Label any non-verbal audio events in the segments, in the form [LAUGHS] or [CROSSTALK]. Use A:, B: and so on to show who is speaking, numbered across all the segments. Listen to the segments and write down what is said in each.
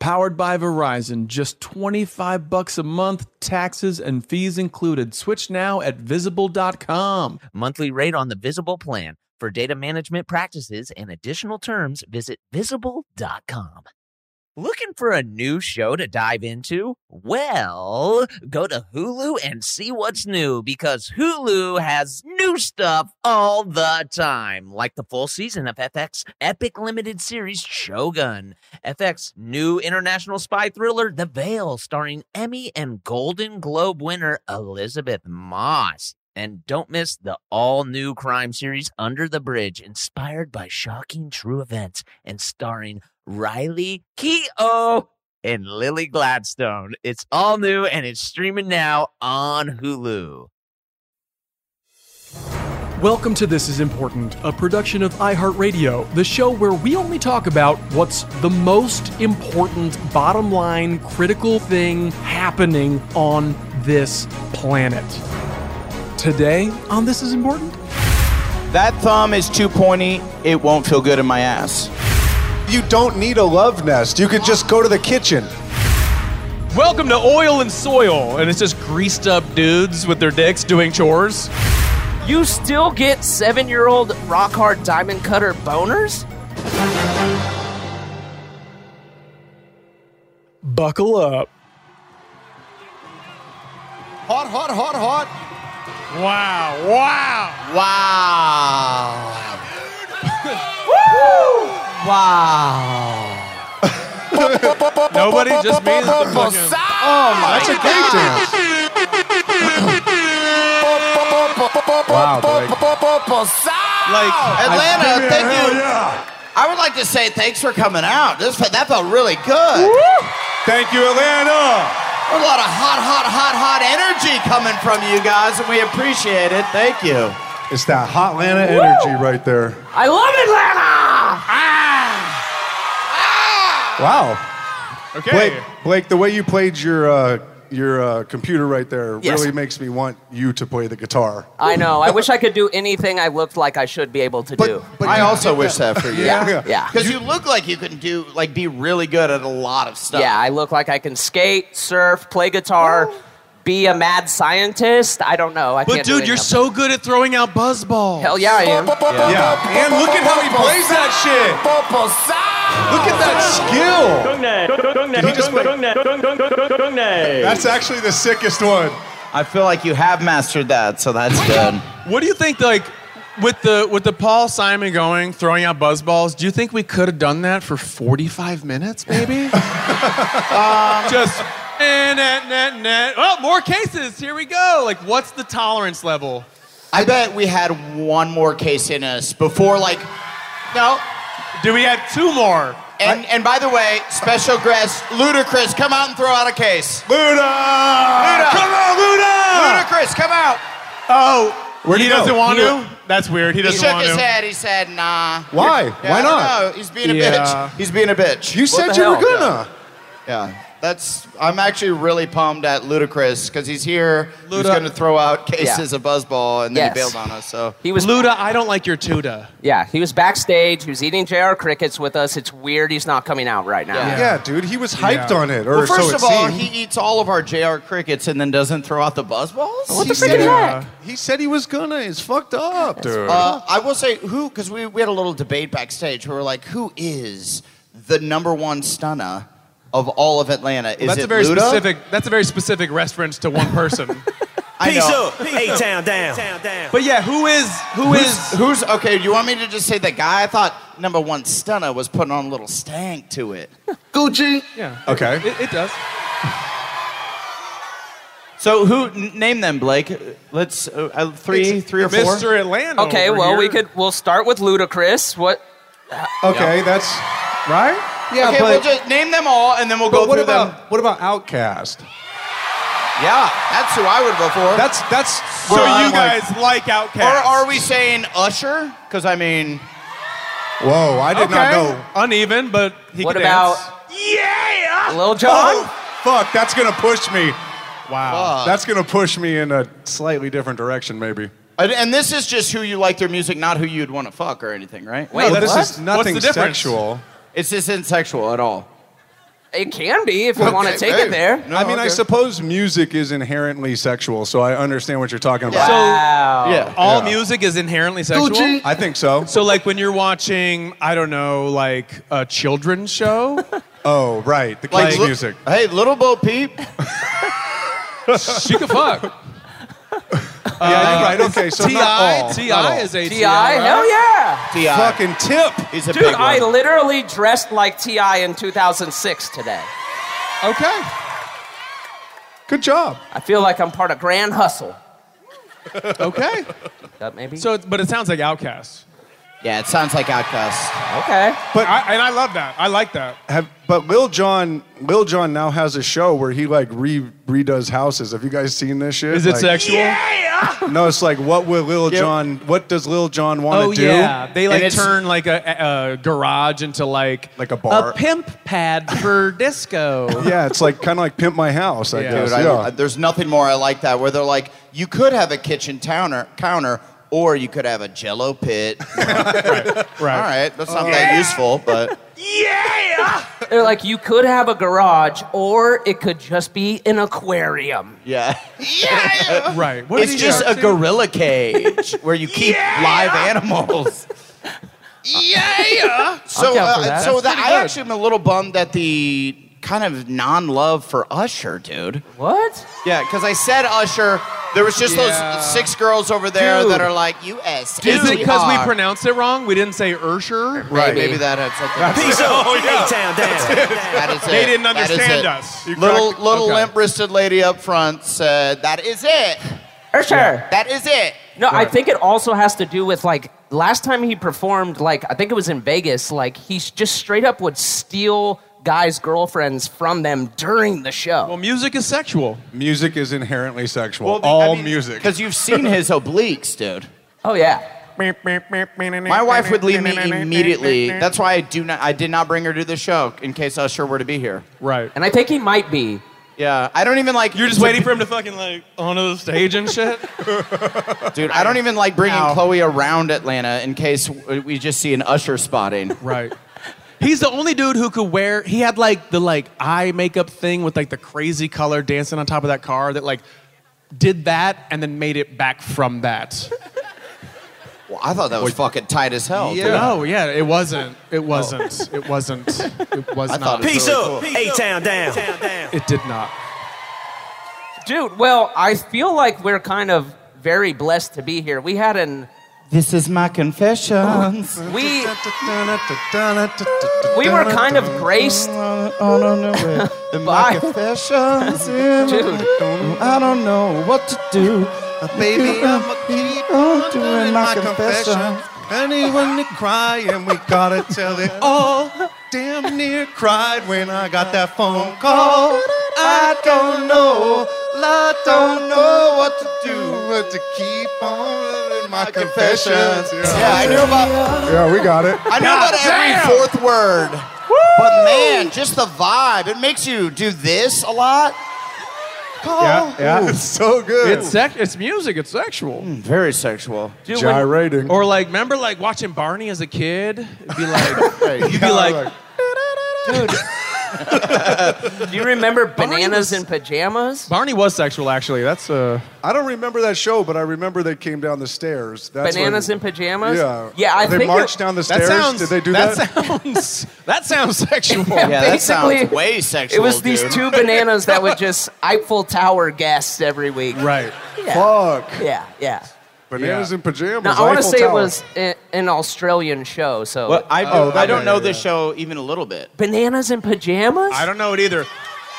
A: powered by Verizon. Just 25 bucks a month, taxes and fees included. Switch now at visible.com.
B: Monthly rate on the visible plan. For data management practices and additional terms, visit visible.com. Looking for a new show to dive into? Well, go to Hulu and see what's new because Hulu has new stuff all the time, like the full season of FX epic limited series Shogun, FX new international spy thriller The Veil, starring Emmy and Golden Globe winner Elizabeth Moss. And don't miss the all new crime series Under the Bridge, inspired by shocking true events and starring Riley Keough and Lily Gladstone. It's all new and it's streaming now on Hulu.
A: Welcome to This Is Important, a production of iHeartRadio, the show where we only talk about what's the most important, bottom line, critical thing happening on this planet. Today on This Is Important,
C: That thumb is too pointy. It won't feel good in my ass.
D: You don't need a love nest. You could just go to the kitchen.
A: Welcome to Oil and Soil, and it's just greased up dudes with their dicks doing chores.
E: You still get seven year old rock hard diamond cutter boners?
A: Buckle up.
D: Hot, hot, hot, hot.
A: Wow, wow.
B: [LAUGHS]
C: Wow. Wow.
A: Nobody just means the fucking.
D: Oh my That's a great dance.
A: Wow, Blake.
C: Like
D: Oh,
C: Atlanta, thank you.
D: Yeah.
C: I would like to say thanks for coming out. This fe- that felt really good.
D: Thank you, Atlanta.
C: There's a lot of hot, hot, hot, hot energy coming from you guys, and we appreciate it. Thank you.
D: It's that hot Atlanta energy right there.
E: I love Atlanta!
D: Ah! Wow.
A: Okay.
D: Blake, Blake, the way you played your uh, your uh, computer right there
E: Yes.
D: really makes me want you to play the guitar.
E: I know. I wish I could do anything I looked like I should be able to do.
D: but
C: I
D: you
C: also
D: did
C: wish that for you.
E: Yeah. Yeah.
C: Because you look like you can do, like, be really good at a lot of stuff.
E: Yeah, I look like I can skate, surf, play guitar, be a mad scientist. I don't know. I
A: But
E: can't do
A: dude,
E: any
A: you're
E: of it.
A: so good at throwing out buzz balls.
E: Hell yeah, I am.
D: Yeah. And look at how he plays that shit. Look at that skill. Did he just play- That's actually the sickest one.
C: I feel like you have mastered that, so that's good.
A: What do you think, like, with the with the Paul Simon going throwing out buzz balls? Do you think we could have done that for 45 minutes, [LAUGHS] maybe? Just. eh, nah, nah, nah. Oh, more cases. Here we go. Like, what's the tolerance level?
C: I bet we had one more case in us before, like, no.
A: Do we have two more?
C: And and by the way, special guest Ludacris, come out and throw out a case.
D: Luna! Luna! Come on, Luna!
C: Ludacris, come out.
A: Oh,
D: Where'd
A: he
D: he go?
A: doesn't want
D: He-
A: to. That's weird. He
C: He
A: doesn't
C: shook
A: want
C: his
A: to.
C: head. He said, "Nah."
D: Why?
C: Yeah,
D: Why
C: I don't
D: not?
C: know. He's being a
A: Yeah.
C: bitch. He's being a bitch.
D: You said you were
E: hell?
D: gonna.
C: yeah. That's. I'm actually really pumped at Ludacris because he's here. He's
A: Luda.
C: going to throw out cases of buzzball, and then
E: Yes.
C: he bailed on us. So
E: He was
A: Luda, I don't like your Tuda.
E: yeah, he was backstage. He was eating JR crickets with us. It's weird he's not coming out right now.
C: Yeah.
D: Yeah, dude, he was hyped
A: Yeah.
D: on it, or
C: Well, first
D: so it
C: of all,
D: seemed.
C: he eats all of our JR crickets and then doesn't throw out the buzzballs.
E: What
D: He
E: the freaking
D: said-
E: heck?
D: He said he was gonna. It's fucked up, dude.
C: Uh, I will say who, because we, we had a little debate backstage. We were like, who is the number one stunner of all of Atlanta? Is
A: that's
C: it
A: a very [LAUGHS]
C: Luda?
A: specific. That's a very specific reference to one person.
C: I
F: Peace
C: know.
F: up. A town down.
A: But yeah, who is who
C: Who's,
A: is
C: who's okay? You want me to just say the guy? I thought number one stunner was putting on a little stank to it.
G: Gucci. Okay.
A: it, it does.
C: So who n- name them, Blake? Let's uh, uh, three, three or four.
G: Mr. Atlanta.
E: Okay,
G: over
E: well we
G: here.
E: could we'll start with Ludacris. What
G: Okay, that's right. Yeah,
C: Okay,
G: but,
C: we'll just name them all, and then we'll
G: but
C: go
G: what
C: through
G: about
C: them.
G: what about Outcast?
C: Yeah, that's who I would go for.
G: That's that's
F: So
G: Well, I
F: you
G: like-
F: guys like, Outcast?
C: or are we saying Usher? Because I mean,
G: Whoa, I did not know.
A: Uneven, but he
E: what
A: can
E: about
A: dance.
E: Yeah Oh. Lil Jon?
G: Fuck, that's gonna push me.
A: Wow.
C: Uh.
G: That's gonna push me in a slightly different direction, maybe.
C: and, and this is just who you like their music, not who you'd want to fuck or anything, right?
E: Wait,
G: no, this
E: what?
G: is nothing
A: What's the difference?
G: sexual.
C: It's just isn't sexual at all.
E: It can be if we want to
C: Okay,
E: take
C: hey.
E: it there.
C: No,
G: I mean, I
C: okay.
G: suppose music is inherently sexual, so I understand what you're talking about.
A: So-
E: wow.
C: Yeah.
A: All
G: Yeah.
A: music is inherently sexual.
G: I think so.
A: So like when you're watching, I don't know, like a children's show,
G: Oh, right, the kids'
C: li-
G: music.
C: Hey, Little Bo Peep.
A: [LAUGHS] she could [LAUGHS] fuck.
G: Uh, yeah, you're right. Okay, so
A: Ti
G: not all.
A: Ti
G: not all.
A: is a
E: Ti, hell yeah!
G: [LAUGHS]
C: T.I.
G: fucking tip.
C: He's a
E: Dude,
C: big
E: I
C: one.
E: literally dressed like Ti in 2006 today.
G: Okay. Good job.
E: I feel like I'm part of Grand Hustle.
A: Okay.
E: That maybe.
A: So, it- but it sounds like Outcast.
C: yeah, it sounds like Outkast.
E: okay.
G: But
F: I, and I love that. I like that.
G: Have, but Lil Jon, Lil Jon now has a show where he like re, redoes houses. Have you guys seen this shit?
A: Is it
G: Like,
A: sexual?
G: No, it's like what would Lil
C: Yeah.
G: Jon? What does Lil Jon want to
A: Oh
G: do?
A: yeah, they
C: And
A: like
C: it's-
A: turn like a, a garage into like
G: Like a bar.
A: pimp pad for disco.
G: Yeah, it's like kind of like pimp my house. I
A: Yeah.
G: guess.
C: Dude, I,
G: yeah.
C: I- there's nothing more I like that where they're like, you could have a kitchen towner, counter, or you could have a Jello pit.
E: [LAUGHS]
C: All
A: Right.
C: right, that's not that useful, but
E: They're like, you could have a garage, or it could just be an aquarium.
C: yeah, yeah.
A: Right. What
C: [LAUGHS] It's
A: did he
C: just
A: say?
C: a gorilla cage where you keep live animals. yeah. So,
E: down for
C: uh,
E: that.
C: so
E: That's
C: that
E: pretty
C: I
E: good.
C: actually am a little bummed at the kind of non-love for Usher, dude.
E: What?
C: Yeah, because I said Usher. There was just
A: Yeah.
C: those six girls over there
E: Dude.
C: that are like U.S.
A: Is it because we pronounced it wrong? We didn't say Ursher.
C: E Right, maybe that had something.
F: Peace up.
C: Oh, yeah.
F: A town down.
C: [LAUGHS] That is it.
F: They didn't
C: That is
F: understand
C: it.
F: us. You
C: Little
F: cracked-
C: little
A: okay.
C: limp-wristed lady up front said, "That is it.
E: Or sure.
C: That is it."
E: No, I think it also has to do with like last time he performed, like I think it was in Vegas, like he s- just straight up would steal guys' girlfriends from them during the show.
A: Well, music is sexual.
G: music is inherently sexual. All music. [LAUGHS]
C: Because you've seen [LAUGHS] his obliques, dude.
E: oh yeah.
C: My wife would leave me immediately. That's why I do not. I did not bring her to the show in case Usher were to be here.
A: Right.
E: And I think he might be.
C: Yeah, I don't even like.
A: You're just waiting for him to fucking like onto the stage and shit.
C: dude. I don't even like bringing Chloe around Atlanta in case we just see an Usher spotting.
A: right. [LAUGHS] He's the only dude who could wear. He had like the like eye makeup thing with like the crazy color dancing on top of that car that like did that and then made it back from that.
C: Well, I thought that was fucking tight as hell. dude.
A: No, yeah, it wasn't. It wasn't. It wasn't. It was
C: I
A: not.
C: thought it was
F: Peace
C: really
F: up. A town down.
A: It did not.
E: Dude, well, I feel like we're kind of very blessed to be here. We had an
C: This is my
G: [LAUGHS]
C: confessions.
E: we we were kind of graced
C: I don't know where the
G: [LAUGHS]
E: Bye.
C: confessions in.
E: Dude.
C: I don't know what to do.
G: Baby, I'ma keep on doing my confession. Anyone to cry, and we
C: [LAUGHS]
G: gotta tell it all. Damn near cried when I got that phone call. I don't know, I don't know what to do but to keep on doing my confessions.
C: Yeah, I knew about
G: yeah, we got it.
C: I knew about every fourth word. But man, just the vibe. It makes you do this a lot. Call.
A: Oh.
G: Yeah, it's so good.
A: It's sex. It's music. It's sexual.
C: Very sexual.
E: dude, when-
G: gyrating.
A: Or like, remember like watching Barney as a kid? It'd be like, you'd be like,
G: like-
A: dude.
E: Do you remember bananas
A: was-
E: in pajamas?
A: Barney was sexual, actually. That's uh,
G: I don't remember that show, but I remember they came down the stairs. That's
E: Bananas
G: when-
E: in pajamas.
G: Yeah.
E: yeah. I
G: they
E: think
G: marched
E: it-
G: down the
A: that
G: stairs.
A: sounds.
G: Did they do that?
A: that? sounds. that sounds sexual.
C: Yeah, that sounds
E: basically,
C: way sexual.
E: It was these
C: dude.
E: two bananas that
G: [LAUGHS]
E: would just Eiffel Tower guests every
A: [LAUGHS]
E: week.
A: Right.
G: Fuck.
E: Yeah, yeah.
G: Bananas
A: Yeah.
G: in pajamas.
E: Now I want to
G: Eiffel
E: say it
G: Tower.
E: was a, an Australian show. So
C: Well, I,
G: Oh,
C: I
G: that-
C: don't
G: yeah,
C: know
G: yeah,
C: this
G: yeah.
C: show even a little bit.
E: bananas in pajamas.
H: I don't know it either.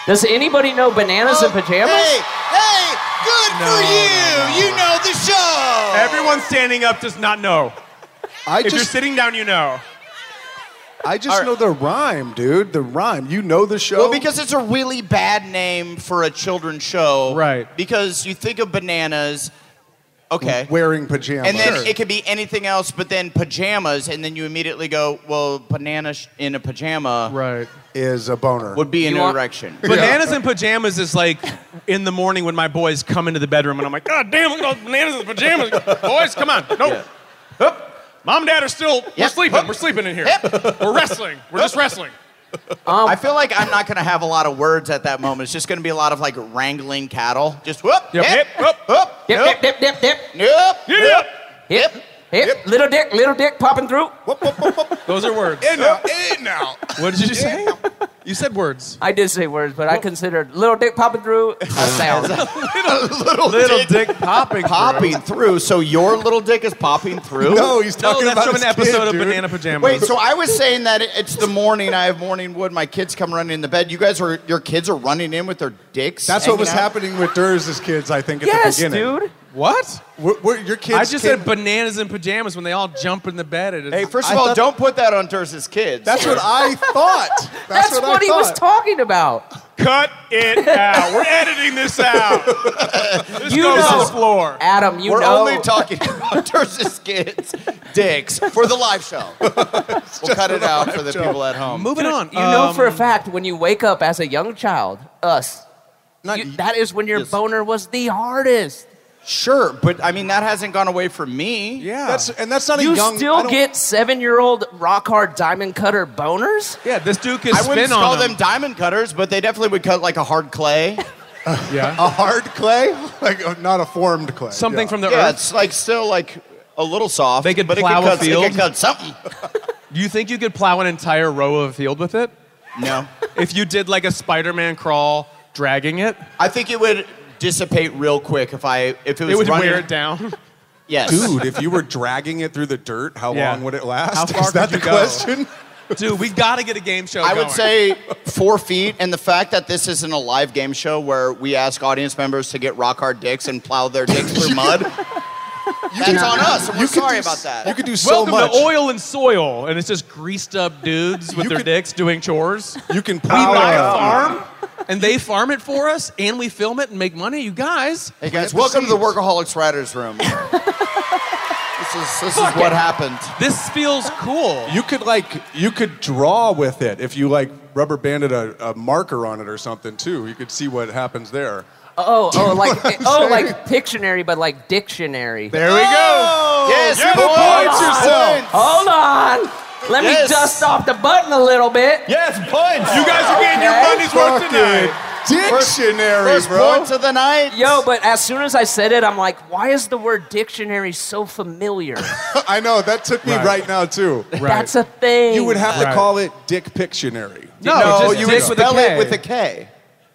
E: Does anybody know bananas in pajamas?
C: Oh, Hey, hey, good for you. You know the show.
H: Everyone standing up does not know.
G: I
H: If you're
G: just,
H: sitting down, you know.
G: I just
C: Alright.
G: know the rhyme, dude. The rhyme. You know the show.
C: Well, because it's a really bad name for a children's show.
A: Right.
C: Because you think of bananas, okay.
G: wearing pajamas.
C: and then it could be anything else, but then pajamas, and then you immediately go, well, banana sh- in a pajama
A: Right.
G: is a boner.
C: would be an
E: You
C: [LAUGHS]
E: want-
C: erection.
A: Bananas
H: Bananas in pajamas is like in the morning when my boys come into the bedroom and I'm like, God damn, look at those bananas in pajamas. Boys, come on. No. Hup. Mom and dad are still, we're
C: Yep.
H: sleeping. We're sleeping in here. We're wrestling. We're just wrestling.
C: I feel like I'm not going to have a lot of words at that moment. It's just going to be a lot of like wrangling cattle. Just whoop,
H: Yep.
C: yep,
H: Yep.
C: whoop,
E: Dip,
C: yep,
E: dip, dip, dip, dip,
C: yep,
H: Yep.
E: hip, hip,
G: Yep.
E: little dick, little dick popping through.
A: Those are words.
G: in now, in now.
A: What did you say? You said words.
E: I did say words, but I considered little dick popping through a sound.
C: [LAUGHS] [LAUGHS] little,
A: Little dick
C: [LAUGHS]
A: popping.
C: popping through. So your little dick is popping through?
G: No, he's
H: Oh,
A: No,
G: talking
A: that's
G: about
A: from an
G: his
A: episode
G: kid,
A: of
G: dude.
A: Banana Pajamas.
C: Wait, so I was saying that it- it's the morning. I have morning wood. My kids come running in the bed. You guys are your kids are running in with their dicks.
G: That's what was
C: hanging out?
G: happening with Durs's kids, I think, at
E: yes,
G: the beginning.
E: dude.
A: what?
G: Were- were your kids.
A: I just
G: came-
A: said bananas in pajamas when they all jump in the bed. At
C: Hey, first of
G: I
C: all,
G: thought-
C: don't put that on Durst's kids.
G: That's what I thought.
E: [LAUGHS]
G: That's,
E: That's,
G: what,
E: what,
G: I
E: he
G: thought.
E: was talking about.
H: Cut it out. We're editing this out. This
E: You
H: goes to
E: know-
H: the floor.
E: Adam, you
C: We're
E: know.
C: only talking about Durst's kids' dicks for the live show. we'll cut it out for the people at home.
A: moving on.
E: you know
A: Um,
E: for a fact when you wake up as a young child, us,
C: Not
E: you-
C: y-
E: that is when your
C: yes.
E: boner was the hardest.
C: Sure, but I mean that hasn't gone away from me.
A: Yeah.
G: That's, and that's not
E: You
G: a young. I
E: still
G: don't-
E: get seven-year-old rock hard diamond cutter boners?
A: yeah, this dude can
C: I wouldn't
A: spin on
C: call them
A: them.
C: diamond cutters, but they definitely would cut like a hard clay.
A: Yeah.
G: a hard clay, [LAUGHS] like uh, not a formed clay.
A: Something
G: Yeah.
A: from the
C: yeah,
A: earth.
C: it's like still like a little soft.
A: They could
C: but
A: plow
C: it
A: a
C: could cut, It
A: field.
C: could cut something.
A: Do you think you could plow an entire row of a field with it?
C: No.
A: If you did like a Spider-Man crawl, dragging it,
C: I think it would dissipate real quick if I if it was
A: it would
C: running.
A: wear it down. [LAUGHS]
C: Yes.
G: Dude, if you were dragging it through the dirt, how
A: Yeah.
G: long would it last?
A: How far
G: [LAUGHS] Is that
A: could you
G: the
A: go?
G: [LAUGHS] question?
A: Dude, we got to get a game show.
C: I
A: going.
C: would say four feet, and the fact that this isn't a live game show where we ask audience members to get rock hard dicks and plow their dicks through mud. That's on us. and We're
G: could
C: sorry
G: do,
C: about
G: s-
C: that.
G: You could do so
A: Welcome
G: much.
A: to oil and soil, and it's just greased up dudes with
G: You
A: their
G: could-
A: dicks doing chores.
G: You can
A: We
G: plow
A: buy a
G: it.
A: farm, and they farm it for us, and we film it and make money. You guys,
C: hey guys, welcome to the Workaholics Writers Room. this is this is what happened.
A: this feels cool.
G: You could like you could draw with it if you like rubber banded a, a marker on it or something too. You could see what happens there.
E: Oh, oh, like oh, like Pictionary, but like dictionary. Oh!
G: There we go.
C: yes,
G: you
C: boys.
G: points yourself.
E: Hold on. Let
C: Yes.
E: me dust off the button a little bit.
C: Yes, points. You
H: guys are getting your
E: Okay.
H: money's worth tonight.
G: Dictionary,
C: first
G: bro.
C: points of the night.
E: Yo, but as soon as I said it, I'm like, why is the word dictionary so familiar?
G: I know that took me right,
A: Right.
G: now too.
E: That's a thing.
G: You would have to
A: Right.
G: call it Dick Pictionary.
A: no, just
C: you
A: dick
C: would
A: with a
C: spell
A: K.
C: it with a K.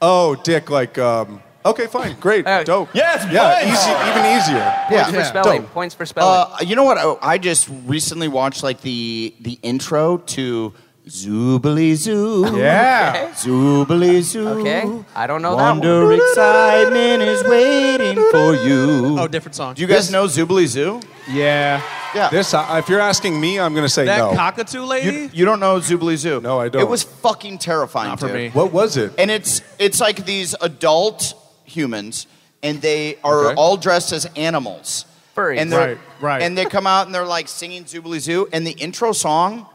G: Oh, Dick, like um. Okay, fine, great,
E: Uh,
G: dope.
C: yes,
G: yeah,
C: points.
G: easy, even easier.
E: Points for
A: Yeah.
E: spelling.
G: Dope.
E: Points for spelling.
C: Uh, you know what? I, I just recently watched like the the intro to Zoobly Zoo.
G: Yeah.
C: [LAUGHS] Zoobly Zoo.
E: Okay, I don't know that
C: Wonder
E: one.
C: excitement is waiting for you.
A: Oh, different song.
C: Do you guys know Zoobly Zoo?
A: Yeah.
C: Yeah.
G: This, I- if you're asking me, I'm gonna say
A: That
G: no.
A: cockatoo lady.
C: you, you don't know Zoobly Zoo?
G: No, I don't.
C: It was fucking terrifying.
A: Not for
C: dude.
A: me.
G: what was it?
C: And it's it's like these adult humans, and they are
G: Okay.
C: all dressed as animals.
E: Furries.
C: And they're-
A: Right, right.
C: And they come out and they're like singing Zoobly Zoo, and the intro song,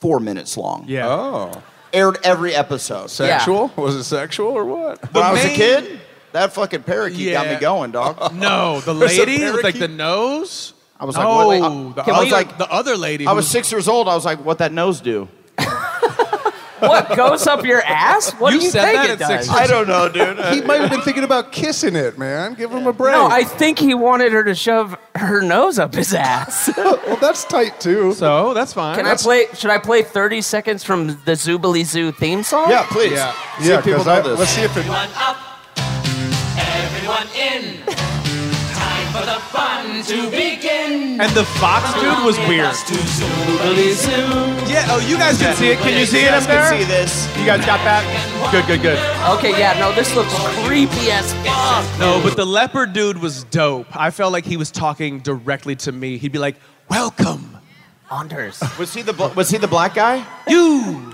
C: four minutes long.
A: yeah.
G: Oh,
C: aired every episode.
G: sexual? Was it sexual or what?
C: when I was a
A: main-
C: kid, that fucking parakeet got
A: Yeah.
C: me going,
I: Uh,
C: dog.
A: No, the
G: There's a
A: lady with like
G: parakeet?
A: the nose.
C: I was like,
A: no,
C: what?
I: Oh,
A: the
C: Can we-
A: other- the other lady.
C: I was
A: who's-
C: six years old. I was like, what that nose do?
E: What goes up your ass? What
I: You
E: do you
I: said
E: think
I: that
E: it
I: at
E: does?
I: six
D: I don't know,
C: [LAUGHS]
D: dude.
G: He might have been thinking about kissing it, man. Give him a break.
E: No, I think he wanted her to shove her nose up his ass.
G: well, that's tight too.
A: So that's fine.
E: [LAUGHS] Can I play? Should I play 30 seconds from the Zoobaly Zoo theme song?
C: yeah, please.
G: yeah,
C: See
G: yeah.
C: if people
G: 'cause
C: know
G: I-
C: this.
G: Let's see if it.
I: And the Fox dude was weird. Yeah, oh, you guys can see it. Can you see it up
C: You guys
I: there?
C: can see this.
I: You guys got that? Good, good, good.
E: Okay, yeah, no, this looks creepy as fuck.
I: No, but the leopard dude was dope. I felt like he was talking directly to me. He'd be like, Welcome,
E: Anders.
C: Was he the bl- was he the black guy?
I: you,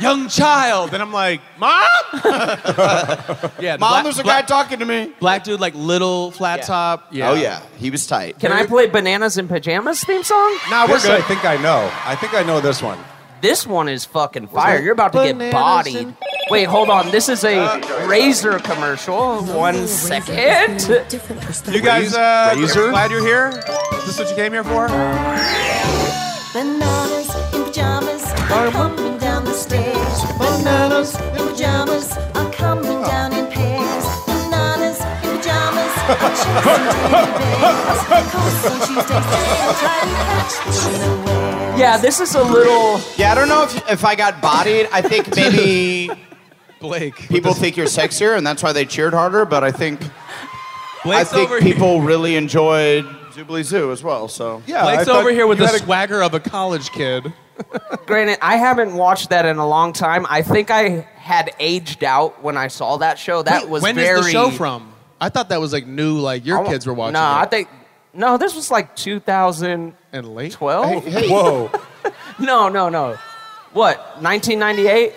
I: young child. And I'm like, Mom? yeah, the
C: Mom,
I: black-
C: there's a guy
I: black-
C: talking to me.
I: Black dude, like little flat top.
C: Oh yeah, he was tight.
E: [LAUGHS] Can I play Bananas in Pajamas theme song?
G: Nah,
I: we're
G: this
I: good.
G: I think I know. I think I know this one.
E: This one is fucking fire. You're about to get bodied. Wait, hold on. This is a razor commercial. One second.
I: You guys, uh,
C: Razor?
I: glad you're here? Is this what you came here for?
J: Bananas in pajamas are coming down the stairs. Bananas in pajamas are coming down in pairs. Bananas in pajamas
G: [LAUGHS]
J: are chasing days. Coast on Tuesdays and try to catch them unaware.
E: Yeah, this is a little.
C: Yeah, I don't know if if I got bodied. I
I: [LAUGHS]
C: think maybe
I: Blake.
C: people think you're sexier, and that's why they cheered harder. But I
G: [LAUGHS]
C: think I
I: Blake's
C: think
I: over here.
C: people really enjoyed Jubilee Zoo as well. So
G: Yeah, I
I: Blake's
G: thought
I: over here with
G: you
I: the
G: had a-
I: swagger of a college kid.
E: Granted, I haven't watched that in a long time. I think I had aged out when I saw that show. That
I: Wait,
E: was
I: when is
E: very.
I: the show from? I thought that was like new, like your
E: I-
I: kids were watching.
E: No,
I: it.
E: I think. No, this was like 2012.
I: and late.
G: Whoa.
E: No, no, no. What? 1998?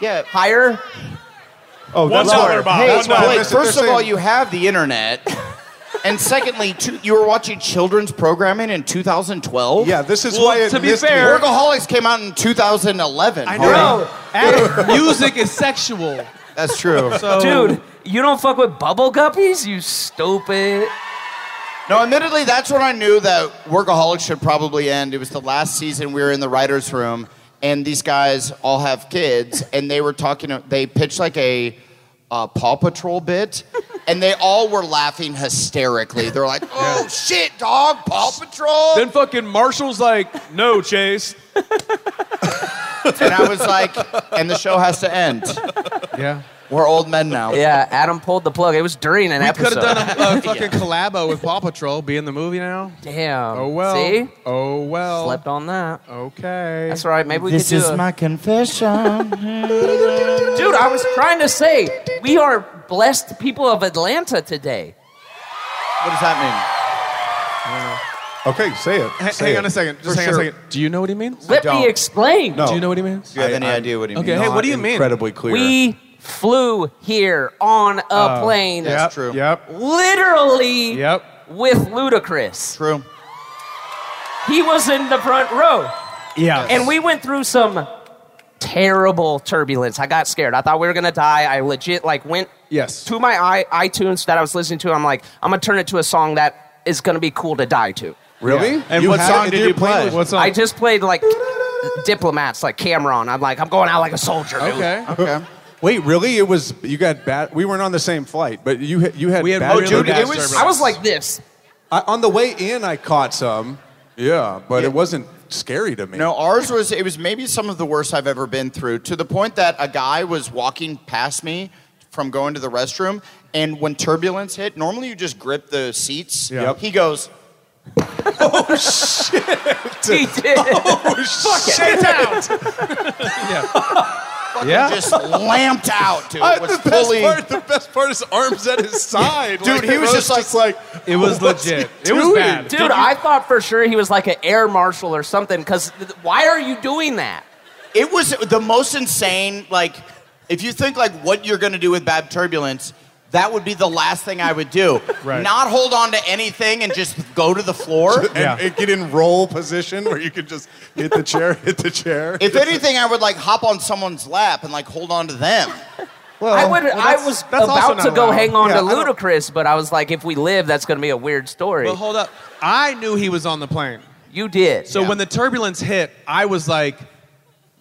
C: yeah,
E: Higher?
G: Oh,
I: One
G: that's
I: dollar
G: hard.
I: box.
C: Hey,
I: That's
G: why
C: Blake,
G: they're-
C: first
G: they're
C: of all,
G: saying-
C: you have the internet.
G: [LAUGHS]
C: And secondly, two, you were watching children's programming in 2012?
G: Yeah, this is
I: Well,
G: why it
I: to be
G: missed
I: fair-
G: me.
C: Workaholics came out in 2011. I
I: Bro, act- music is [LAUGHS] sexual.
C: That's
G: [LAUGHS]
C: true.
I: So
E: Dude, you don't fuck with bubble guppies, you stupid.
C: No, admittedly, that's when I knew that Workaholics should probably end. It was the last season we were in the writers' room, and these guys all have kids, and they were talking. They pitched like a uh, Paw Patrol bit, and they all were laughing hysterically. They're [LAUGHS] like, "Oh shit, dog! Paw Patrol!"
I: then fucking Marshall's like, no, Chase.
C: and I was like, "And the show has to end.
I: Yeah.
C: We're old men now."
E: Yeah, Adam pulled the plug. It was during an
I: We could
E: episode.
I: have done a, a fucking collabo with Paw Patrol, be in the movie now.
E: Damn.
I: Oh well.
E: See?
I: Oh well.
E: Slept on that.
I: Okay.
E: That's all right. Maybe we
C: This
E: could do
C: is
E: a-
C: my confession.
E: Dude, I was trying to say we are blessed people of Atlanta today.
C: What does that
G: Okay, say it.
I: Ha-
G: Say
I: hang
G: it.
I: on a second. Just
G: For
I: hang
G: sure.
I: on a second. Do you know what he means?
E: Let
C: don't.
E: me explain.
G: No.
I: Do you know what he
C: mean?
I: means?
C: Do you have any
G: I-
C: idea what he
I: Okay,
C: means?
I: hey, what do you
G: Not
I: mean?
G: Incredibly clear.
E: We flew here on a plane,
C: That's true.
I: Uh, Yep.
E: literally
I: Yep.
E: with Ludacris.
C: True.
E: He was in the front row.
I: Yeah.
E: And we went through some terrible turbulence. I got scared. I thought we were gonna die. I legit like went
I: Yes.
E: to my i- iTunes that I was listening to. I'm like, I'm gonna turn it to a song that is gonna be cool to die to.
G: really?
I: And
G: You
I: what
G: had
I: song
G: it
I: did
G: in
I: you
G: your
I: play?
G: playlist?
I: What song?
E: I just played like diplomats, like Cameron. I'm like, I'm going out like a soldier. Dude.
I: okay.
C: Okay.
G: Wait, really? It was you got bad. We weren't on the same flight, but you had- you had.
I: We had Oh,
G: bad-
I: really
G: Dude,
I: bad
G: it was-
I: service.
E: I was
G: [LAUGHS]
E: like this.
G: I, on the way in. I caught some. Yeah, but it wasn't scary to me.
C: No, ours was it was maybe some of the worst I've ever been through to the point that a guy was walking past me from going to the restroom and when turbulence hit, normally you just grip the seats.
G: Yep.
C: He goes,
E: He did.
I: Shit out.
G: [LAUGHS]
I: yeah.
C: just lamped out, dude.
G: I-
C: It was
G: the best
C: fully-
G: part. The best part is arms at [LAUGHS] his side.
C: Dude, he
G: it
C: was just
G: like
I: It was
G: what's he
I: legit. It was
G: doing?
I: bad.
E: Dude, I thought for sure he was like an air marshal or something. Because th- why are you doing that?
C: It was the most insane. Like, if you think like what you're gonna do with bad turbulence, that would be the last thing I would
G: [LAUGHS]
C: do.
I: Right.
C: Not hold on to anything and just go to the
G: [LAUGHS]
C: floor.
G: And, and get in roll position where you could just hit the chair, hit the chair.
C: If anything, I would like hop on someone's lap and like hold on to them.
G: Oh, well,
E: I would. I
I: that's-
E: was
I: that's also
E: about
I: not
E: to go
I: allowed.
E: hang on
G: Yeah,
E: to
G: I don't-
E: Ludacris, but I was like, if we live, that's going to be a weird story.
I: But hold up. I knew he was on the plane.
E: You did.
A: So when the turbulence hit, I was like,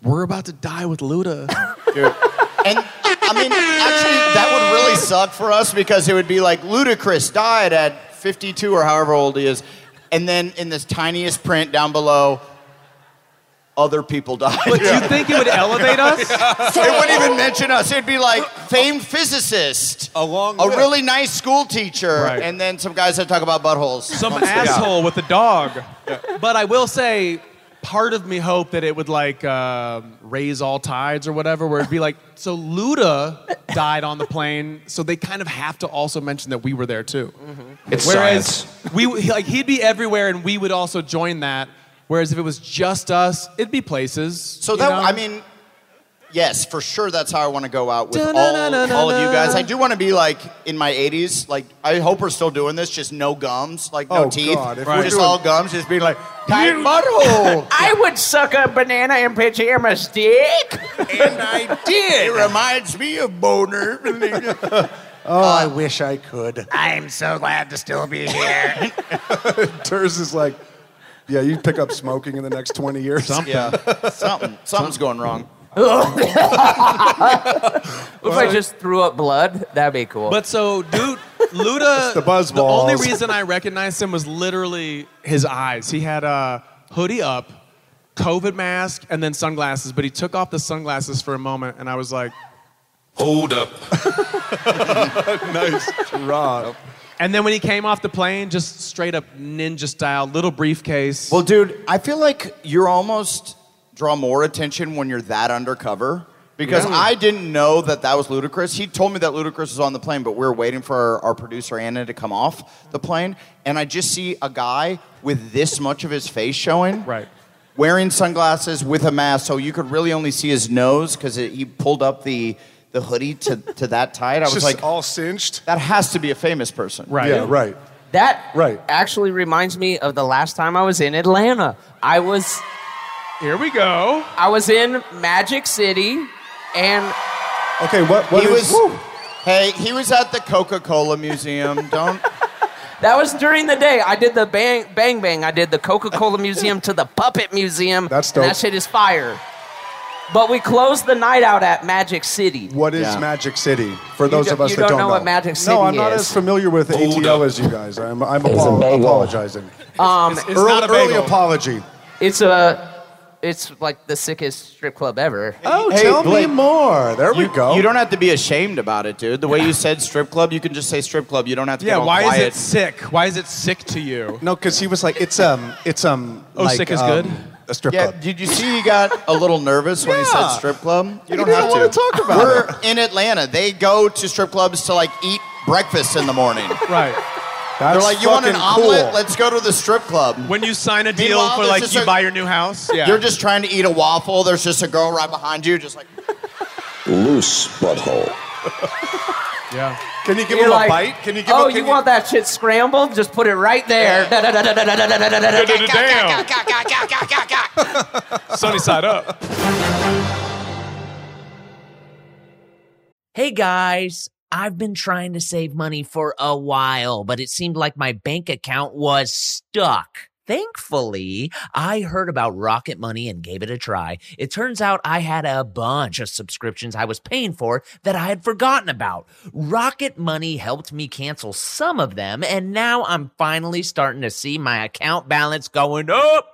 A: we're about to die with
I: [LAUGHS]
A: Luda.
C: And I mean, actually, that would really suck for us because it would be like Ludacris died at 52 or however old he is, and then in this tiniest print down below, other people died.
A: but do you think it would elevate us?
C: [LAUGHS] it wouldn't even mention us. It'd be like famed physicist,
G: Along
C: a
G: with-
C: really nice school teacher,
A: Right.
C: and then some guys that talk about
A: [LAUGHS]
C: buttholes.
A: Some asshole with a dog. But I will say, part of me hoped that it would like um, raise all tides or whatever, where it'd be like, [LAUGHS] so Luda died on the plane, so they kind of have to also mention that we were there too.
C: Mm-hmm.
K: It's
A: Whereas
K: science.
A: we w- he- like he'd be everywhere and we would also join that. Whereas if it was just us, it'd be places.
C: So
A: you
C: that
A: know?
C: I mean, yes, for sure. That's how I want to go out with all, all of you guys. I do want to be like in my 80s. Like I hope we're still doing this. Just no gums, like no
G: Oh,
C: teeth.
G: God, if
C: We're
G: we're
C: just
G: doing-
C: all gums. Just being like tight butthole.
E: [LAUGHS] I would suck a banana and pitch him a stick.
C: and I did. It reminds me of boner.
G: Oh, I wish I could.
E: I'm so glad to still be here.
G: [LAUGHS] Terz is like, yeah, you pick up smoking in the next 20 years.
C: yeah, something. Something's going wrong.
E: if I just threw up blood, that'd be cool.
A: But so, dude, Luda.
G: the buzz
A: the only
G: balls.
A: reason I recognized him was literally his eyes. He had a hoodie up, COVID mask, and then sunglasses. But he took off the sunglasses for a moment, and I was like,
K: Hold up.
G: [LAUGHS] nice Rob.
A: and then when he came off the plane, just straight up ninja style, little briefcase.
C: Well, dude, I feel like you're almost draw more attention when you're that undercover because I didn't know that that was Ludacris. He told me that Ludacris was on the plane, but we were waiting for our, our producer Anna to come off the plane, and I just see a guy with this much of his face showing.
A: Right.
C: Wearing sunglasses with a mask, so you could really only see his nose because he pulled up the the hoodie to, to that tight. I was
G: Just
C: like,
G: all cinched.
C: that has to be a famous person.
A: right.
G: Yeah, right.
E: that
G: Right.
E: actually reminds me of the last time I was in Atlanta. I was
A: Here we go.
E: I was in Magic City and
G: Okay, what, what
C: He
G: is-
C: was. Hey, he was at the Coca Cola Museum. Don't.
E: That was during the day. I did the bang bang bang. I did the Coca-Cola Museum to the Puppet Museum.
G: That's
E: and
G: dope.
E: that shit is fire. But we closed the night out at Magic City.
G: What is
C: Yeah.
G: Magic City? For those
E: don't-
G: of us
E: you
G: that
E: don't
G: don't
E: know
G: know
E: what Magic City
G: No, I'm not
E: is.
G: as familiar with ATL as you guys. I'm, I'm apo- apologizing.
E: Um,
A: It's, it's
G: Earl-
A: not a
G: early
A: bagel.
G: apology.
E: It's a it's like the sickest strip club ever.
G: Oh,
C: Hey,
G: tell
C: Blake,
G: me more. There we
C: You,
G: go.
C: you don't have to be ashamed about it, dude. The way you said strip club, you can just say strip club. You don't have to.
A: Yeah.
C: get all
A: Why
C: quiet.
A: is it sick? Why is it sick to you?
G: No, because he was like, it's um, it's um.
A: Oh,
G: like,
A: sick is
G: um,
A: good?
G: A strip
C: Yeah,
G: club.
C: did you see he got a little nervous when he said
G: Yeah.
C: strip club? You don't
G: didn't
C: have
G: wanna talk about
C: We're in Atlanta. They go to strip clubs to like eat breakfast in the morning.
A: Right.
G: That's
C: They're like, you want an
G: fucking
C: omelet?
G: cool.
C: Let's go to the strip club.
A: When you sign a deal
C: Meanwhile,
A: for
C: there's
A: like
C: just
A: you
C: a-
A: buy your new
C: [LAUGHS]
A: house, yeah.
C: You're just trying to eat a waffle. There's just a girl right behind you, just like.
K: Loose butthole.
A: yeah.
G: Can you give
E: You're
G: him
E: like,
G: a bite? Can you give
E: oh,
G: him?
E: you want that shit scrambled? Just put it right
C: [LAUGHS]
E: there.
A: Damn. Sunny side up.
B: Hey guys, I've been trying to save money for a while, but it seemed like my bank account was stuck. Thankfully, I heard about Rocket Money and gave it a try. It turns out I had a bunch of subscriptions I was paying for that I had forgotten about. Rocket Money helped me cancel some of them, and now I'm finally starting to see my account balance going up.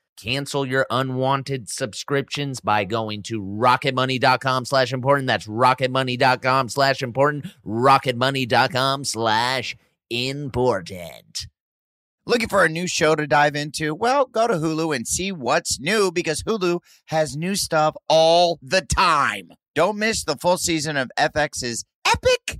B: Cancel your unwanted subscriptions by going to rocketmoney.com slash important. That's rocketmoney.com slash important. Rocketmoney.com slash important.
L: Looking for a new show to dive into? Well, go to Hulu and see what's new because Hulu has new stuff all the time. Don't miss the full season of FX's epic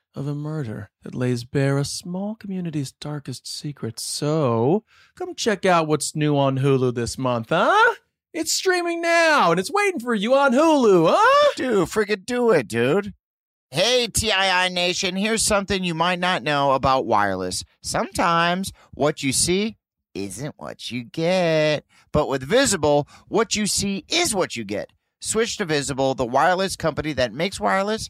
A: of a murder that lays bare a small community's darkest secrets. So, come check out what's new on Hulu this month, huh? It's streaming now and it's waiting for you on Hulu, huh?
L: Dude, freaking do it, dude. Hey, TII Nation, here's something you might not know about wireless. Sometimes what you see isn't what you get. But with Visible, what you see is what you get. Switch to Visible, the wireless company that makes wireless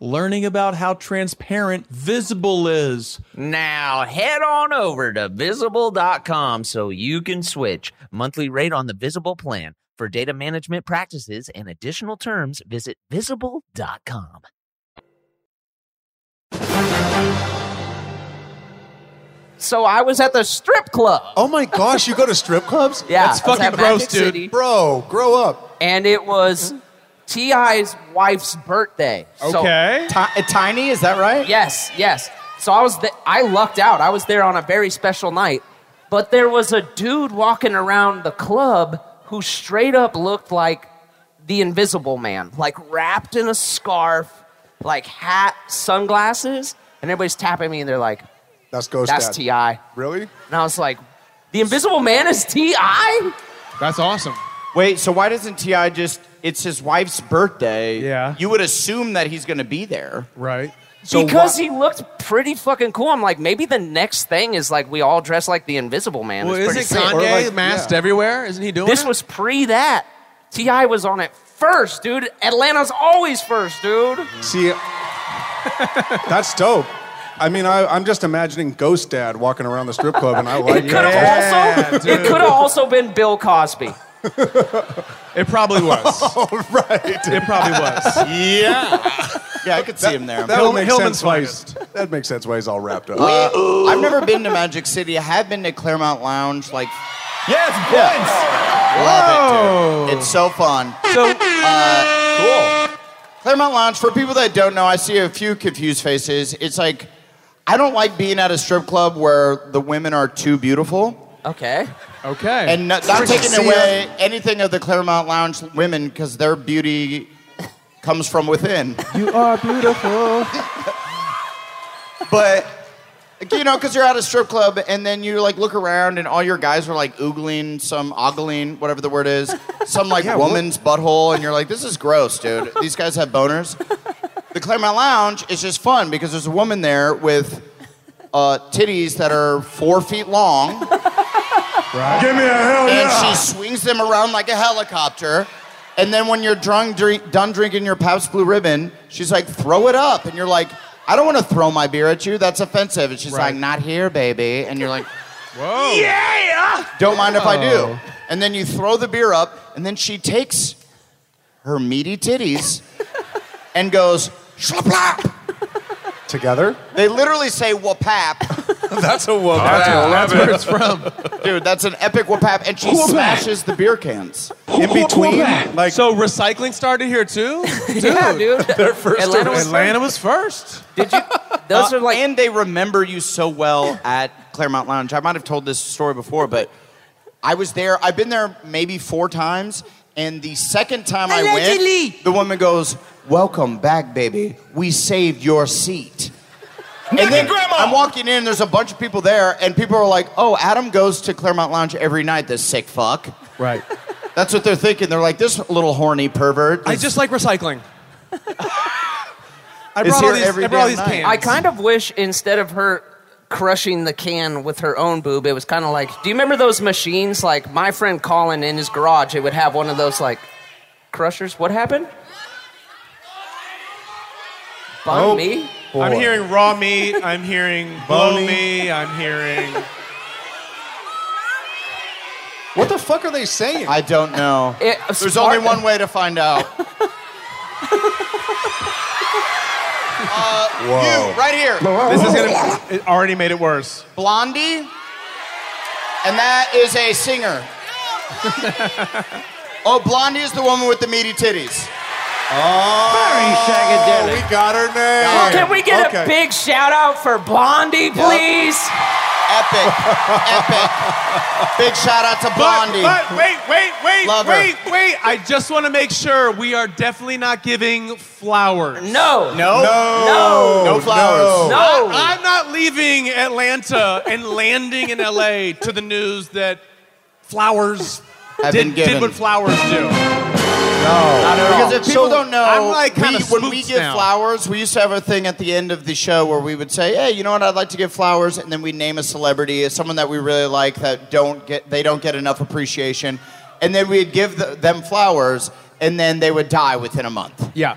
A: learning about how transparent Visible is.
B: Now head on over to visible.com so you can switch. Monthly rate on the visible plan. For data management practices and additional terms, visit visible.com.
E: [LAUGHS] So I was at the strip club.
G: Oh my gosh, you go to strip clubs?
E: Yeah,
G: That's
E: I was
G: fucking
E: at
G: gross,
E: Magic
G: dude.
E: City.
G: Bro, grow up.
E: and it was T.I.'s wife's birthday. So-
I: Okay.
C: Ti- tiny, is that right?
E: yes, yes. So I was, th- I lucked out. I was there on a very special night, but there was a dude walking around the club who straight up looked like the Invisible Man, like wrapped in a scarf, like hat, sunglasses, and everybody's tapping me and they're like,
G: That's Ghost
E: "That's
G: Dad.
E: T.I."
G: Really?
E: And I was like, "The Invisible Man is T.I."
I: That's awesome.
C: Wait, so why doesn't Ti just? It's his wife's birthday.
I: Yeah.
C: You would assume that he's going to be there.
I: Right.
E: because he looked pretty fucking cool. I'm like, maybe the next thing is like we all dress like the Invisible Man.
I: Well,
E: It's pretty
I: isn't
E: sick.
I: Kanye
G: Or like-
I: masked
G: yeah.
I: everywhere? Isn't he doing
E: This
I: it?
E: was pre that. Ti was on it first, dude. Atlanta's always first, dude.
G: See, that's dope. I mean, I, I'm just imagining Ghost Dad walking around the strip club, and I
E: It
G: like
E: could have
G: that.
E: also it could have also been Bill Cosby.
I: It probably was.
G: [LAUGHS] right.
I: it probably was.
C: Yeah, I could see him there.
G: That would make
I: Hillman
G: sense why he's, that makes sense why he's all wrapped up.
C: Uh, I've never been to Magic City. I have been to Claremont Lounge. Like,
D: Yes,
C: love it, dude. It's so fun. Uh,
A: So,
C: Claremont Lounge, for people that don't know, I see a few confused faces. It's like, I don't like being at a strip club where the women are too beautiful.
E: Okay.
I: Okay.
C: And not, not taking
G: See ya.
C: away anything of the Claremont Lounge women because their beauty comes from within.
A: you are beautiful.
C: [LAUGHS] But like, you know, because you're at a strip club and then you like look around and all your guys are like oogling some ogling, whatever the word is, some like woman's butthole, and you're like, this is gross, dude. These guys have boners. The Claremont Lounge is just fun because there's a woman there with uh, titties that are four feet long,
G: Give me a hell
C: and she swings them around like a helicopter. And then when you're drunk, drink, done drinking your Pabst Blue Ribbon, she's like, throw it up. And you're like, I don't want to throw my beer at you. That's offensive. And she's like, not here, baby. And you're like,
I: Whoa.
C: don't mind if I do. And then you throw the beer up, and then she takes her meaty titties and goes, shlaplap.
G: Together?
C: They literally say wapap.
G: [LAUGHS] That's a woman. That's where it's from.
C: Dude, that's an epic wapap. And she smashes the beer cans.
G: In between, like
I: So recycling started here too? Dude,
E: Yeah, dude.
G: their first
E: Atlanta was
I: Atlanta was first.
E: Did you Those
C: Uh,
E: are like
C: and they remember you so well [LAUGHS] at Claremont Lounge. I might have told this story before, but I was there. I've been there maybe four times, and the second time I
E: Allegedly.
C: went, the woman goes, "Welcome back, baby. We saved your seat." And then I'm walking in, there's a bunch of people there, and people are like, oh, Adam goes to Claremont Lounge every night, this sick fuck.
I: Right.
C: That's what they're thinking. They're like, this little horny pervert.
I: I
C: is-
I: just like recycling. I
C: It's
I: brought all
C: here
I: these,
C: every
I: I brought all
C: damn
I: these
C: night.
I: pans.
E: I kind of wish instead of her crushing the can with her own boob, it was kind of like, do you remember those machines? Like my friend Colin in his garage, it would have one of those like crushers. What happened? Bun
D: Oh.
E: me?
I: I'm hearing raw meat. I'm hearing bony. I'm hearing.
G: What the fuck are they saying?
C: I don't know.
E: It- uh,
C: There's
E: smart-
C: only one way to find
I: [LAUGHS]
C: out. Uh, You, right here.
I: This is gonna. It already made it worse.
C: Blondie. And that is a
I: [LAUGHS]
C: singer. oh, Blondie is the woman with the meaty titties.
G: Oh, we got her
E: Oh,
G: name.
E: can we get
G: Okay.
E: a big shout out for Blondie, please?
C: Epic. Epic. Big shout out to Blondie.
I: But, but wait, wait, wait,
C: Love her.
I: wait, wait! I just want to make sure we are definitely not giving flowers.
E: No.
C: no.
E: Oh, No.
C: No flowers.
E: No.
I: I'm not leaving Atlanta and landing in LA to the news that flowers
C: Have been
I: did,
C: given.
I: did what flowers do.
C: Because if people
I: So,
C: don't know,
I: I'm, like,
C: we-
I: kinda
C: when we
I: spooked
C: give
I: now.
C: flowers, we used to have a thing at the end of the show where we would say, "Hey, you know what? I'd like to give flowers," and then we name a celebrity, someone that we really like that don't get they don't get enough appreciation, and then we'd give the, them flowers, and then they would die within a month.
I: Yeah.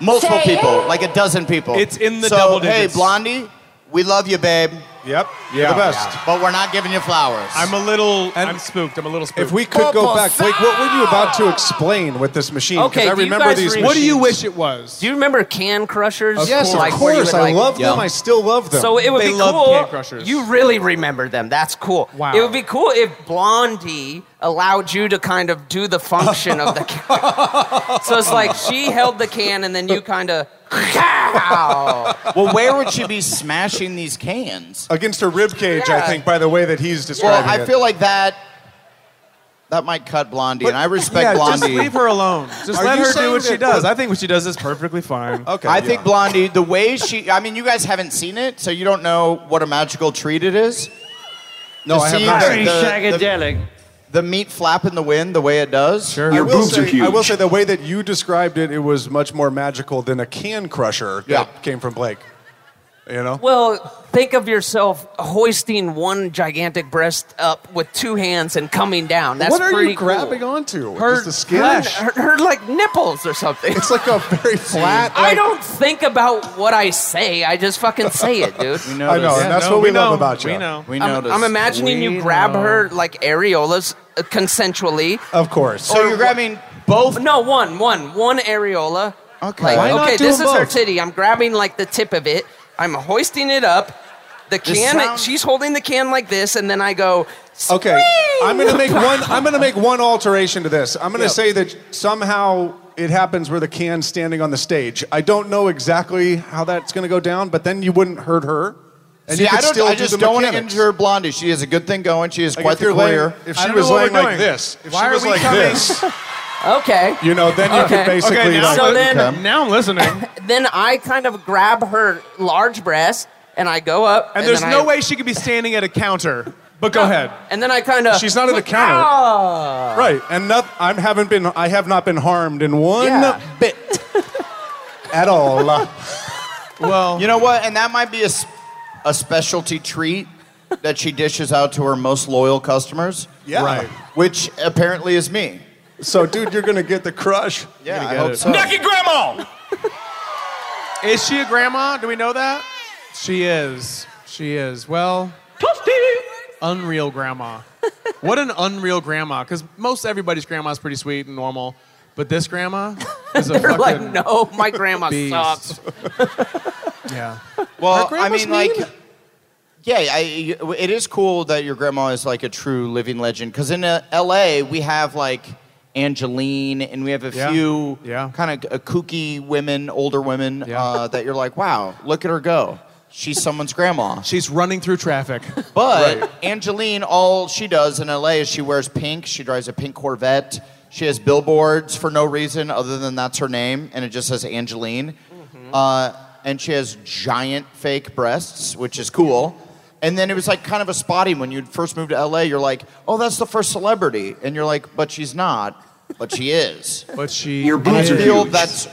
C: Multiple people, like a dozen people.
I: It's in the
C: so,
I: double digits.
C: Hey, Blondie, we love you, babe,
G: Yep, you're the best.
C: but we're not giving you flowers.
I: I'm a little. I'm spooked. I'm a little spooked.
G: If we could go back, Blake, what were you about to explain with this machine? 'Cause
E: Okay,
G: I
E: do you
G: remember
E: guys
G: these.
E: re-
I: what do you wish it was?
E: Do you remember can crushers?
G: Yes,
E: Like,
G: of
E: where you
G: course.
E: would,
G: I
E: like-
G: love them. I still love them.
E: So it would
I: They
E: be
I: love
E: cool.
I: can crushers.
E: You really remember them. That's cool.
I: Wow.
E: It would be cool if Blondie allowed you to kind of do the
G: [LAUGHS]
E: function of the can. so it's like she held the can and then you kind
G: [LAUGHS]
E: of.
C: well, where would she be smashing these cans?
G: against a rib cage, I
E: Yeah.
G: think, by the way that he's describing
C: Well, I
G: it.
C: feel like that that might cut Blondie, and I respect
I: yeah,
C: Blondie.
I: just leave her alone. Just
G: Are
I: let
G: you
I: her do
G: saying
I: what she
G: that-
I: does. I think what she does is perfectly fine.
G: okay,
C: I
G: yeah.
C: think Blondie, the way she, I mean, you guys haven't seen it, so you don't know what a magical treat it is.
G: no,
C: to
G: I have
C: see
G: not.
C: the-
G: seen it.
C: The meat flap in the wind, the way it does. Sure.
G: I will, say, I will say the way that you described it, it was much more magical than a can crusher
C: Yeah.
G: that came from Blake. You know?
E: Well, think of yourself hoisting one gigantic breast up with two hands and coming down. That's
G: what are
E: pretty
G: you grabbing
E: cool.
G: onto?
I: Her
G: Just the skin?
I: flesh.
E: Her, her, like nipples or something.
G: It's like a
C: [LAUGHS]
G: very flat.
E: [LAUGHS] I don't think about what I say. I just fucking say it, dude.
G: I know, and that's
I: No,
G: what we,
I: know.
G: love about you.
I: We know.
C: We
E: I'm,
C: noticed.
E: I'm imagining you grab her like areolas uh, consensually.
G: Of course.
C: So you're grabbing both.
E: No, one, one, one areola.
C: Okay.
E: Like,
C: Why
G: not
E: okay,
G: do
E: this
G: them
E: is her
G: both?
E: titty. I'm grabbing like the tip of it. I'm hoisting it up. The
C: This
E: can,
C: sounds-
E: she's holding the can like this, and then I go.
G: Okay, I'm gonna make one. I'm gonna make one alteration to this. I'm gonna
C: Yeah.
G: say that somehow it happens where the can's standing on the stage. I don't know exactly how that's gonna go down, but then you wouldn't hurt her, and
C: See,
G: you could
C: I, don't,
G: still
C: I
G: do
C: just
G: the
C: don't want to
G: mechanics.
C: injure Blondie. She has a good thing going. She has
G: Like,
C: quite
G: if
C: the
G: you're laying-
C: career.
G: if
I: I
G: she
I: don't
G: was
I: know what
G: laying
I: we're
G: like
I: doing.
G: this, if
I: Why
G: she
I: are
G: was
I: we
G: like
I: coming- [LAUGHS]
G: this,
E: Okay.
G: you know, then you
E: Okay.
G: could basically
I: Okay, now,
G: like.
E: So then-
C: Okay.
I: now
E: [LAUGHS]
I: I'm listening.
E: Then I kind of grab her large breast, and I go up.
I: And there's
E: then
I: no
E: I-
I: way she could be standing at a counter. But go ahead.
E: And then I kind of.
G: She's not at a counter. Right, and not, I haven't been. I have not been harmed in one
E: Yeah.
G: bit at all.
I: Well,
C: You know what? And that might be a, s- a specialty treat that she dishes out to her most loyal customers.
G: Yeah.
I: Right.
C: Which apparently is me.
G: So, dude, you're gonna get the crush.
C: Yeah, I
I: get
C: hope
I: it.
C: so.
I: is she a grandma? Do we know that? She is. She is. Well,
E: [LAUGHS]
I: unreal grandma. What an unreal grandma. Because most everybody's grandma's pretty sweet and normal. But
E: [LAUGHS]
I: this grandma is a
E: They're
I: fucking
E: like, no, my grandma
I: beast.
E: sucks.
I: [LAUGHS] Yeah.
C: Well, I
I: grandma's
C: mean, like, yeah, I, it is cool that your grandma is like a true living legend. Because in uh, L.A., we have like Angeline, and we have a
I: Yeah.
C: few
I: Yeah.
C: kind of uh, kooky women, older women
I: Yeah.
C: uh, that you're like, wow, look at her go. She's someone's
I: [LAUGHS]
C: grandma.
I: She's running through traffic.
C: But Angeline, all she does in LA is she wears pink. She drives a pink Corvette. She has billboards for no reason other than that's her name, and it just says Angeline.
I: Mm-hmm.
C: Uh, and she has giant fake breasts, which is cool. And then it was like kind of a spotty when you first moved to LA. You're like, oh, that's the first celebrity, and you're like, but she's not, but she
I: [LAUGHS]
C: is.
I: But she.
M: Your
C: And I
M: boobs are
C: feel
M: huge.
C: that's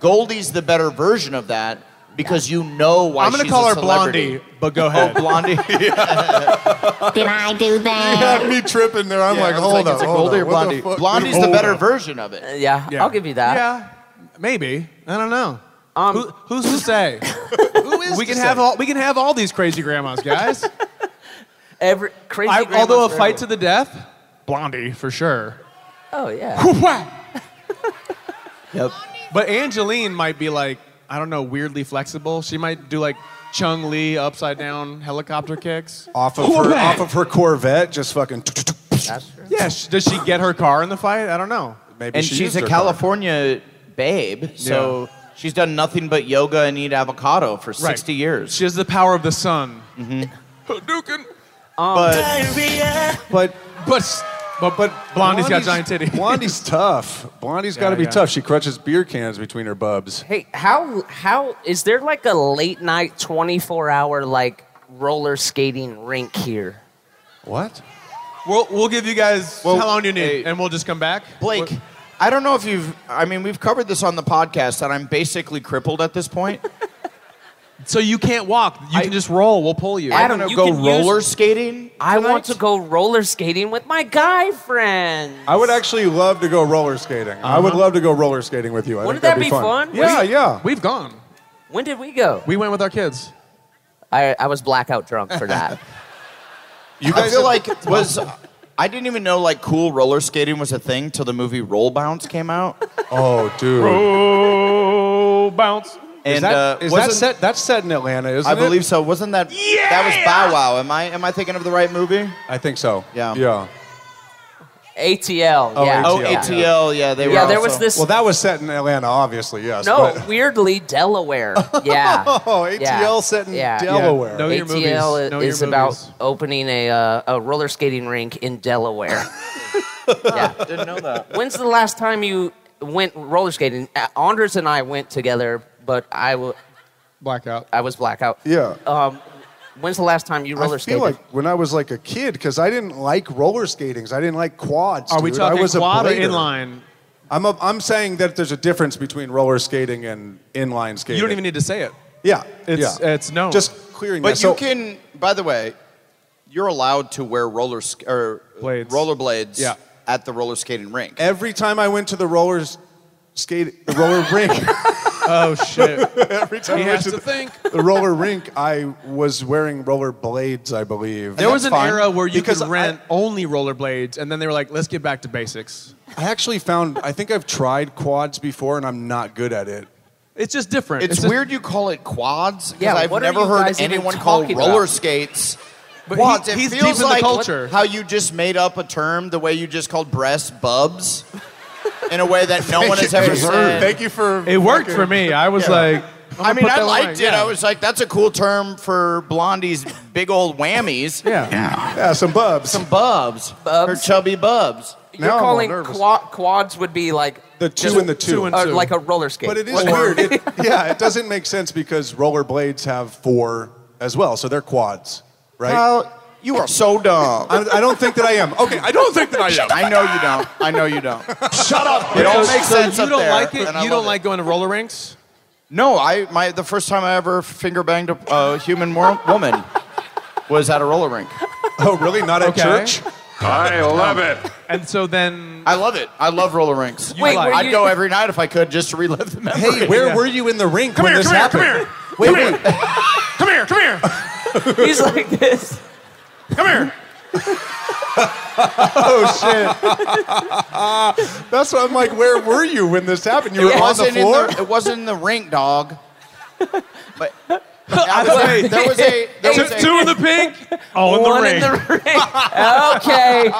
C: Goldie's the better version of that because you know why.
I: I'm gonna
C: she's
I: call
C: a
I: her
C: celebrity. Oh,
I: Blondie, but go ahead.
C: Blondie.
I: [LAUGHS]
J: Did I do that?
G: had me tripping there. I'm
C: Yeah,
G: like,
C: I was
G: hold
C: like,
G: on,
C: is it
G: hold
C: Goldie
G: on.
C: or
G: what
C: Blondie?
G: the fuck?
C: Blondie's the
G: Hold
C: better
G: on.
C: version of it.
E: Yeah, I'll give you that.
I: Yeah, maybe. I don't know.
E: Um,
I: Who, who's to [LAUGHS] say? Who is we can have all we can have all these [LAUGHS] crazy grandmas, guys.
E: Every crazy.
I: I,
E: grandma's
I: although a
E: forever.
I: fight to the death, Blondie for [LAUGHS] sure.
E: Oh yeah.
I: yep. But Angeline might be like I don't know, weirdly flexible. She might do like Chung Lee upside down helicopter kicks.
G: Off of her, off of her Corvette, just fucking.
I: Yeah, sh- does she get her car in the fight? I don't know.
G: Maybe
C: And
G: she
C: she's
G: used
C: a
G: her car.
C: California babe, so she's done nothing but yoga and eat avocado for 60 years.
I: She has the power of the sun. Hadouken. but but s- but but Blondie's got giant titty.
G: Blondie's tough. Blondie's got to be
I: [LAUGHS] yeah.
G: tough. She crutches beer cans between her bubs.
E: Hey, how how is there like a late night twenty four hour like roller skating rink here?
G: What?
I: We'll, we'll give you guys
C: Well,
I: how long you need,
C: hey.
I: and we'll just come back.
C: Blake,
I: What-
C: I don't know if you've, I mean, we've covered this on the podcast, and I'm basically crippled at this
G: [LAUGHS]
C: point.
I: So you can't walk. You can just roll. We'll pull you.
C: I
E: Adam,
C: don't know,
E: you
C: go
E: can use-
C: roller skating?
E: I want to
C: tonight?
E: go roller skating with my guy friend.
G: I would actually love to go roller skating. I
I: Uh-huh.
G: would love to go roller skating with you. I
E: Wouldn't
G: think that'd
E: that be fun?
G: Yeah,
E: We-
G: yeah.
I: We've gone.
E: When did we go?
I: We went with our kids.
E: I, I was blackout drunk for
I: [LAUGHS]
E: that.
C: You guys I feel
G: [LAUGHS]
C: like was I didn't even know like cool roller skating was a thing till the movie Roll Bounce came out.
G: Oh, dude.
I: Oh, bounce.
C: And
G: is that,
C: uh,
G: is that
C: wasn't-
G: set? That's set in Atlanta, isn't
C: I
G: it?
C: believe so. Wasn't that that was Bow Wow? Am I am I thinking of the right movie?
G: I think so.
C: Yeah.
G: Yeah.
E: ATL. yeah.
C: Oh,
G: ATL.
E: Yeah.
C: ATL. Yeah, they were.
E: Yeah, there was
C: also-
E: this.
G: Well, that was set in Atlanta, obviously. Yes.
E: no,
C: [LAUGHS]
G: but- [LAUGHS]
E: weirdly Delaware. Yeah.
G: oh, ATL
E: Yeah.
G: set in
E: Yeah.
G: Delaware.
I: No, Know your movies.
E: ATL
I: Know your
E: is about
I: movies.
E: opening a, uh, a roller skating rink in
G: [LAUGHS]
E: Delaware. yeah, didn't know that. When's the last time you went roller skating? Uh, Anders and I went together, but I wa-
I: Blackout.
E: I was blackout.
G: Yeah.
E: Um, when's the last time you roller
G: I feel
E: skated?
G: like when I was like a kid, because I didn't like roller skatings. I didn't like quads.
I: Are we
G: dude.
I: talking
G: I was
I: quad
G: a
I: or
G: blader.
I: inline?
G: I'm, a, I'm saying that there's a difference between roller skating and inline skating.
I: You don't even need to say it.
G: Yeah,
I: It's-
G: yeah.
I: it's known.
G: Just clearing.
C: But
G: that.
C: you
G: So-
C: can. By the way, you're allowed to wear roller sk- or
I: Blades.
C: roller blades.
I: Yeah.
C: At the roller skating rink.
G: Every time I went to the rollers skate the roller [LAUGHS] rink,
I: Oh shit.
G: every time
I: he
G: I went
I: has
G: to
I: to think.
G: the, the roller rink, I was wearing roller blades, I believe.
I: There was an
C: fine.
I: era where you
G: Because
I: could
G: I-
I: rent only rollerblades, and then they were like, "Let's get back to basics."
G: I actually found. I think I've tried quads before, and I'm not good at it.
I: It's just different.
C: It's,
I: just-
C: weird you call it quads because
E: Yeah,
C: I've
E: what are
C: never
E: you
C: heard
E: guys even
C: anyone call
E: talking
C: roller
E: about?
C: skates
I: But he-
C: quads.
I: he's
C: it
I: deep in
C: feels
I: the
C: like
I: culture.
C: how you just made up a term the way you just called breasts
E: [LAUGHS]
C: bubs in a way that no one has ever said.
G: Thank you for.
I: It worked for me. I was like, I'm gonna
C: I mean,
I: put
C: I
I: that
C: liked
I: away.
C: it.
I: Yeah.
C: I was like, that's a cool term for Blondie's big old whammies.
G: Yeah. yeah, Some bubs.
C: Some bubs. Her
E: Bubs.
C: chubby bubs.
G: now
E: You're
G: I'm all
E: calling
G: nervous.
E: quad, quads would be like
G: the two
E: just-
G: and the two.
I: two and
E: or
I: two.
E: like a roller skate.
G: but it is weird. It- [LAUGHS] yeah, it doesn't make sense because roller blades have four as well, so they're quads, right?
C: Well, you are so dumb.
G: I, I don't think that I am. Okay, I don't think that I am.
C: I know you don't. I know you don't.
G: [LAUGHS] Shut up.
C: It all
I: So-
C: makes
I: so
C: sense
I: You
C: up
I: don't
C: there,
I: like it.
C: and I
I: You don't
C: love it.
I: like going to roller rinks.
C: No, I my the first time I ever finger banged a uh, human mor- woman was at a roller rink.
G: Oh, really? Not at
I: Okay.
G: church?
M: I love it.
I: And so then
C: I love it. I love roller rinks.
E: Wait,
I: like-
E: were
C: I'd
E: you-
C: go every night if I could just to relive the memory.
G: Hey, where were you in the rink when this happened?
C: wait, wait.
M: Come here, come here,
E: [LAUGHS] He's like this.
M: come here.
G: That's what I'm like. Where were you when this happened? You were
C: It
G: on the
C: wasn't in
G: floor.
C: the it wasn't in the rink, dog. But I was, there was a there was a
I: two Oh, in the [LAUGHS] pink, all in the
E: One
I: ring.
E: in the ring. [LAUGHS] okay.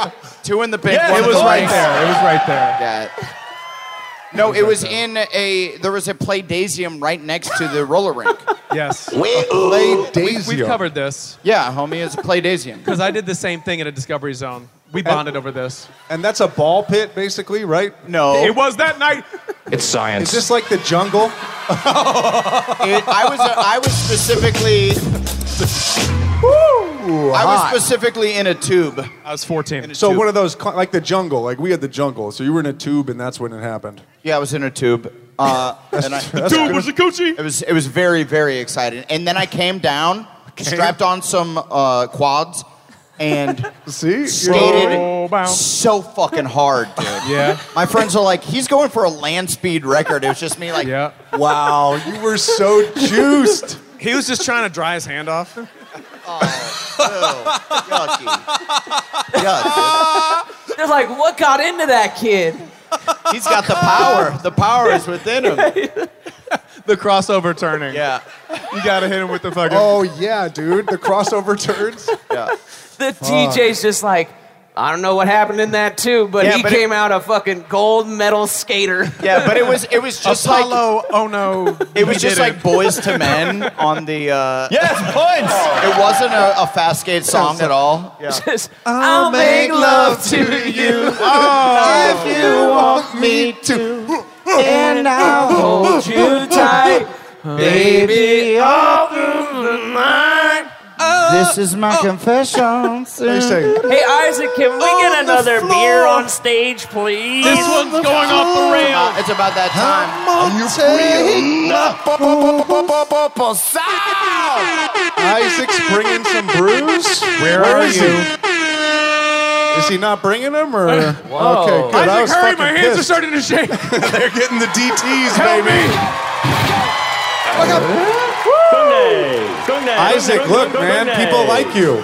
C: two in the pink.
G: Yeah,
C: one
G: it
C: in
G: was
C: the
G: right
C: rink.
G: there. It was right there.
C: Yeah. No, it was in a. There was a Playdasium right next to the roller
G: [LAUGHS]
C: rink.
I: Yes.
C: We-
I: We've, we've
C: Playdasium.
I: covered this
C: Yeah, homie, it's a Playdasium.
I: because I did the same thing at a Discovery Zone. We bonded over this.
G: And that's a ball pit, basically, right?
C: No,
I: Oh. It was that night.
M: It's science.
G: Is this like the jungle?
C: It- I was I was specifically.
G: Uh-huh.
C: I was specifically in a tube.
I: I was 14.
G: So one of those, cl- like the jungle, like we had the jungle. So you were in a tube, and that's when it happened.
C: Yeah, I was in a tube.
G: [LAUGHS]
C: Uh, and I,
I: a coochie.
C: It was it was very very exciting. And then I came down, strapped on some uh, quads,
G: [LAUGHS]
C: and
G: See,
C: skated so fucking hard, dude.
I: [LAUGHS] Yeah.
C: My friends are like, he's going for a land speed record. It was just me like,
I: Yeah.
G: wow, you were so juiced.
I: He was just trying to dry his hand off.
C: oh, yucky. Yuck,
E: They're like, what got into that kid?
C: dude. He's got the power. The power is within him.
I: [LAUGHS] The crossover turning.
C: Yeah.
I: You [LAUGHS] gotta hit him with the fucking.
G: [LAUGHS] Oh yeah, dude, the crossover turns.
C: Yeah.
E: The DJ's just like, I don't know what happened in that too, but
C: Yeah,
E: he
C: but it-
E: came out a fucking gold medal skater.
C: [LAUGHS] Yeah, but it was it was just like
I: Apollo. oh no.
C: it was just like boys to men on the uh
I: yes, points.
C: it wasn't a, a fast skate song at all. Yeah.
E: Just, I'll make love to you.
I: Oh.
C: If you want me to
E: and I'll hold you tight, baby. all through the night.
C: This is
I: Uh,
C: my
I: [LAUGHS]
C: confession.
G: They say,
E: Hey Isaac, can we get another beer on stage, please?
I: This one's going off
C: Uh,
I: the rails.
C: It's about that time.
G: Isaac's bringing some brews. Where, are you? Is he not bringing them or? Okay, good. I was fucking pissed.
I: starting to
G: [LAUGHS]
I: shake.
G: They're getting the DTS, baby. Look up. Isaac, look, man, people like you.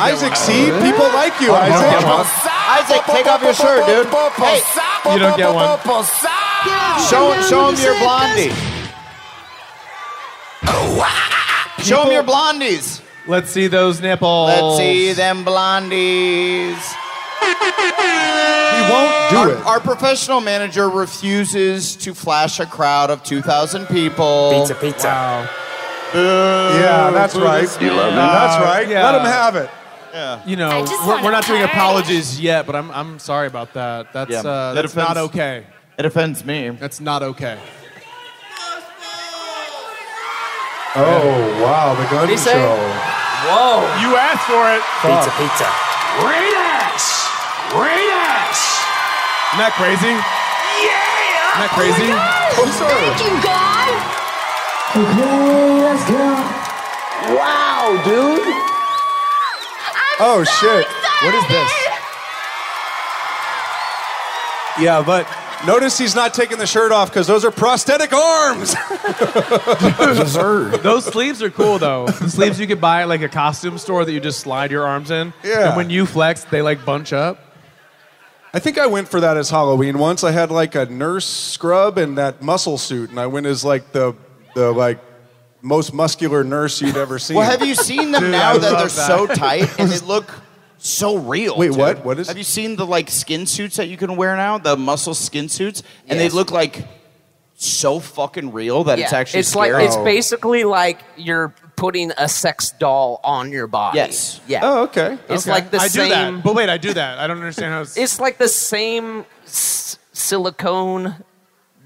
G: Isaac, see, people like you, Isaac.
C: Isaac, take off your shirt, dude. Hey,
I: You don't get one.
C: show, show him your blondie. Show him your blondies.
I: Let's see those nipples.
C: Let's see them blondies.
G: He won't do it.
C: Our professional manager refuses to flash a crowd of 2,000 people.
E: pizza.
G: Yeah, that's right. That's right.
I: yeah.
G: Let him have it.
I: You know,
J: I just
I: we're,
J: wanna
I: we're not doing
J: cry.
I: apologies yet, but I'm, I'm sorry about that. That's,
C: Yeah.
I: uh,
C: That
I: that's not
C: offends-
I: okay.
C: It offends me.
I: That's not okay.
G: Oh, wow, the gun
E: he say?
G: control.
E: Whoa.
I: You asked for it.
E: Pizza, pizza.
M: Great ass. Great ass.
I: Isn't that crazy? Isn't that crazy?
J: Thank you, God.
G: Oh, shit. What is this? Yeah, but notice he's not taking the shirt off because those are prosthetic arms. [LAUGHS]
I: Those sleeves are cool though. The sleeves you could buy at like a costume store that you just slide your arms in.
G: Yeah.
I: And when you flex, they like bunch up.
G: I think I went for that as Halloween once. I had like a nurse scrub and that muscle suit, and I went as like the the like most muscular nurse you'd ever seen.
C: Well, have you seen them
G: Dude,
C: now
G: I
C: that they're
G: love that.
C: so tight and they look so real?
G: Wait,
C: dude?
G: what? What is-
C: Have you seen the like skin suits that you can wear now? The muscle skin suits, and they look like so fucking real that it's
E: Yeah,
C: actually
E: it's
C: scary.
E: like it's basically like you're putting a sex doll on your body.
C: Yes.
E: Yeah.
G: Oh, okay.
E: It's like the
I: I
E: same.
I: do that. But wait, I do that. I don't understand how it's.
E: It's like the same s- silicone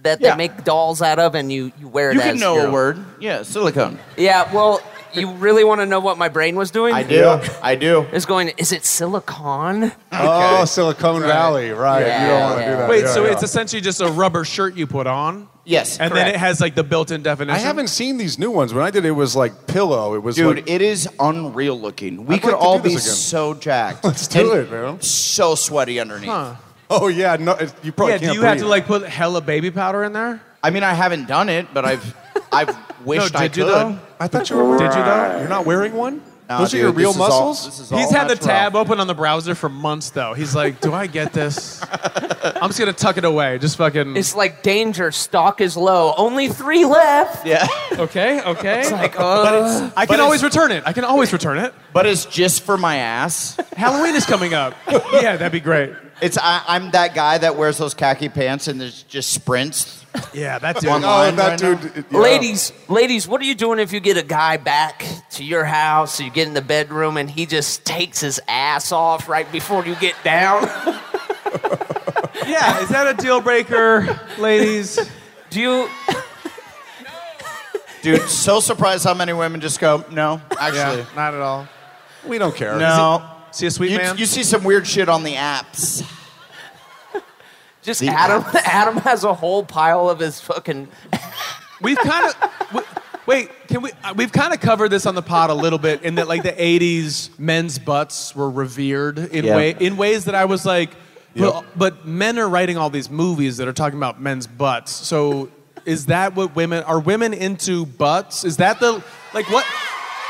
E: that
C: Yeah.
E: they make dolls out of, and you you wear it.
C: you
E: as
C: can know
E: your-
C: a word. Yeah, silicone.
E: Yeah. Well, [LAUGHS] you really want to know what my brain was doing?
C: I do. I do.
E: It's going. Is it silicone?
G: Oh, Silicon Valley, right? you don't want to do that.
I: wait,
G: Yeah,
I: so
G: yeah.
I: it's essentially just a rubber shirt you put on,
C: Yes.
I: and then it has like the built-in definition.
G: I haven't seen these new ones. When I did, it was like pillow. It was
C: Dude,
G: like, [LAUGHS]
C: it is unreal looking. We
G: I'd
C: could
G: like to
C: all
G: do
C: be
G: this again.
C: so jacked.
G: [LAUGHS] Let's do
C: And
G: it, man.
C: So sweaty underneath.
G: Oh yeah, no, it, you probably
I: Yeah. Do
G: can't.
I: you have to
G: breathe.
I: like put hella baby powder in there?
C: I mean, I haven't done it, but I've I've wished I
I: did you
C: could.
I: though?
G: I thought you were.
I: Did you though?
G: You're not wearing one.
C: Nah,
G: Those
C: dude,
G: are your
C: this
G: real
C: is all-
G: muscles.
C: this is
I: He's
C: all
I: had the
C: natural.
I: tab open on the browser for months though. He's like, do I
G: [LAUGHS]
I: get this? I'm just gonna tuck it away. Just fucking.
E: It's like danger. Stock is low. Only three left.
C: Yeah.
I: okay. Okay.
E: Like, oh,
I: I can always return it. I can always return it.
C: But it's just for my ass.
I: Halloween is coming up. [LAUGHS] Yeah, that'd be great.
C: It's I, I'm that guy that wears those khaki pants and there's just sprints.
I: Yeah, that's
C: One
G: Oh,
C: line
G: and
C: right
G: that
C: now.
G: dude. yeah.
E: Ladies, ladies, what are you doing if you get a guy back to your house, you get in the bedroom, and he just takes his ass off right before you get down?
I: Yeah, is that a deal breaker, ladies?
E: Do you?
C: Dude, so surprised how many women just go, no, actually.
I: not at all.
G: We don't care.
C: No.
I: See a sweet
C: You,
I: man.
C: you see some weird shit on the apps.
E: Just Adam. [LAUGHS] Adam has a whole pile of his fucking.
I: we've kind of wait can we uh, we've kind of covered this on the pod a little bit in that like the 80s men's butts were revered in way in ways that i was like but, but men are writing all these movies that are talking about men's butts so is that what women are women into butts is that the like what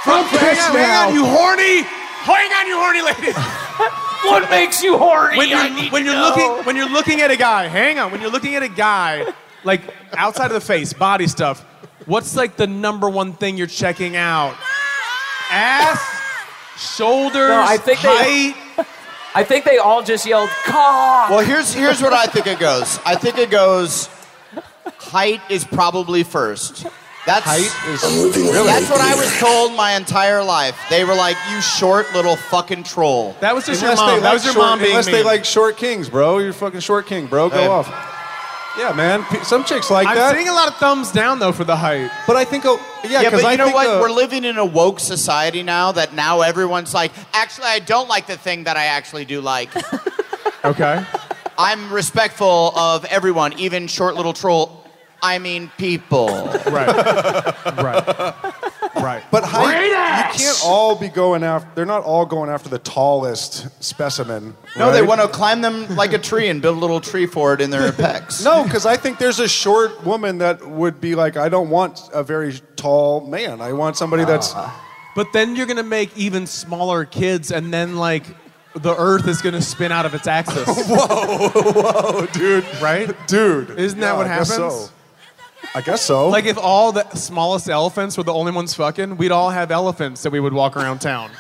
I: from hang, on, hang on you horny hang on you horny lady [LAUGHS]
E: What makes you horny?
I: when you're,
E: I need
I: when
E: to
I: you're
E: know.
I: looking when you're looking at a guy hang on when you're looking at a guy like outside of the face body stuff what's like the number one thing you're checking out ass shoulders
E: No, I think they-
I: height
E: I think they all just yelled, "Cock!"
C: Well, here's here's what I think it goes. I think it goes. Height is probably first. That's that's what I was told my entire life. They were like, "You short little fucking troll."
I: that was just
G: Unless
I: your
G: they
I: mom
G: like
I: that was your
G: short,
I: mom being
G: unless they
I: mean.
G: like short kings, bro. You're a fucking short king, bro. Go
C: Hey.
G: off. Yeah, man. P- Some chicks like
I: i'm
G: that.
I: seeing a lot of thumbs down though for the height
G: but I think, oh, yeah,
C: Yeah,
G: because
C: but you
G: I
C: know
G: think
C: what?
G: uh,
C: We're living in a woke society now that now everyone's like, actually, I don't like the thing that I actually do [LAUGHS] like.
I: okay
C: I'm respectful of everyone, even short little troll. I mean, people.
I: right right right
G: But height,
M: Great
G: you
M: ass.
G: can't all be going after. They're not all going after the tallest specimen.
C: No, they
G: right?
C: want to climb them like a tree and build a little tree for it in their pecs.
G: [LAUGHS] No, because I think there's a short woman that would be like, I don't want a very tall man. I want somebody that's.
I: but then you're gonna make even smaller kids and then like the earth is gonna spin out of its
G: [LAUGHS]
I: axis
G: Oh, dude.
I: right
G: Dude.
I: Isn't that what
G: I guess
I: happens?
G: so. I guess so.
I: Like if all the smallest elephants were the only ones fucking, we'd all have elephants that we would walk
C: [LAUGHS]
I: around town.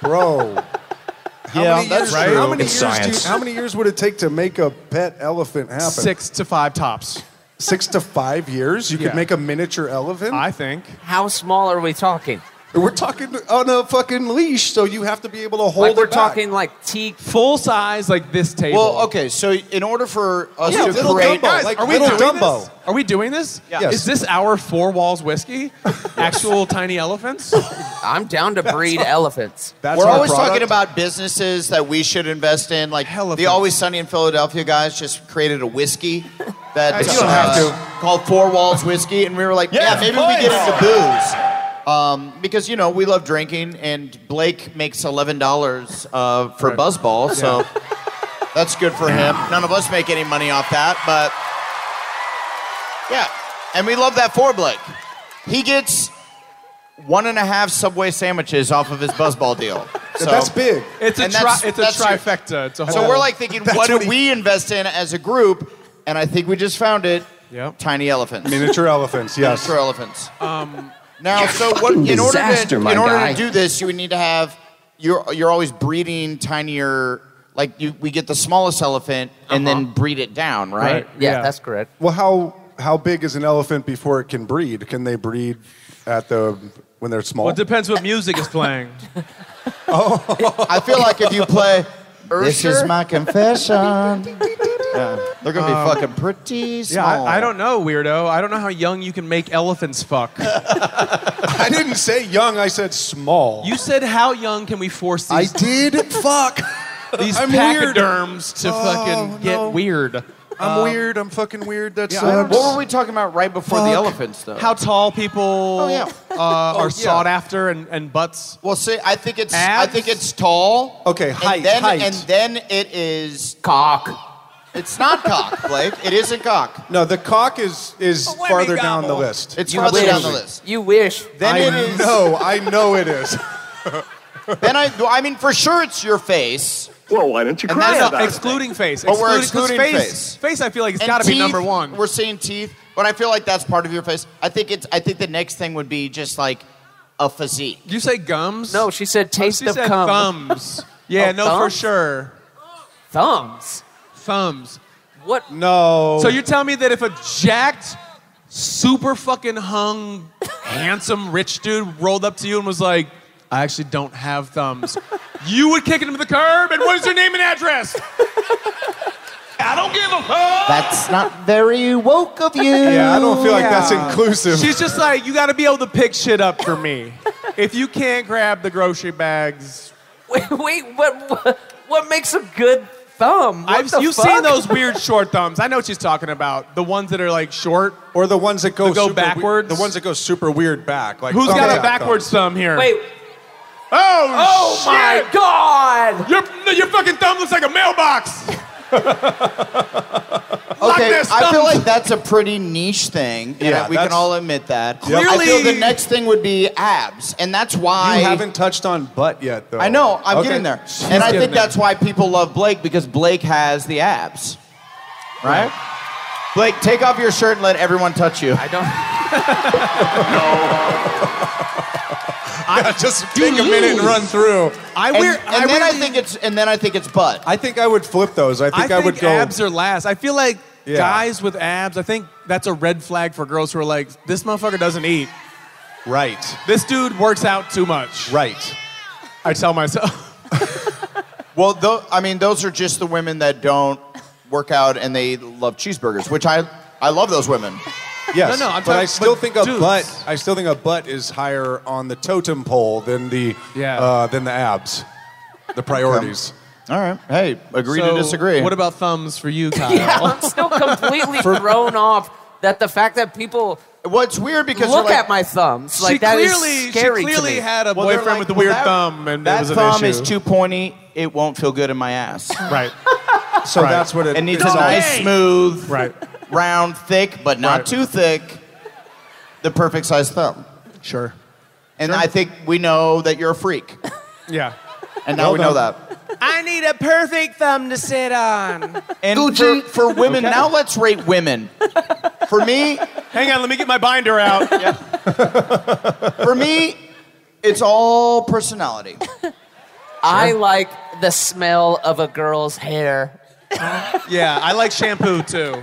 G: bro. How
C: Yeah,
G: many
C: that's
G: years,
C: true.
G: How many,
M: It's
G: years
M: science.
G: do, how many years would it take to make a pet elephant happen?
I: Six to five tops,
G: Six to five years? You
I: Yeah.
G: could make a miniature elephant?
I: I think.
E: How small are we talking?
G: We're talking on a fucking leash, so you have to be able to hold
E: like we're
G: it back.
E: talking like T.
I: Full size, like this table.
C: Well, okay, so in order for us
G: Yeah,
C: to
G: little
C: create,
G: Dumbo, like
I: are we
G: little
I: doing
G: Dumbo.
I: this? Are we doing this?
G: Yes.
I: Is this our four
C: [LAUGHS]
I: walls whiskey? Actual tiny elephants?
E: I'm down to breed elephants.
G: That's
C: we're
G: our
C: always
G: product.
C: talking about businesses that we should invest in. Like
I: Hell
C: the
I: of a-
C: Always Sunny in Philadelphia guys just created a whiskey that
G: [LAUGHS]
C: uh,
G: You don't have to.
C: called Four Walls Whiskey, and we were like, yeah,
G: Yes,
C: maybe
G: please.
C: we get into booze. Um, because you know we love drinking, and Blake makes eleven dollars uh, for Buzzball, so [LAUGHS] that's good for him. None of us make any money off that, but yeah, and we love that for Blake. He gets one and a half Subway sandwiches off of his Buzzball deal. So
G: [LAUGHS] That's big.
I: It's a
C: And
I: tri-
C: that's-
I: it's a
C: that's your-
I: trifecta. It's a
C: Oh. So
I: whole-
C: we're like thinking,
G: That's
C: what do
G: what he-
C: we invest in as a group? And I think we just found it.
I: Yep.
C: Tiny elephants.
G: Miniature [LAUGHS] elephants, yes.
C: Miniature elephants. now, so what? In order
L: disaster,
C: to
L: my
C: in order
L: guy.
C: to do this, you would need to have you're you're always breeding tinier. Like you, we get the smallest elephant and then breed it down, right?
I: Right.
E: Yeah,
I: Yeah.
E: that's correct.
G: Well, how how big is an elephant before it can breed? Can they breed at the when they're small?
I: Well, it depends what music is
C: [LAUGHS]
I: playing.
C: I feel like if you play. This
E: Ursher?
C: is my confession. [LAUGHS] Yeah, They're gonna be fucking pretty
I: Yeah,
C: small.
I: I, I don't know, weirdo. I don't know how young you can make
C: [LAUGHS]
I: elephants fuck.
G: I didn't say young. I said small.
I: You said how young can we force
G: I
I: these
G: did. Fuck.
I: these
G: I'm weird.
I: pachyderms to fucking
G: Oh,
I: get
G: no.
I: weird.
G: I'm weird. I'm fucking weird. That
I: Um, yeah, I don't
G: sucks.
C: What were we talking about right before the
G: Fuck.
C: elephants, though?
I: How tall people
G: Oh,
C: yeah.
I: uh, are sought after and, and butts.
C: Well, see, I think it's I
I: Abs?
C: think it's tall.
G: Okay, height,
C: And then,
G: height.
C: And then it is
E: Cock.
C: it's not cock, Blake. It isn't cock.
G: No, the cock is is
E: whammy
G: farther down the
E: gobble.
G: list. [LAUGHS]
C: It's farther
E: wish.
C: down the list.
E: You wish.
C: Then
G: I
C: it is.
G: know. I know it is.
C: Then I. I mean, for sure, it's your face.
M: Well, why don't you
C: And that's
M: cry
C: not-
M: about it?
I: Excluding face.
C: But we're
I: 'cause
C: excluding face.
I: face. Face, I feel like it's
C: And
I: got to be
C: teeth,
I: number one.
C: We're seeing teeth, but I feel like that's part of your face. I think it's. I think the next thing would be just like a physique.
I: You say gums?
E: No, she said taste
I: she
E: of
I: said
E: cum.
I: thumbs. Yeah,
E: Oh,
I: no,
E: thumbs?
I: for sure.
E: Thumbs.
I: Thumbs.
E: What?
G: No.
I: So you're telling me that if a jacked, super fucking hung, handsome, rich dude rolled up to you and was like, I actually don't have thumbs, [LAUGHS] you would kick him to the curb and what is your name and address? [LAUGHS] I don't give a fuck.
C: That's not very woke of you.
G: yeah, I don't feel like that's inclusive.
I: She's just like, you gotta be able to pick shit up for me. If you can't grab the grocery bags,
E: Wait, wait what, what? What makes a good thumb? What
I: I've,
E: the
I: you've
E: fuck?
I: seen those weird short thumbs. I know what she's talking about. The ones that are like short.
G: or the ones that go,
I: That go
G: super we-
I: backwards?
G: the ones that go super weird back. Like
I: Who's got
G: thumbs
I: a
G: out,
I: backwards
G: thumbs.
I: thumb here?
E: Oh, Wait.
I: Oh,
E: Oh my god!
I: [LAUGHS] Your, your fucking thumb looks like a mailbox.
C: Okay,
I: this
C: I
I: thumb.
C: feel like that's a pretty niche thing. and
G: Yeah,
C: we can
G: that's-
C: all admit that. I
I: Clearly-
C: feel the next thing would be abs, and that's why
G: You haven't touched on butt yet, though.
C: I know I'm
G: Okay.
C: getting there, and I think that's why people love Blake because Blake has the abs, right? Blake, take off your shirt and let everyone touch you.
E: I don't.
G: Yeah, just take a minute and run through.
I: I
C: And,
I: wear.
C: and
I: I
C: then
I: wear
C: I
I: the-
C: think it's and then I think it's butt.
G: I think I would flip those. I
I: I
G: think
I: think
G: I, would go.
I: abs are last. I feel like
G: Yeah.
I: guys with abs. I think that's a red flag for girls who are like, this motherfucker doesn't eat.
G: right,
I: This dude works out too much.
G: right.
I: I tell myself.
C: Well, tho- I mean, those are just the women that don't work out and they love cheeseburgers, which I I love those women.
G: Yes.
I: No, no, I'm
G: but
I: talking-
G: I still
I: but
G: think a
I: dudes.
G: butt. I still think a butt is higher on the totem pole than the
I: Yeah.
G: uh, than the abs, the priorities.
C: All right. Hey, agree
I: So,
C: to disagree.
I: What about thumbs for you, [LAUGHS] Kyle?
E: Yeah, I'm still completely thrown off that the fact that people
C: Well, it's weird because
E: look
C: we're like,
E: at my thumbs. Like
I: she
E: that is
I: clearly,
E: scary
I: she clearly
E: to me.
I: had a
C: Well, they're
I: boyfriend
C: like,
I: with a
C: well,
I: weird
C: that-
I: thumb, and
C: that
I: it was an
C: thumb
I: issue.
C: is too pointy. It won't feel good in my ass.
I: [LAUGHS] right,
G: So that's what it
C: It needs
G: it's
C: a
G: all-
C: nice, smooth,
I: right.
C: round, thick, but not
I: Right.
C: too thick. The perfect size thumb.
I: Sure.
C: And I think we know that you're a freak.
I: Yeah.
C: And now we know that.
I: I need a perfect thumb to sit on.
C: And for, for women, now let's rate women. For me,
I: Hang on, let me get my
C: [LAUGHS]
I: binder out.
C: for me, it's all personality.
E: I like the smell of a girl's hair.
I: Yeah, I like shampoo too.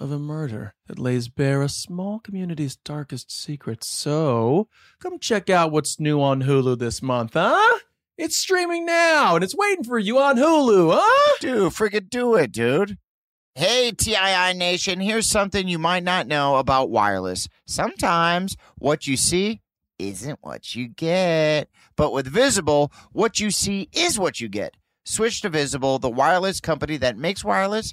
A: of a murder that lays bare a small community's darkest secrets. So, come check out what's new on Hulu this month, huh? It's streaming now and it's waiting for you on Hulu, huh?
L: Dude, friggin' do it, dude. Hey, TII Nation, here's something you might not know about wireless. Sometimes what you see isn't what you get. But with Visible, what you see is what you get. Switch to Visible, the wireless company that makes wireless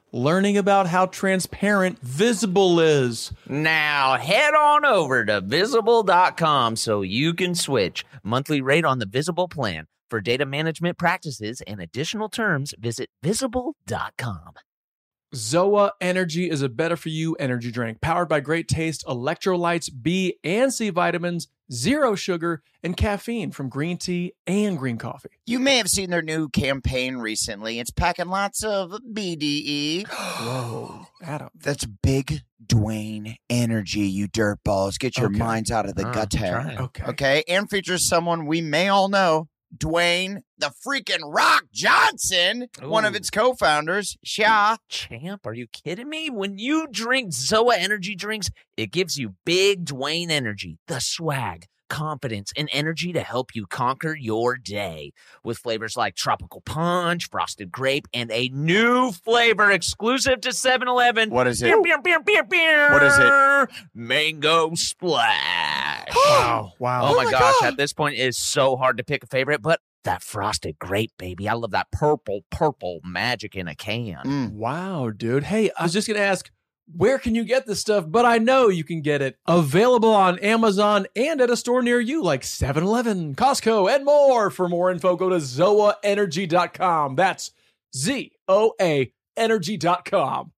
A: learning about how transparent Visible is.
B: Now head on over to visible.com so you can switch. Monthly rate on the visible plan. For data management practices and additional terms, visit visible.com.
A: Zoa Energy is a better for you energy drink powered by great taste, [GASPS] electrolytes, B and C vitamins, zero sugar, and caffeine from green tea and green coffee.
L: You may have seen their new campaign recently. It's packing lots of BDE.
A: Whoa, Adam.
L: That's big Dwayne energy, you dirtballs. Get your
A: Okay.
L: minds out of the
B: Ah,
L: gutter.
B: try it.
A: Okay.
L: Okay. And features someone we may all know, Dwayne the freaking Rock Johnson, one of
B: Ooh.
L: its co founders. Sha.
B: Champ, are you kidding me? When you drink Zoa energy drinks, it gives you big Dwayne energy, the swag, confidence, and energy to help you conquer your day. With flavors like tropical punch, frosted grape, and a new flavor exclusive to 7 Eleven.
L: What is it?
B: What
L: is
B: it? Mango splash.
I: Wow. Wow.
B: Oh, my, gosh, at this point it is so hard to pick a favorite, but that frosted grape, baby. I love that purple, purple magic in a can.
L: Mm.
A: Wow, dude. Hey, I was just going to ask, where can you get this stuff? But I know you can get it available on Amazon and at a store near you, like 7 Eleven, Costco, and more. For more info, go to zoaenergy.com. That's Z O A energy.com.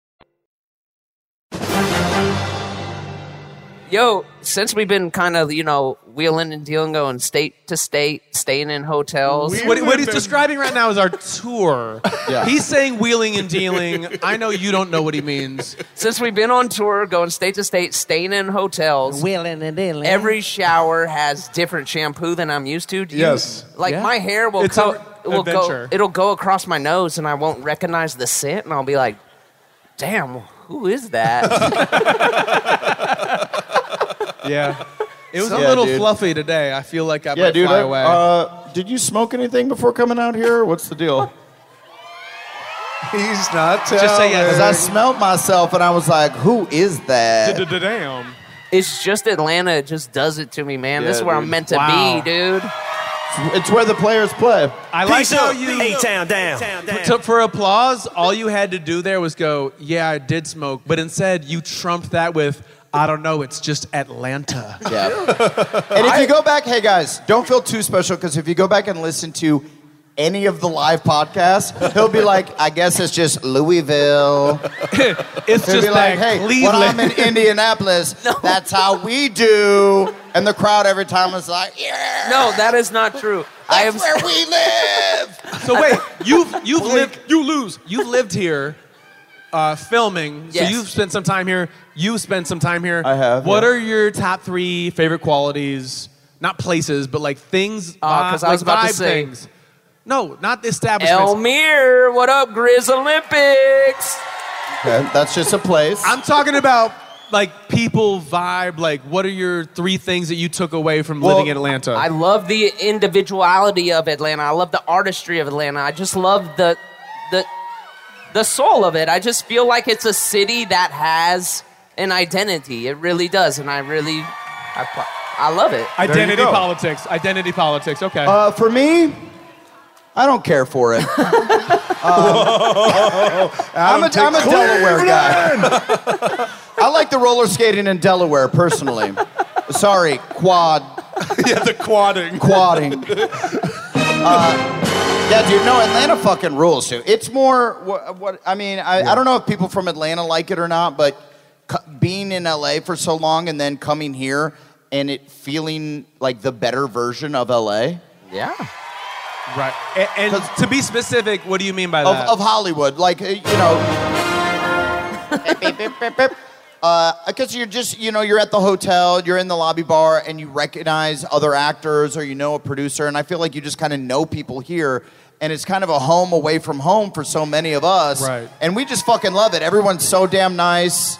E: Yo, since we've been kind of, you know, wheeling and dealing, going state to state, staying in hotels.
I: What, what he's describing right now is our tour. He's saying wheeling and dealing. I know you don't know what he means.
E: Since we've been on tour, going state to state, staying in hotels. Every shower has different shampoo than I'm used to. Do you-
G: Yes.
E: Like
I: Yeah.
E: my hair will
I: It's
E: co-
I: a-
E: will go
I: adventure.
E: it'll go across my nose and I won't recognize the scent and I'll be like, "Damn, who is that?"
I: Yeah. It was
C: Yeah,
I: a little
C: dude.
I: fluffy today. I feel like I
C: Yeah,
I: might
C: dude.
I: fly
C: I-
I: away.
C: Uh, did you smoke anything before coming out here? or What's the deal?
G: He's not telling.
I: [LAUGHS] Just say yes.
C: Because I
G: [LAUGHS]
C: smelled myself and I was like, "Who is that?"
I: Damn.
E: it's just Atlanta it just does it to me, man. this
C: Yeah,
E: is where I'm
C: dude.
E: meant to
I: Wow.
E: be, dude.
C: It's where the
L: [LAUGHS]
C: players play.
I: I like how you.
M: town down.
I: So for applause, all you had to do there was go, yeah, I did smoke, but instead you trumped that with, I don't know, it's just Atlanta.
C: Yeah. and if you go back, hey guys, don't feel too special because if you go back and listen to any of the live podcasts, he'll be like, I guess it's just Louisville.
I: [LAUGHS] It's
C: He'll
I: just
C: be like,
I: like,
C: hey,
I: Cleveland.
C: when I'm in
I: [LAUGHS]
C: Indianapolis, that's how we do. And the crowd every time is like, yeah,
E: No, that is not true. I
C: that's
E: have
C: where
I: [LAUGHS]
C: we live.
I: so wait,
C: [LAUGHS]
I: you've you've lived you lose. You've lived here, uh, filming.
E: Yes.
I: So you've spent some time here. You've spent some time here.
C: I have,
I: What
C: yeah.
I: are your top three favorite qualities? Not places, but like things. uh,
E: Oh, 'cause I was
I: like
E: about to
I: vibe
E: say-
I: things. No, not the establishments.
E: Elmir, what up, Grizz Olympics?
C: Okay, that's just a place.
I: I'm talking about like people vibe. Like, what are your three things that you took away from living in Atlanta?
E: I love the individuality of Atlanta. I love the artistry of Atlanta. I just love the the the soul of it. I just feel like it's a city that has an identity. It really does, and I really I, pl- I love it.
I: Identity
G: go.
I: politics. Identity politics. Okay.
C: Uh, for me, I don't care for [LAUGHS] it. Um, I'm, a, I'm a Delaware guy. [LAUGHS] I like the roller skating in Delaware [LAUGHS] personally. Sorry, quad
G: [LAUGHS] yeah, the quadding.
C: [LAUGHS] quadding. Uh, yeah, dude. No, Atlanta fucking rules, dude. It's more what, what I mean. I, I don't know if people from Atlanta like it or not, but cu- being in LA for so long and then coming here and it feeling like the better version of LA.
E: yeah.
I: right. A- And, to be specific, what do you mean by
C: of,
I: that?
C: of Hollywood, like uh, you know. [LAUGHS] Because you're just, you know, you're at the hotel, you're in the lobby bar, and you recognize other actors or you know a producer, and I feel like you just kind of know people here, and it's kind of a home away from home for so many of us,
I: Right.
C: And we just fucking love it. Everyone's so damn nice.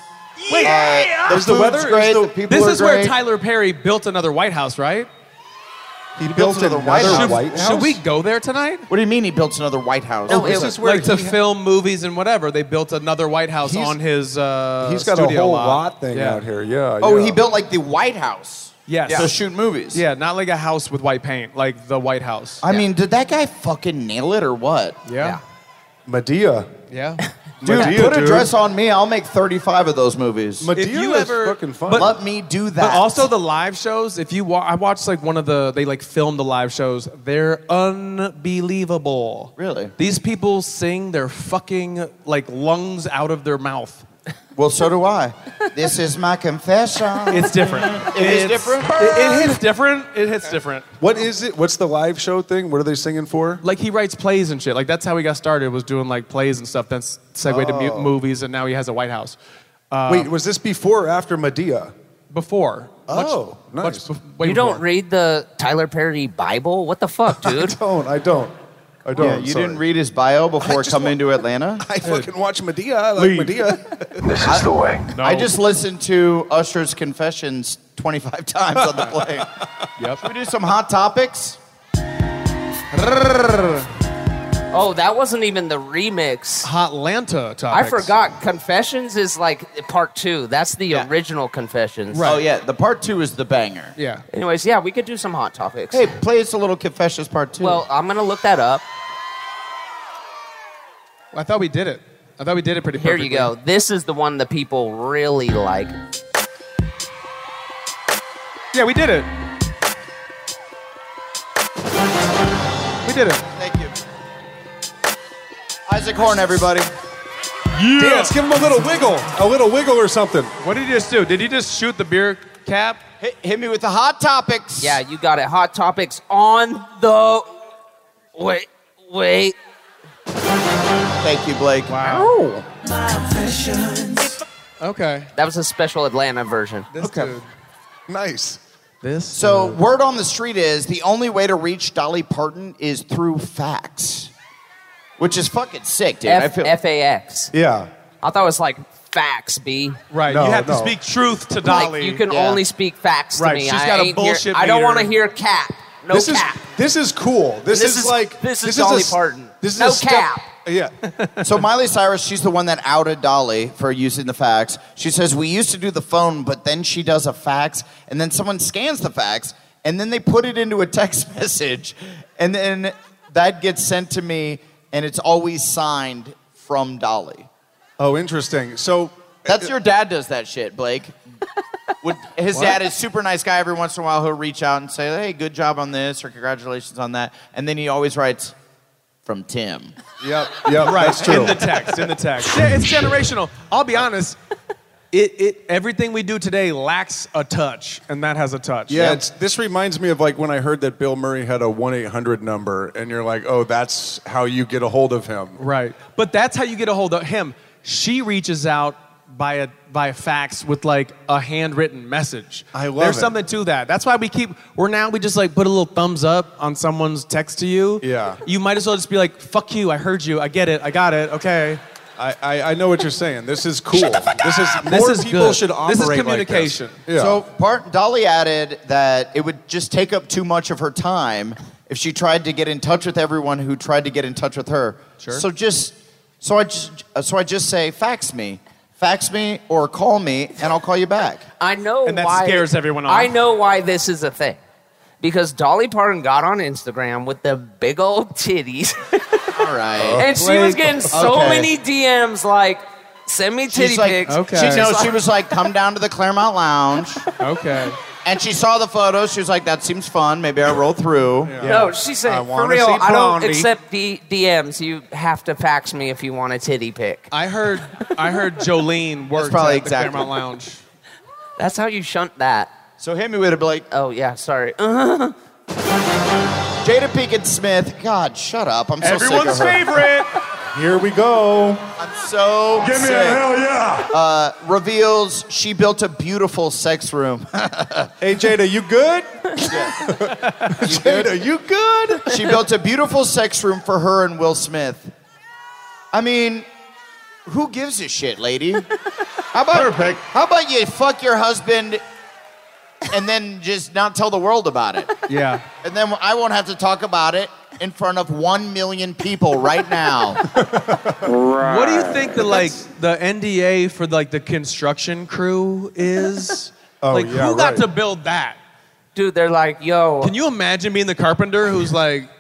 I: Wait,
C: Uh,
G: Is the
C: food's
G: weather- is
C: great.
G: the-
C: the people
I: this
C: are
I: is where
C: great.
I: Tyler Perry built another White House, right?
G: He built
C: another
G: another
C: White House.
I: should,
G: White House.
I: should we go there tonight?
C: What do you mean he built another White House?
E: No, it-
I: This is where like to film movies and whatever. They built another White House
G: He's-
I: on his. Uh,
G: He's got a
I: studio
G: whole
I: lot,
G: lot, thing
I: Yeah.
G: out here. Yeah.
C: oh,
G: yeah.
C: he built like the White House.
I: Yes.
C: To shoot movies.
I: Yeah, not like a house with white paint, like the White House.
C: I mean, did that guy fucking nail it or what?
I: Yeah.
G: Medea.
I: Yeah.
C: Dude,
G: Madea,
C: put a
G: dude.
C: dress on me. I'll make 35 of those movies.
G: Madea
I: you
G: is
I: ever-
G: fucking fun.
I: but-
C: Let me do that.
I: But also the live shows. If you, wa- I watched like one of the, they like filmed the live shows. They're unbelievable.
C: Really?
I: These people sing their fucking like lungs out of their mouth.
C: well, so do I. this is my confession.
I: [LAUGHS] It's different.
C: [LAUGHS] It is different?
I: It, it hits different. It hits different.
G: what is it? What's the live show thing? What are they singing for?
I: Like he writes plays and shit. Like that's how he got started. Was doing like plays and stuff. That's segue to
C: Oh.
I: mu- movies, and now he has a White House. Uh,
G: Wait, was this before or after Medea?
I: Before.
G: Oh,
I: much,
G: nice.
I: Much, bef- way
E: You don't
I: before.
E: read the Tyler Perry Bible? What the fuck, dude?
G: Don't I don't. I don't.
I: Oh,
C: yeah, you
G: sorry.
C: didn't read his bio before
G: just
C: coming
G: want-
C: to [LAUGHS] Atlanta?
G: I fucking watch Medea. I like [LAUGHS] Medea.
M: This is the way.
C: I just listened to Usher's Confessions 25 [LAUGHS] times on the plane.
I: [LAUGHS] Yep.
C: Should we do some hot topics?
E: oh, that wasn't even the remix.
I: Hotlanta topics.
E: I forgot. Confessions is like part two. That's the
I: Yeah.
E: original Confessions.
C: Oh, yeah. The part two is the banger.
I: Yeah.
E: Anyways, yeah, we could do some hot topics.
C: Hey, play us a little Confessions part two.
E: well, I'm gonna look that up.
I: I thought we did it. I thought we did it pretty.
E: Here you
I: perfectly.
E: go. This is the one that people really like.
I: Yeah, we did it. We did it.
C: thank you. Isaac Horn, everybody.
G: Dance, give him a little wiggle, a little wiggle or something.
I: What did he just do? Did he just shoot the beer cap?
C: Hit, hit me with the hot topics.
E: Yeah, you got it. Hot topics on the. Wait, wait.
C: Thank you, Blake.
I: Wow. Okay.
E: That was a special Atlanta version.
I: This okay. dude.
G: Nice.
I: This.
C: So, word on the street is the only way to reach Dolly Parton is through facts, which is fucking sick, dude. I
E: F-
C: feel.
E: FAX.
G: Yeah.
E: I thought it was like facts, B.
I: right.
G: No,
I: you have
G: no.
I: to speak truth to Dolly.
E: Like you can
C: Yeah.
E: only speak facts to
I: Right,
E: me.
I: she's
E: I
I: got a
E: ain't hear-
I: bullshit
E: I don't
I: meter.
E: want to hear cap. No
G: this
E: cap.
G: is this is cool. This,
E: This
G: is,
E: is-
G: like
E: this is
G: a
E: Dolly
G: s-
E: Parton.
G: This is
E: No
G: a step-
E: cap.
I: [LAUGHS]
G: Yeah.
C: so, Miley Cyrus, she's the one that outed Dolly for using the facts. She says, We used to do the phone, but then she does a fax, and then someone scans the fax, and then they put it into a text [LAUGHS] message, and then that gets sent to me, and it's always signed from Dolly.
G: Oh, interesting. So
C: That's your dad does that shit, Blake. Would, his dad is super nice guy. Every once in a while, he'll reach out and say, "Hey, good job on this," or "Congratulations on that," and then he always writes, "From Tim."
G: Yep. Yep. [LAUGHS] Right. That's true.
I: in the text. In the text. Yeah, it's generational. I'll be honest. It, it everything we do today lacks a touch, and that has a touch.
G: yeah. It's, this reminds me of like when I heard that Bill Murray had a one eight hundred number, and you're like, oh, that's how you get a hold of him.
I: Right. But that's how you get a hold of him. She reaches out by a by a fax with like a handwritten message.
G: I love
I: There's
G: it.
I: something to that. That's why we keep we're now we just like put a little thumbs up on someone's text to you.
G: Yeah.
I: You might as well just be like, fuck you, I heard you, I get it, I got it, okay.
G: I, I, I know what you're saying. This is cool. This is more
I: This is
G: people
I: good.
G: should operate
I: This is
G: like this.
I: communication.
G: Yeah.
C: So Bart Dolly added that it would just take up too much of her time if she tried to get in touch with everyone who tried to get in touch with her. Sure. So just so I just so I just say fax me, fax me, or call me, and I'll call you back.
E: I know
I: And that
E: why,
I: scares everyone off.
E: I know why this is a thing. Because Dolly Parton got on Instagram with the big old titties, [LAUGHS]
C: All right.
E: and she was
G: Blake,
E: getting so
C: okay.
E: many DMs like, "Send me titty
C: She's like,
E: pics."
I: Okay.
C: She, no, she was like, come down to the Claremont Lounge.
I: Okay.
C: And she saw the photos. She was like, that seems fun. Maybe I'll roll through.
E: No, she said,
G: I
E: "For
G: wanna
E: real,
G: see
E: I don't
G: Blondie."
E: accept D- DMs. You have to fax me if you want a titty pic."
I: I heard I heard Jolene worked
C: probably
I: at
C: exactly-
I: the Claremont Lounge.
E: That's how you shunt that.
C: So hit me with it, Blake.
E: Oh yeah, sorry.
C: Jada Pinkett Smith. God, shut up. I'm so
D: Everyone's
C: sick of her.
D: favorite.
G: [LAUGHS] Here we go.
C: I'm so
G: Give me
C: sick.
G: a hell yeah.
C: Reveals she built a beautiful sex room. [LAUGHS]
G: Hey Jada, you good? Jada, you good?
C: she built a beautiful sex room for her and Will Smith. I mean, who gives a shit, lady? How about
G: Perfect.
C: how about you fuck your husband and then just not tell the world about it?
I: Yeah.
C: And then I won't have to talk about it in front of one million people right now.
I: What do you think the like the NDA for like the construction crew is?
G: Oh,
I: like
G: yeah,
I: who got
G: right.
I: to build that?
E: Dude, they're like, "Yo, [LAUGHS]
I: Can you imagine being the carpenter who's like,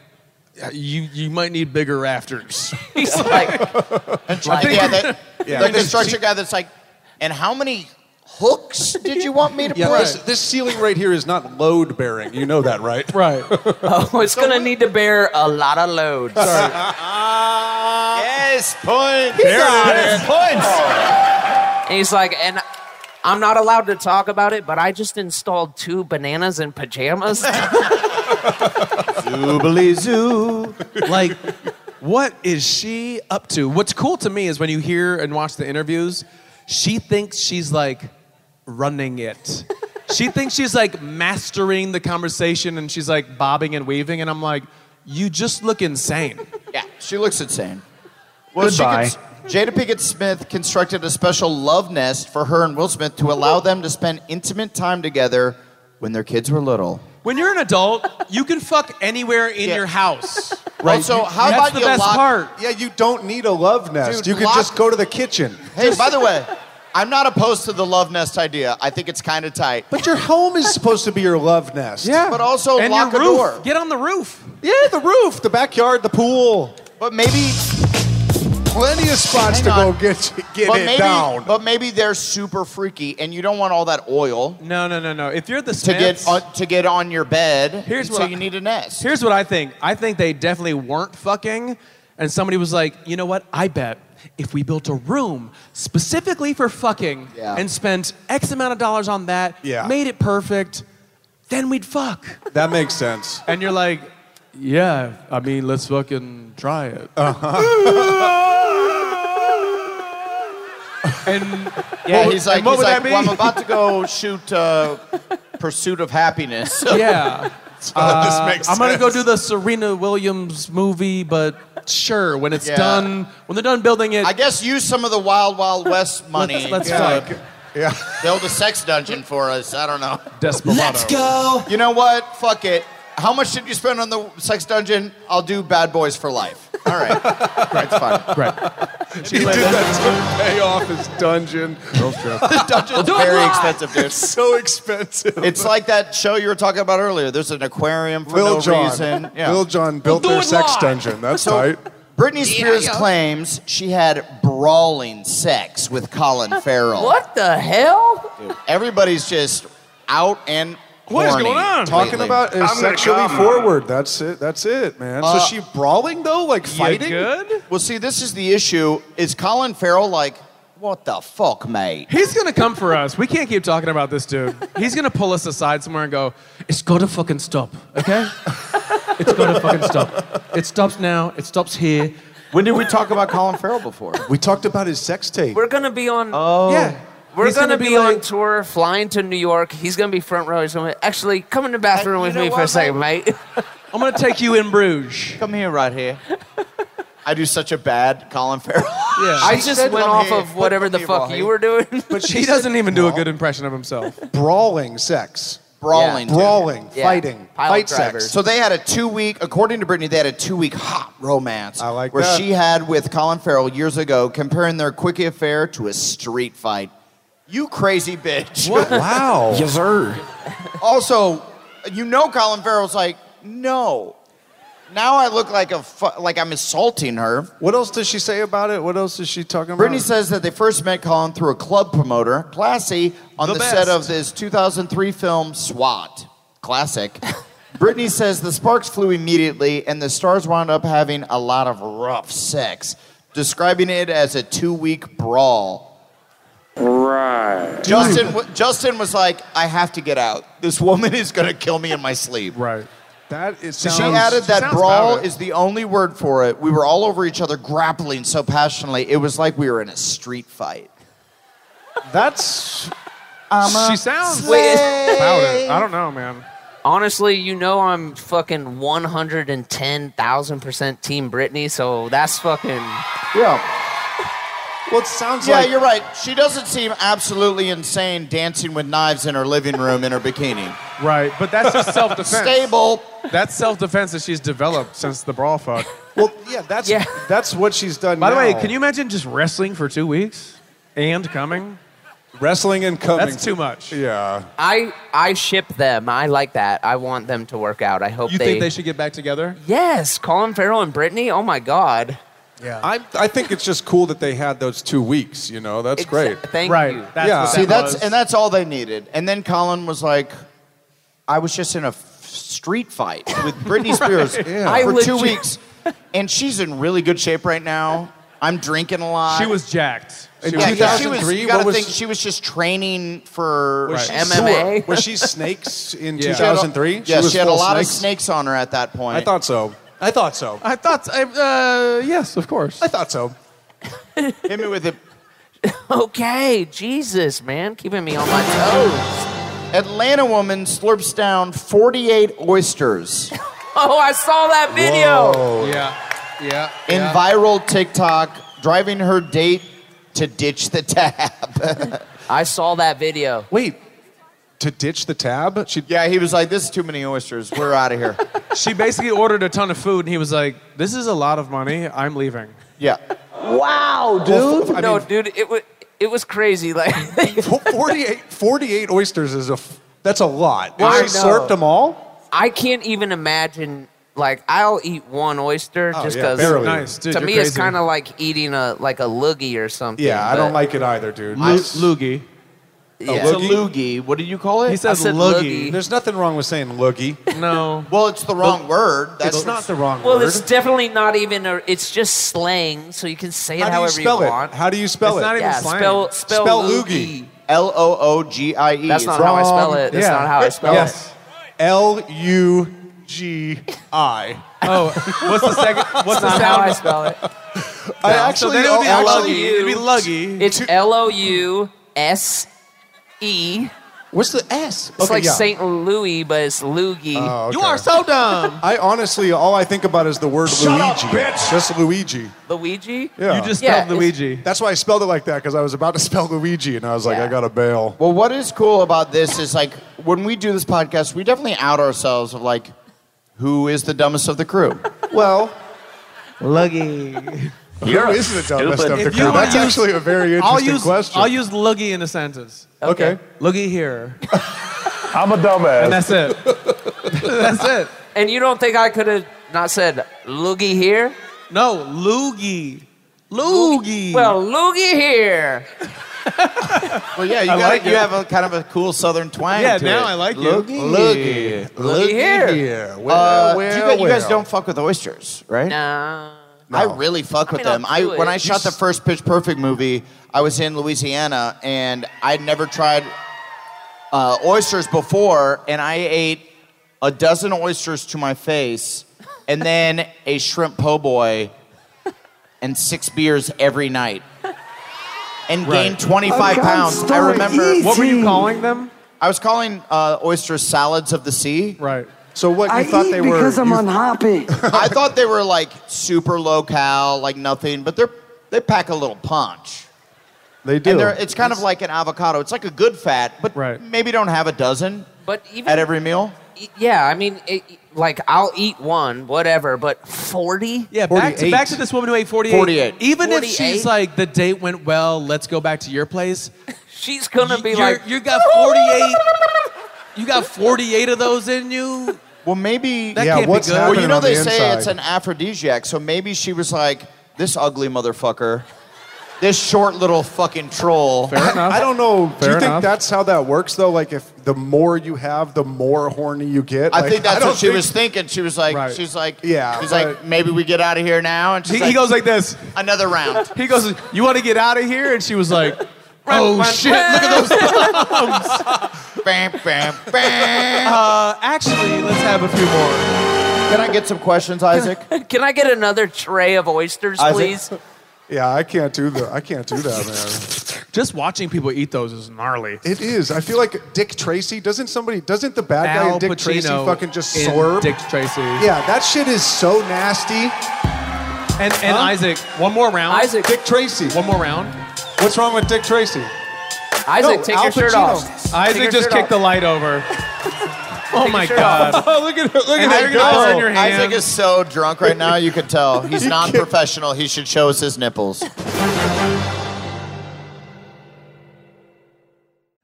I: you you might need bigger rafters.
E: He's like, like
C: yeah, that,
I: Yeah.
C: like the structure guy that's like, and how many hooks did you want me to
G: Yeah,
C: put?
G: this, this ceiling right here is not load bearing. You know that, right?
I: right.
E: oh, it's gonna need to bear a lot of load.
C: Uh, yes, point.
E: And he's like, and I'm not allowed to talk about it, but I just installed two bananas in pajamas.
C: Zoobly zoo.
I: like what is she up to what's cool to me is when you hear and watch the interviews she thinks she's like running it she thinks she's like mastering the conversation and she's like bobbing and weaving and i'm like you just look insane
C: Yeah, she looks insane.
M: Goodbye.
C: She cons- Jada Pinkett Smith constructed a special love nest for her and Will Smith to allow them to spend intimate time together when their kids were little.
I: when you're an adult you can fuck anywhere in
C: Yeah.
I: your house
C: Right. Also, how
I: that's
C: about
I: the
C: you
I: best
C: lock-
I: part
G: Yeah, you don't need a love nest.
C: Dude,
G: you can
C: lock-
G: just go to the kitchen.
C: Hey, by the way, I'm not opposed to the love nest idea. I think it's kind of tight.
G: But your home is supposed to be your love nest.
I: yeah
C: But also
I: and
C: lock
I: your
C: a
I: roof
C: door.
I: get on the roof
G: Yeah, the roof, the backyard, the pool.
C: But maybe,
G: Plenty of spots
C: Hang
G: to
C: on.
G: go get get
C: but
G: it
C: maybe,
G: down.
C: but maybe they're super freaky, and you don't want all that oil
I: no no no no if you're the
C: to get
I: Smiths-
C: on, to get on your bed.
I: Here's
C: and so
I: what I-
C: you need a nest.
I: Here's what I think. I think they definitely weren't fucking, and somebody was like, you know what? I bet if we built a room specifically for fucking
C: Yeah.
I: and spent X amount of dollars on that,
G: Yeah.
I: made it perfect, then we'd fuck.
G: that makes sense.
I: and you're like, yeah, I mean, let's fucking try it.
C: Uh-huh.
I: [LAUGHS] and
C: yeah, he's like,
I: and what
C: he's
I: would
C: like
I: that
C: well, I'm
I: be?"
C: about to
I: [LAUGHS]
C: go shoot uh, Pursuit of Happiness.
I: yeah.
G: [LAUGHS] Uh, this makes
I: I'm gonna go
G: sense.
I: do the Serena Williams movie, but sure, when it's
C: Yeah.
I: done, when they're done building it,
C: I guess use some of the Wild Wild West money.
I: let's
C: Yeah.
I: fuck.
C: Build a sex dungeon for us. I don't know.
I: Desperado. Let's go.
C: You know what? Fuck it. How much did you spend on the sex dungeon? I'll do Bad Boys for Life. All right.
I: [LAUGHS]
C: That's fine.
G: [LAUGHS] He did that to pay off his dungeon. [LAUGHS]
C: The dungeon's very expensive, dude.
I: [LAUGHS]
G: so expensive.
C: It's like that show you were talking about earlier. There's an aquarium for
G: Lil
C: no
G: Jon.
I: [LAUGHS]
C: reason. Yeah.
G: Lil Jon built their sex dungeon. That's right.
C: Britney Spears claims she had brawling sex with Colin Farrell.
E: what the hell?
C: Everybody's just out and What is going on?
G: Talking about is sexually forward. That's it. That's it, man.
C: Uh,
G: so she brawling though, like fighting.
I: good?
C: Well, see, this is the issue. Is Colin Farrell like, what the fuck, mate?
I: He's gonna come for us. We can't keep talking about this dude. He's gonna pull us aside somewhere and go, "It's gotta fucking stop, [LAUGHS] okay? it's gotta fucking stop. It stops now. It stops here."
C: When did we talk about Colin Farrell before?
G: We talked about his sex tape.
E: We're gonna be on.
I: Yeah,
E: We're
I: He's
E: gonna, be, on
I: like,
E: tour, flying to New York. He's gonna be front row. He's gonna be, actually come in the bathroom
C: Hey, you
E: with
C: know
E: me for a
C: what,
E: second, mate.
I: I'm gonna take you in [LAUGHS] Bruges.
C: [LAUGHS] Come here, right here. I do such a bad Colin Farrell. [LAUGHS]
E: [LAUGHS] I
C: She
E: just
C: said,
E: went
C: "Come
E: off
C: here,
E: of whatever the
C: come
E: fuck
C: here,
E: you were doing.
G: but
I: He doesn't even do a good impression of himself.
G: brawling sex,
C: Brawling. dude.
G: brawling,
E: Yeah.
G: fighting,
E: Pile
G: fight
E: drivers.
C: [LAUGHS]
G: sex.
C: So they had a two week, according to Brittany, they had a two week hot romance.
G: I like
C: Where
G: that.
C: she had with Colin Farrell years ago, comparing their quickie affair to a street fight. You crazy bitch. [LAUGHS]
G: Wow.
M: Yes, sir.
C: Also, you know Colin Farrell's like, no. Now I look like a fu- like I'm assaulting her.
G: What else does she say about it? What else is she talking about?
C: Brittany says that they first met Colin through a club promoter, Classy, on
G: The
C: the, set of
G: best.
C: his 2003 film SWAT. Classic. [LAUGHS] Brittany says the sparks flew immediately, and the stars wound up having a lot of rough sex, describing it as a two week brawl. Right. Justin, w- Justin was like, I have to get out. This woman is going to kill me in my sleep.
I: Right.
G: that is.
C: She
G: sounds-
C: added
G: she
C: that
G: sounds
C: brawl
G: about it.
C: is the only word for it. We were all over each other grappling so passionately. It was like we were in a street fight.
G: That's
I: she sounds
E: Wait,
I: about it. I don't know, man.
E: Honestly, you know I'm fucking 110,000% Team Britney, so that's fucking.
G: yeah. Well, it sounds
C: Yeah,
G: like
C: you're right. She doesn't seem absolutely insane dancing with knives in her living room in her bikini.
I: Right, but that's just [LAUGHS] self-defense.
C: Stable.
I: That's self-defense that she's developed since the brawl fuck.
G: Well, yeah, that's
E: Yeah.
G: that's what she's done.
I: By the way,
G: now.
I: can you imagine just wrestling for two weeks and coming?
G: Wrestling and coming.
I: That's too much.
G: Yeah.
E: I I ship them. I like that. I want them to work out. I hope
I: You
E: they.
I: think they should get back together?
E: yes, Colin Farrell and Brittany. Oh my God.
G: I, I think it's just cool that they had those two weeks, you know? That's
E: Exa-
G: great.
E: Thank
I: Right.
E: you.
I: That's
G: Yeah.
I: what
C: See,
I: that
C: that's
I: was.
C: and that's all they needed. And then Colin was like, "I was just in a f- street fight
G: [LAUGHS]
C: with Britney Spears
E: I
C: for two
E: legit-
C: weeks, and she's in really good shape right now. I'm drinking a lot.
I: she was jacked.
G: In
C: Yeah,
G: 2003,
C: she was, you
G: what
C: gotta
G: was
C: think she was just training for
G: was she-
E: MMA.
G: Was she snakes in
I: Yeah.
G: 2003?
C: Yeah, she,
G: was
C: had a
G: full
C: lot
G: snakes?
C: of snakes on her at that point.
G: I thought so. I thought so.
I: I thought, I, uh, yes, of course.
G: I thought so.
C: hit me with it.
E: Okay, Jesus, man, keeping me on my toes.
C: Atlanta woman slurps down 48 oysters
E: Oh, I saw that video.
I: Yeah. Yeah.
C: in
I: yeah.
C: viral TikTok, driving her date to ditch the tab. [LAUGHS]
E: I saw that video.
G: Wait, to ditch the tab? She,
C: yeah, he was like, "This is too many oysters. We're out of here."
I: she basically ordered a ton of food, and he was like, "This is a lot of money. I'm leaving."
C: [LAUGHS] Yeah.
E: no, dude, it was it was crazy. [LAUGHS] Like,
G: 48, 48 oysters is a. F- that's a lot.
E: Well,
G: And
E: I
G: she
E: know.
G: slurped them all.
E: I can't even imagine. Like, I'll eat one oyster
G: Oh,
E: just
G: yeah,
E: because.
G: barely.
I: Nice, dude.
E: to
I: you're
E: me, it's
I: crazy.
E: kind of like eating a like a loogie or something.
G: Yeah, I don't
E: but-
G: like it either, dude.
I: Lu- loogie.
E: yeah.
G: loogie.
C: loogie. What do you call
I: He
C: it?
I: says
E: said
I: loogie.
G: There's nothing wrong with saying loogie.
C: [LAUGHS]
I: No.
C: Well, it's the wrong word. That's
G: It's not the wrong
E: Well,
G: word.
E: it's definitely not even. A, it's just slang, so you can say it
G: How do you
E: however
G: spell it?
E: want.
G: How do you spell
I: It's
G: it?
I: not even-
E: yeah,
I: slang?
E: spell spell,
G: Spell
E: loogie.
G: loogie.
C: L O O G I E.
E: That's
C: It's
E: not
C: wrong.
E: how I spell it. That's
I: Yeah.
E: not how I spell it.
G: yes. L U G I.
I: Oh, what's the second? What's the
E: That's not how
G: [LAUGHS]
E: I
I: sound?
E: spell it.
G: I
I: So
G: actually
I: then it would be
G: I'll-
E: L O
I: luggy.
E: U.
I: It'd be luggy.
E: It's L O U S E.
G: What's the S?
E: It's like
G: yeah.
E: Saint Louis, but it's loogie.
G: Oh,
I: You
G: okay.
I: are so dumb.
G: [LAUGHS] I honestly, all I think about is the word
M: Shut up,
G: Luigi.
M: bitch.
G: Just Luigi.
E: Luigi.
G: Yeah.
I: You just
E: Yeah,
I: spelled
E: it's-
I: Luigi.
G: That's why I spelled it like that because I was about to [LAUGHS] spell Luigi and I was like,
E: Yeah.
G: I gotta bail.
C: Well, what is cool about this is like when we do this podcast, we definitely out ourselves of like, who is the dumbest of the crew?
G: Well,
I: Luggy.
G: You're who is the dumbest of the
I: If you
G: crew?
I: wanna
G: That's
I: use-
G: actually a very interesting
I: I'll use
G: question.
I: I'll use loogie in a sentence.
G: okay.
I: Loogie here,
M: [LAUGHS] I'm a dumbass.
I: and that's it. [LAUGHS] that's it.
E: And you don't think I could have not said loogie here?
I: No, loogie. Loogie.
E: Well, loogie here.
C: Well, yeah, you, got
I: like
C: you
I: it.
C: have a kind of a cool southern twang.
I: yeah.
C: to
I: Now
C: it.
I: I like you.
G: Loogie.
E: Loogie here.
C: Uh,
G: Well,
C: do you,
G: well,
C: guys- you guys
G: well.
C: don't fuck with oysters, right?
E: Nah.
C: I really fuck with
E: mean, I'll
C: them. I
E: do
C: when
E: it.
C: I
E: You
C: shot the
E: s-
C: first Pitch Perfect movie, I was in Louisiana and I'd never tried uh, oysters before, and I ate a dozen oysters to my face, and then a shrimp po' boy, and six beers every night, and gained 25 pounds. I remember
I: What were you calling them?
C: I was calling uh, oysters salads of the sea.
I: Right.
G: So what you
N: I
G: thought
N: eat
G: they were?
N: because I'm
G: you-
N: unhappy.
C: I thought they were like super low cal, like nothing, but they're they pack a little punch.
G: they
C: And
G: do.
C: they're, it's kind of like an avocado. It's like a good fat, but
I: Right.
C: maybe don't have a dozen
E: But even
C: at every meal.
E: yeah, I mean, it, like I'll eat one, whatever. But forty?
I: Yeah, back to,
G: 48.
I: back to this woman who ate 48.
C: 48.
I: Even if
E: 48?
I: she's like, the date went well, let's go back to your place.
E: She's gonna be
I: you're-
E: like,
I: you got 48. you got 48 of those in you.
C: Well, maybe.
I: That
G: yeah,
I: can't be
G: what's
I: good. Well,
C: well,
G: happening
C: you know
G: on
C: they
G: the
C: say
G: inside?
C: it's an aphrodisiac, so maybe she was like, "This ugly motherfucker, this short little fucking troll."
G: [LAUGHS] I don't know. do you
I: Fair
G: think
I: enough.
G: that's how that works though? Like if the more you have, the more horny you get.
C: I
G: Like,
C: think that's
G: don't
C: what she
G: think-
C: was thinking. She was like,
I: Right.
C: she's like,
G: Yeah,
C: she's
G: but-
C: like, maybe we get out of here now, and she's
I: He,
C: like,
I: he goes like this.
C: another round.
I: He goes, You want to get out of here? And she was [LAUGHS] like, Oh shit, look at those.
C: bam, bam, bam.
I: Uh, actually, let's have a few more.
C: Can I get some questions, Isaac?
E: [LAUGHS] "Can I get another tray of oysters,
C: Isaac?
E: please?"
G: Yeah, I can't do the. I can't do that,
I: Just watching people eat those is gnarly.
G: man. It is. I feel like Dick Tracy. Doesn't somebody? Doesn't the bad guy
I: Al
G: in Dick
I: Pacino
G: Tracy fucking just
I: in
G: slurp?
I: Dick Tracy.
G: yeah, that shit is so nasty.
I: And, and Isaac, one more round.
E: Isaac,
G: Dick Tracy.
I: One more round.
G: What's wrong with Dick Tracy?
E: Isaac,
G: No,
E: take
G: Al
E: your shirt
G: Pacino.
E: off.
I: Isaac
E: your
I: just
E: shirt
I: kicked
E: off.
I: the light [LAUGHS] over. oh my
E: shirt
I: god. oh, [LAUGHS] look at look
C: And
I: at
C: Isaac,
I: it go. in your hand.
C: Isaac is so drunk right now, you can tell. [LAUGHS] He's non-professional. He should show us his nipples.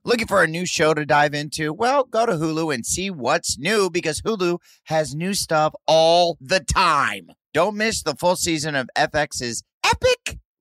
C: Looking for a new show to dive into? Well, go to Hulu and see what's new because Hulu has new stuff all the time. Don't miss the full season of FX's epic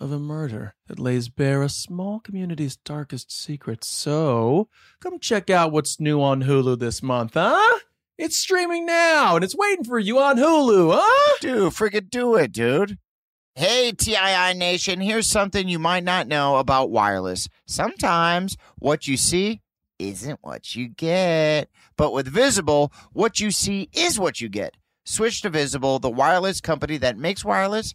I: of a murder that lays bare a small community's darkest secrets. So, come check out what's new on Hulu this month, huh? It's streaming now and it's waiting for you on Hulu, huh?
C: Dude, freaking do it, dude. Hey, TII Nation, here's something you might not know about wireless. Sometimes what you see isn't what you get. But with Visible, what you see is what you get. Switch to Visible, the wireless company that makes wireless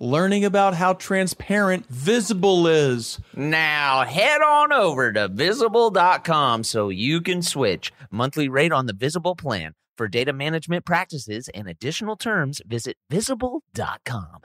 I: learning about how transparent Visible is.
B: Now head on over to visible.com so you can switch. Monthly rate on the visible plan. For data management practices and additional terms, visit visible.com.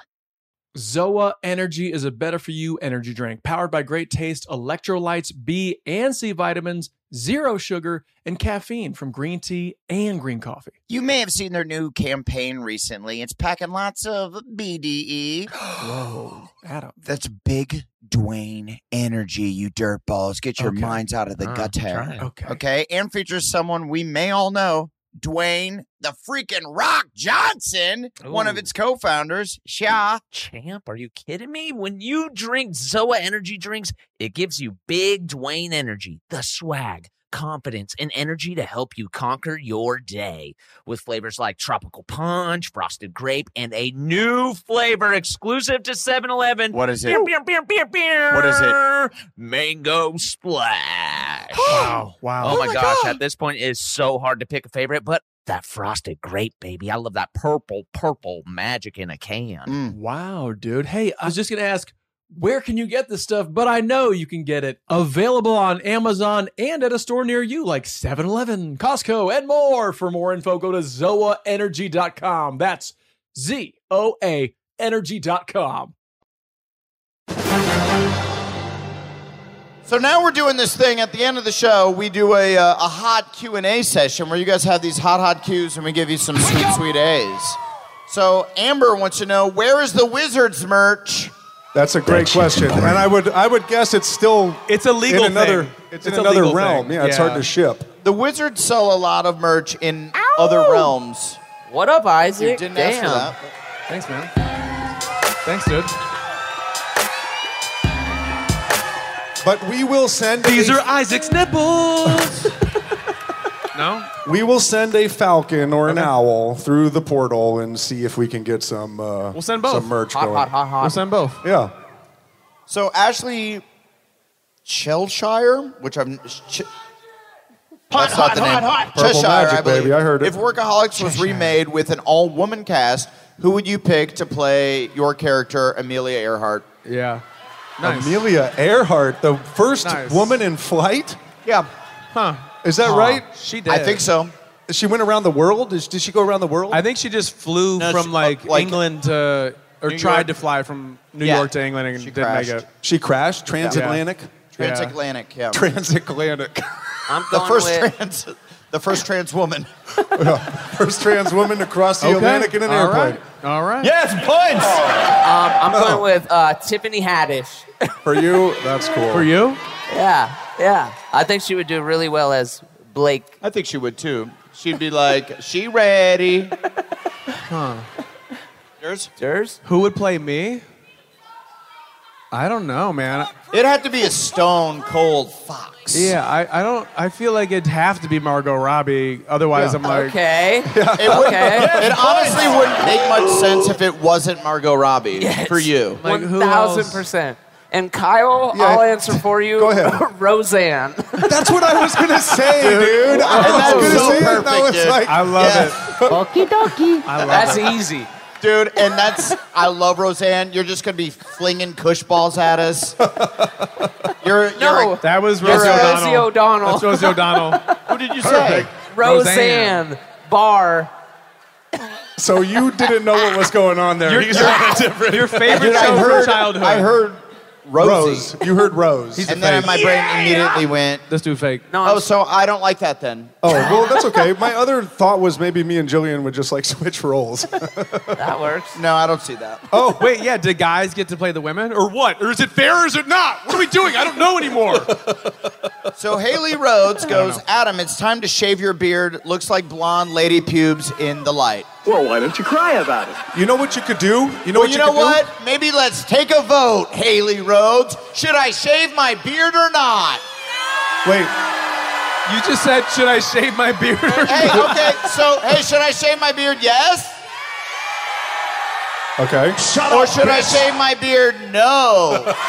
I: Zoa Energy is a better for you energy drink powered by great taste, electrolytes, B and C vitamins, zero sugar, and caffeine from green tea and green coffee.
C: You may have seen their new campaign recently. It's packing lots of E. BDE.
I: Whoa, Adam.
C: That's big Dwayne energy, you dirtballs. Get your
I: Okay.
C: minds out of the
B: Ah,
C: gutter.
B: trying.
I: Okay.
C: Okay. And features someone we may all know, Dwayne the freaking Rock Johnson, one of
B: Ooh.
C: its co founders. Sha.
B: Champ, are you kidding me? When you drink Zoa energy drinks, it gives you big Dwayne energy, the swag, confidence, and energy to help you conquer your day. With flavors like tropical punch, frosted grape, and a new flavor exclusive to 7 Eleven.
C: What is
B: Beer, beer, beer, beer, beer.
C: What is
B: it? Mango splash.
I: Wow, wow.
B: Oh, my, gosh, at this point it is so hard to pick a favorite, but that frosted grape, baby. I love that purple, purple magic in a can.
C: Mm.
I: Wow, dude. Hey, I was just going to ask, where can you get this stuff? But I know you can get it available on Amazon and at a store near you, like 7 Eleven, Costco, and more. For more info, go to zoaenergy.com. That's Z O A energy.com.
A: So now we're doing this thing at the end of the show. We do a, uh, a hot Q and A session where you guys have these hot hot Qs and we give you some sweet sweet A's. So Amber wants to know where is the Wizards merch?
G: That's a great question, and I would I would guess it's still
O: It's a legal
G: in another
O: thing.
G: it's,
O: It's
G: in
O: a
G: another
O: legal
G: realm.
O: thing.
G: Yeah, it's hard
O: Yeah.
G: to ship.
A: The Wizards sell a lot of merch in other realms.
E: What up, Isaac?
A: You didn't
E: Damn.
A: ask for that.
O: Thanks, man. Thanks, dude.
G: But we will send
O: These
G: a,
O: are Isaac's
I: [LAUGHS]
O: nipples. no?
G: we will send a falcon or an owl through the portal and see if we can get some uh,
O: We'll send both.
G: some merch
E: Hot,
G: going.
E: hot, hot, hot.
O: We'll send both.
G: Yeah.
A: So Ashley Chelshire, which I'm. Ch- That's not the name.
G: Purple
A: Cheshire,
G: Magic,
A: I believe.
G: baby, I heard it.
A: If Workaholics was remade with an all-woman cast, who would you pick to play your character, Amelia Earhart?
O: Yeah. Nice.
G: Amelia Earhart, the first
O: Nice.
G: woman in flight.
A: Yeah,
O: Huh.
G: Is that right?
O: She did.
A: I think so.
G: She went around the world. Is, did she go around the world?
O: I think she just flew
A: No,
O: from
A: she-
O: like,
A: like-
O: England to, or
A: New
O: tried
A: York.
O: to fly from New
A: Yeah.
O: York to England and
A: She
O: didn't make
A: crashed.
O: it.
G: she crashed transatlantic.
O: Yeah.
A: Transatlantic. Yeah.
G: Transatlantic.
E: I'm
A: the
E: going
A: first
E: with
A: trans, the first trans woman.
G: [LAUGHS] First trans woman to cross the Atlantic in an
O: All
G: airplane.
O: right. All right.
P: Yes, points.
E: um, I'm going with uh, Tiffany Haddish.
G: For you, that's cool.
O: For you?
E: Yeah, yeah. I think she would do really well as Blake.
A: I think she would too. She'd be like, "She ready?" Huh. Yours?
E: Durs?
O: Who would play me?
I: I don't know, man.
C: It'd have to be a stone cold fox.
I: Yeah, I, I don't. I feel like it'd have to be Margot Robbie. Otherwise, I'm like,
E: Okay.
C: It, would,
E: Okay.
C: it honestly wouldn't make much sense if it wasn't Margot Robbie for you.
I: Like, who
E: One thousand percent. And Kyle, I'll answer for you.
G: Go ahead.
E: [LAUGHS] Roseanne.
G: That's what I was gonna say, dude. I
C: That's
G: was gonna
C: so
G: say it, and I
C: perfect,
G: was
C: dude.
G: like,
I: I love
C: Yeah.
I: it.
E: That's easy.
C: Dude, and that's I love Roseanne. You're just gonna be flinging cush balls at us. You're
E: No.
C: you're
I: That was
E: That's
I: Rosie
E: Rosie
I: O'Donnell.
E: O'Donnell.
I: That's Rosie O'Donnell.
C: who did you say?
E: Roseanne. Bar.
G: so you didn't know what was going on there. He's on a different
I: Your favorite
C: Dude, I
I: show
C: heard
I: from childhood.
C: I heard Rosie.
G: Rose. You heard Rose.
C: And then my brain immediately went,
I: Let's do fake.
E: No, I'm
C: Oh, so I don't like that then.
G: Oh, well, that's okay. My other thought was maybe me and Jillian would just like [LAUGHS] switch roles.
E: that
C: [LAUGHS]
E: works.
C: No, I don't see that.
I: Oh wait, yeah. Did guys get to play the women or what? Or is it fair or is it not? What are we doing? I don't know anymore.
C: So Haley Rhodes goes, Adam, it's time to shave your beard. Looks like blonde lady pubes in the light.
M: Well, why don't you cry about it?
G: You know what you could do? You
C: Well,
G: know what
C: you,
G: you,
C: know
G: could
C: what? Maybe let's take a vote, Haley Rhodes. Should I shave my beard or not?
G: do? Wait,
I: You just said, should I shave my beard?
C: [LAUGHS] Hey, okay, so, hey, should I shave my beard? Yes?
G: okay. Shut
C: Or should I shave my beard? [LAUGHS] No.
G: [LAUGHS]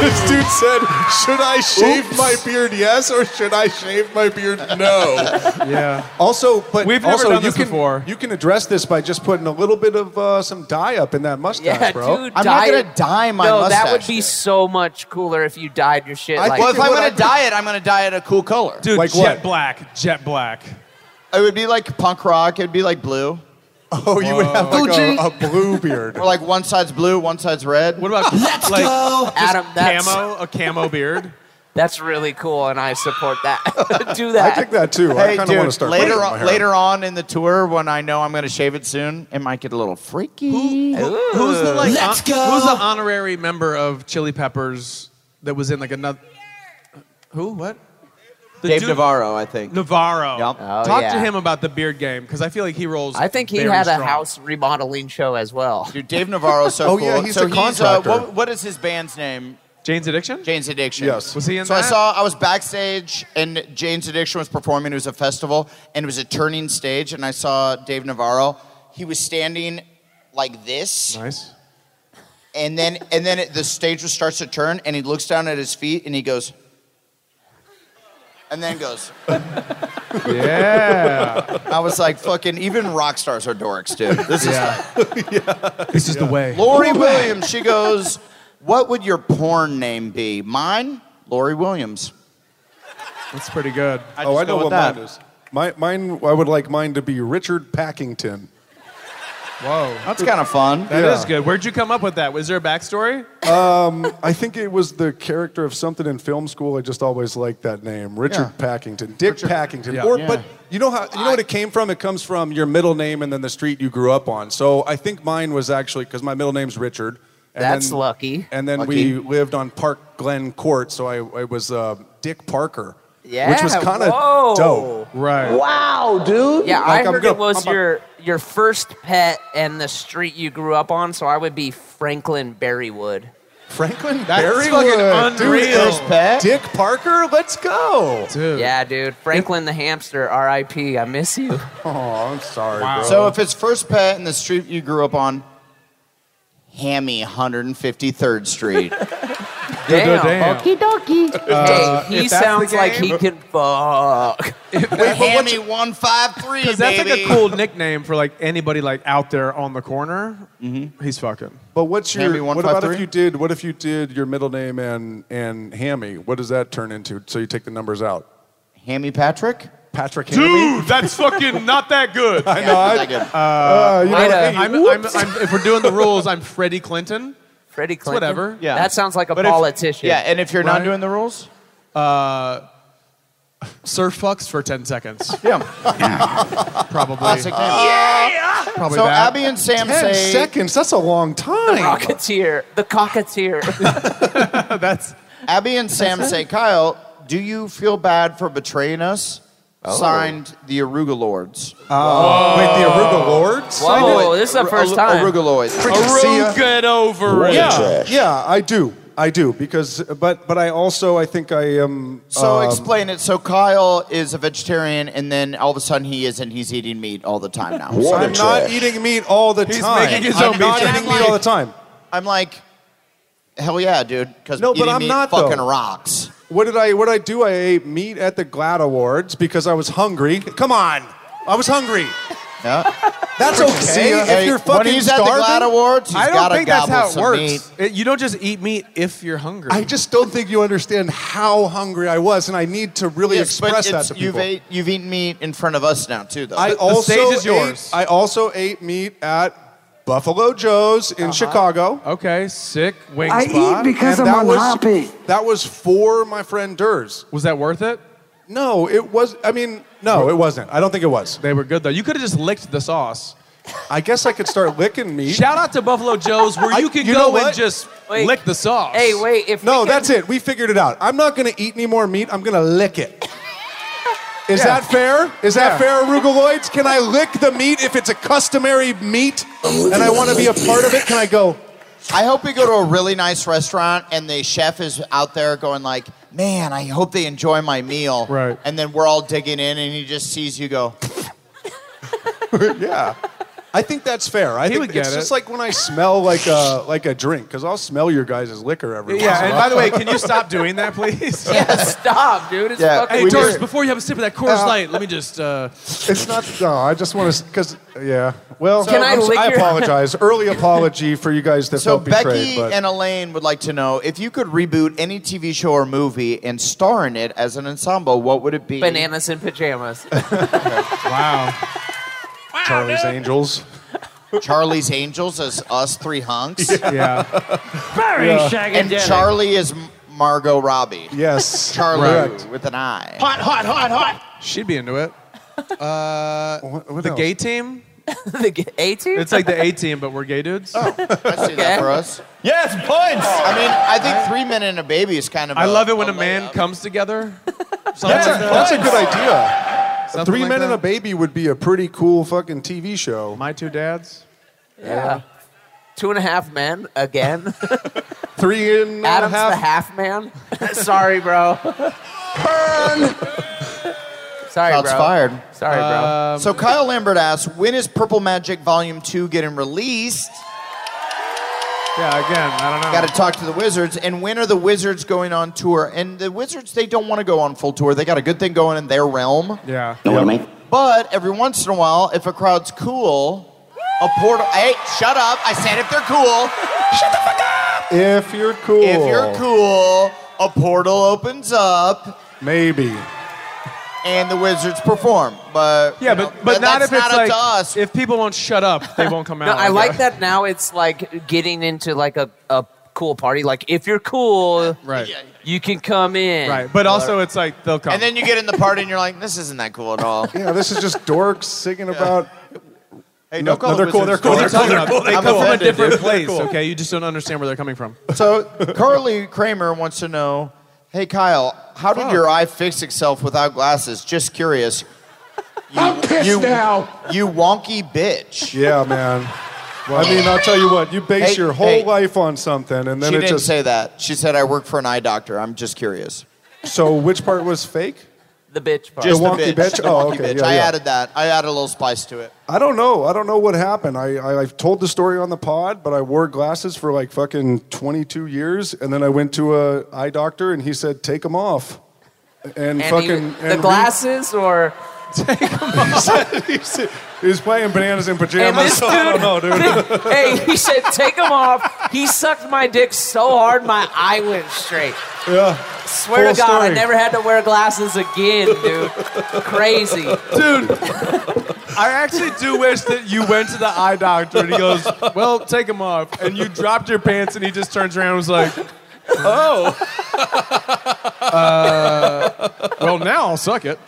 G: This dude said, should I shave my beard yes or should I shave my beard no?
I: [LAUGHS] yeah.
G: Also, but
I: We've never
G: also,
I: done
G: you
I: this
G: can,
I: before.
G: You can address this by just putting a little bit of uh, some dye up in that mustache,
E: Yeah,
G: bro.
E: dude.
C: I'm not
E: dye-
C: gonna dye my
E: no,
C: mustache.
E: that would be
C: dude.
E: so much cooler if you dyed your shit.
G: I
E: like,
C: Well, if
G: Dude,
C: I'm
G: what
C: gonna
G: I-
C: dye it, I'm gonna dye it a cool color.
I: Dude,
G: Like
I: jet
G: what?
I: black. Jet black.
C: It would be like punk rock. It'd be like blue.
G: Oh, you would have like a, a blue beard.
C: Or like one side's blue, one side's red.
I: What about Let's like go.
E: Adam, that's
I: camo? A camo beard?
E: that's really cool, and I support that. [LAUGHS] Do
G: I
E: that.
G: think that too. I
C: Hey,
G: kind of want to
C: dude,
G: start
C: later
G: putting it in my
C: on,
G: hair.
C: later on in the tour, when I know I'm going to shave it soon, it might get a little freaky.
I: Who's the like? Let's go. Who's the honorary member of Chili Peppers that was in like another? Who? What? The
C: Dave
I: dude-
C: Navarro, I think.
I: Navarro.
C: Yup.
E: Oh,
I: Talk to
E: yeah.
I: him about the beard game because I feel like he rolls.
E: I think he
I: very
E: had a
I: strong.
E: house remodeling show as well.
C: Dude, Dave Navarro's so
G: [LAUGHS] Oh,
C: cool.
G: yeah, he's
C: so
G: a
C: He's, uh,
G: contractor.
C: what, what is his band's name?
I: Jane's addiction.
C: Jane's Addiction.
G: Yes.
I: Was he in
C: so
I: that?
C: I saw I was backstage and Jane's Addiction was performing. It was a festival and it was a turning stage, and I saw Dave Navarro. He was standing like this,
I: Nice.
C: and then and then it, the stage was starts to turn, and he looks down at his feet and he goes, and then goes.
I: Yeah.
C: I was like, fucking, even rock stars are dorks, dude. This is
I: this is the way.
C: Lori Williams. She goes, What would your porn name be? Mine? Lori Williams.
I: That's pretty good.
G: oh,
C: just
G: I
C: go
G: know
C: with
G: what
C: that.
G: mine is. My, mine, I would like mine to be Richard Packington.
I: Whoa.
C: That's kind of fun.
I: That is
G: Yeah.
I: good. Where'd you come up with that? Was there a backstory?
G: I think it was the character of something in film school. I just always liked that name, Richard Packington, Dick Packington. Or, but you know how you know what it came from? It comes from your middle name and then the street you grew up on. So I think mine was actually because my middle name's Richard. And
E: That's lucky.
G: And then we lived on Park Glen Court, so I, I was uh, Dick Parker,
E: yeah.
G: which was kind
E: whoa.
G: of dope.
I: Right.
E: Yeah,
G: Like,
E: I
G: I'm
E: heard
G: gonna-
E: it was
G: I'm a-
E: your your first pet and the street you grew up on, so I would be Franklin Berrywood.
G: Franklin
I: That's
G: Berrywood,
I: fucking unreal.
G: Dude, Dick Parker, let's go.
I: Dude.
E: Yeah, dude. Franklin the hamster, R.I.P. I miss you.
G: Oh, I'm sorry, bro.
C: So if it's first pet in the street you grew up on, Hammy 153rd Street.
E: Damn.
I: Damn.
E: hey, he
I: if that's the
E: sounds like he can fuck.
C: Hammy 153.
I: Because that's like a
C: baby.
I: cool nickname for like anybody like out there on the corner. Mm-hmm. He's fucking.
G: But what's your
C: Hammy
G: what about
C: 153?
G: if you did what if you did your middle name and and Hammy? What does that turn into? So you take the numbers out.
C: Hammy Patrick?
G: Patrick Hammy.
I: that's fucking not that [LAUGHS] good.
G: I know. I,
C: good.
G: uh, you know,
E: I'd, uh,
G: hey,
I: I'm, I'm, I'm, if we're doing the rules, I'm Freddie Clinton.
E: Freddie Clinton.
I: whatever.
C: Yeah.
E: That sounds like a
C: But if-
E: politician.
C: Yeah, and if you're
I: Right.
C: not doing the rules?
I: Sir fucks for ten seconds,
C: Yeah.
I: probably.
C: Classic name.
I: probably
C: So
I: that.
C: Abby and Sam
G: ten
C: say
G: seconds. That's a long time.
E: Rocketeer. The cocketeer.
I: [LAUGHS] That's
C: Abby and Sam say, Kyle, do you feel bad for betraying us? signed the Aruga Lords.
G: Wait, the Aruga Lords?
E: Whoa, this is the first time.
C: Aruga Lords.
I: Get over it.
G: Yeah, yeah, I do. I do because, but but I also I think I am.
C: So
G: um,
C: explain it. So Kyle is a vegetarian, and then all of a sudden he isn't. He's eating meat all the time now. So
G: I'm not eating meat all the
I: He's
G: time.
I: making his
G: I'm
I: own
G: not
I: meat.
G: eating meat all the time.
C: I'm like, hell yeah, dude. Because
G: No, but I'm
C: meat
G: not,
C: fucking
G: though.
C: rocks.
G: What did I what did I do? I ate meat at the Glad Awards because I was hungry. Come on. I was hungry.
C: [LAUGHS] Yeah.
G: That's okay if
C: Hey,
G: you're fucking
C: when he's at the
G: starving.
C: Glad Awards, he's
I: I don't
C: gotta
I: think that's
C: gobble
I: how it
C: some meat.
I: works. It- you don't just eat meat if you're hungry.
G: I just don't think you understand how hungry I was, and I need to really
C: Yes, but
G: express that
C: it's-
G: to people.
C: you've, ate, you've eaten meat in front of us now too, though.
G: I
I: The- the
G: also
I: stage is
G: ate-
I: yours.
G: I also ate meat at Buffalo Joe's
C: Uh-huh.
G: in Chicago.
I: okay, sick wing
N: I eat
I: spot.
N: because
G: and
N: I'm
G: that was
N: unhappy.
G: that was for my friend Durs.
I: Was that worth it?
G: No, it was. I mean, no, it wasn't. I don't think it was.
I: They were good though. You could have just licked the sauce.
G: I guess I could start licking meat.
I: Shout out to Buffalo Joe's where
G: I-
I: you can
G: you know
I: go and
G: what?
I: just
E: Wait.
I: lick the sauce.
E: Hey, wait. If
G: No,
E: we can-
G: that's it. We figured it out. I'm not going to eat any more meat. I'm going to lick it. Is
I: Yeah.
G: that fair? Is that
I: Yeah.
G: fair, arugaloids? Can I lick the meat if it's a customary meat and I want to be a part of it? Can I go?
C: I hope we go to a really nice restaurant and the chef is out there going like, "Man, I hope they enjoy my meal."
I: Right.
C: And then we're all digging in, and he just sees you go.
G: Yeah. I think that's fair. I think
I: would get
G: it's just
I: it.
G: like when I smell like a like a drink because I'll smell your guys' liquor every once
I: Yeah,
G: in a
I: and by the way, can you stop doing that, please?
E: Yeah, [LAUGHS] stop, dude. It's
C: Yeah,
E: fucking
I: [LAUGHS] Hey,
C: We
I: Doris,
C: did.
I: before you have a sip of that Coors
G: Uh,
I: Light, let me just. Uh,
G: It's not. No, I just want to. Because yeah. Well,
E: Can I
G: I'm s-
E: lick your-
G: apologize. Early apology for you guys that
C: So
G: felt betrayed.
C: Becky
G: but
C: and Elaine would like to know if you could reboot any TV show or movie and star in it as an ensemble. What would it be?
E: bananas in pajamas. [LAUGHS]
I: wow.
G: Charlie's Angels.
C: Charlie's Angels as us three hunks,
I: Yeah.
N: Very
C: and
N: shagadelic.
C: Charlie is M- Margot Robbie.
G: Yes.
C: Charlie
G: Correct.
C: with an I.
I: She'd be into it. Uh,
G: What- what
I: the
G: else?
I: gay team?
E: the g- A team.
I: It's like the A team, but we're gay dudes.
C: I see that
E: Okay.
C: for us.
D: Yes, points.
C: I mean, I think three men and a baby is kind of.
I: I
C: a-
I: love it when a
C: layup.
I: man comes together.
G: That's a, that's a good idea.
I: Something
G: Three
I: like
G: Men and
I: that.
G: a Baby would be a pretty cool fucking TV show.
I: My two dads.
E: yeah. Two and a half men again.
G: Three and a
E: Adam's the
G: half.
E: half man. [LAUGHS] Sorry, bro. Sorry,
C: Shots
E: bro.
C: fired.
E: Sorry, bro.
I: Um,
C: So Kyle Lambert asks, when is Purple Magic Volume 2 getting released?
I: Yeah, again, I don't know.
C: Got to talk to the Wizards. And when are the Wizards going on tour? And the Wizards, they don't want to go on full tour. They got a good thing going in their realm.
I: yeah.
C: But every once in a while, if a crowd's cool, a portal. Hey, shut up. I said if they're cool.
G: If you're cool.
C: If you're cool, a portal opens up
G: Maybe.
C: and the Wizards perform. But
I: Yeah,
C: you know,
I: but, but not if
C: that's
I: it's
C: not
I: like
C: up to us.
I: if people won't shut up, they [LAUGHS] won't come out.
E: No, I like that now it's like getting into like a, a cool party. Like if you're cool,
I: Right,
E: you can come in.
I: right. But also, it's like they'll come.
C: and then you get in the party and you're like, this isn't that cool at all.
G: Yeah, this is just dorks singing about.
C: Hey,
G: No,
C: don't call
G: no,
C: the
G: they're cool,
C: Wizards
G: they're cool,
C: dorks.
G: they're cool,
I: They're cool, they
C: I'm
I: come from a
C: offended,
I: different
C: dude.
I: place. Okay, you just don't understand where they're coming from.
C: So Carly Kramer wants to know, hey Kyle, how did your eye fix itself without glasses? Just curious. You, I'm pissed you, now. You wonky bitch.
G: Yeah, man. I mean, I'll tell you what. You base
C: Hey,
G: your whole
C: hey.
G: life on something, and then
C: She
G: it
C: didn't
G: just.
C: say that. She said, I work for an eye doctor. I'm just curious.
G: so, which part was fake?
E: The bitch part.
C: Just
G: The wonky bitch?
C: The
G: Oh,
C: wonky
G: okay,
C: bitch.
G: yeah,
C: I
G: yeah.
C: added that. I added a little spice to it.
G: I don't know. I don't know what happened. I, I I've told the story on the pod, but I wore glasses for like fucking 22 years, and then I went to a eye doctor, and he said take them off, and,
E: And
G: fucking
E: you-
G: and
E: the
G: re-
E: glasses or
G: he, said, [LAUGHS] he said- he was playing bananas in
E: and
G: pajamas.
E: this
G: so
E: dude,
G: [LAUGHS] I don't know, dude.
E: hey, he said take him off. He sucked my dick so hard my eye went straight.
G: yeah.
E: Swear to
G: Full
E: God, I
G: story.
E: never had to wear glasses again, dude. Crazy.
I: Dude, I actually do wish that you went to the eye doctor and he goes, Well, take them off. And you dropped your pants and he just turns around and was like, Oh. Uh, well, now I'll suck it.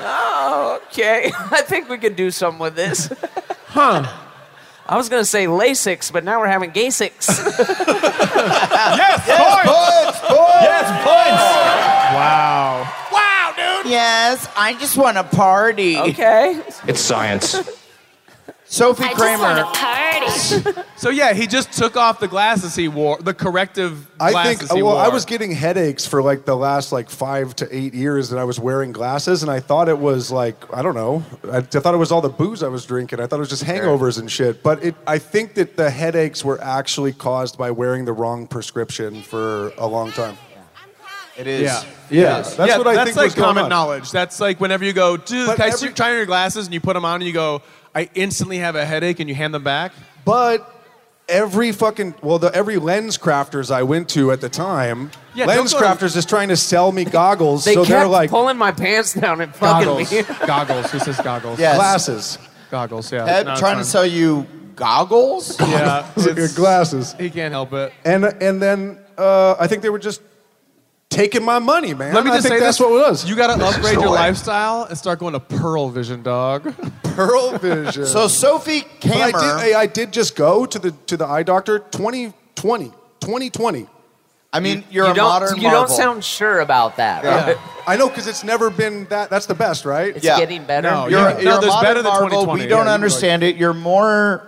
E: Okay, [LAUGHS] I think we can do something with this. Huh. I was gonna say Lasix, but now we're
G: [LAUGHS]
E: having Gasix.
I: Yes, points!
C: But, but-
I: Yes, points! Wow.
E: wow, dude.
C: Yes, I just want to party.
E: [LAUGHS] Okay.
N: It's [LAUGHS] science.
C: Sophie Kramer.
I: So yeah, he just took off the glasses he wore, the corrective
G: I
I: glasses
G: think uh,
I: he
G: well,
I: wore.
G: I was getting headaches for like the last like five to eight years, and I was wearing glasses, and I thought it was like I don't know, I, I thought it was all the booze I was drinking. I thought it was just hangovers and shit. But it, I think that the headaches were actually caused by wearing the wrong prescription for a long time.
C: It is.
I: Yeah.
G: Yeah, that's
I: Yeah,
G: what I
I: that's
G: think
I: like
G: was going
I: common
G: on.
I: knowledge. That's like whenever you go, dude,
G: But
I: can I
G: every-
I: see- try on your glasses, and you put them on, and you go, I instantly have a headache, and you hand them back.
G: But every fucking well, the every lens crafters I went to at the time,
I: Yeah, don't
G: lens
I: go to-
G: crafters is trying to sell me goggles,
E: They
G: so they're
E: kept
G: like
E: pulling my pants down and fucking
I: Goggles,
E: me.
I: goggles. This is goggles.
C: Yes.
G: glasses.
I: goggles. Yeah,
C: Ed
I: No, it's
C: trying to
I: fine.
C: sell you goggles?
I: Yeah,
G: Your [LAUGHS]
I: it's-
G: glasses.
I: He can't help it.
G: and and then uh, I think they were just taking my money, man.
I: Let me
G: I
I: just
G: think
I: say
G: that's
I: this.
G: what it was.
I: You gotta
N: This is
I: upgrade
N: the
I: your
N: way.
I: lifestyle and start going to Pearl Vision, dog.
G: Pearl Vision.
C: So Sophie
G: but I
C: Kramer.
G: did, uh, I, I did just go to the to the eye doctor 2020. 2020.
C: I mean, [LAUGHS] you're
E: you
C: a
E: don't,
C: modern
E: You don't
C: marvel.
E: sound sure about that. right?
G: I know because it's never been that. That's the best, right?
E: It's
C: Yeah.
E: getting better.
I: No,
C: You're,
I: Yeah.
C: you're
I: No,
C: a
I: there's
C: modern
I: better than
C: marvel.
I: 2020.
C: We don't
I: Yeah,
C: understand it. You're more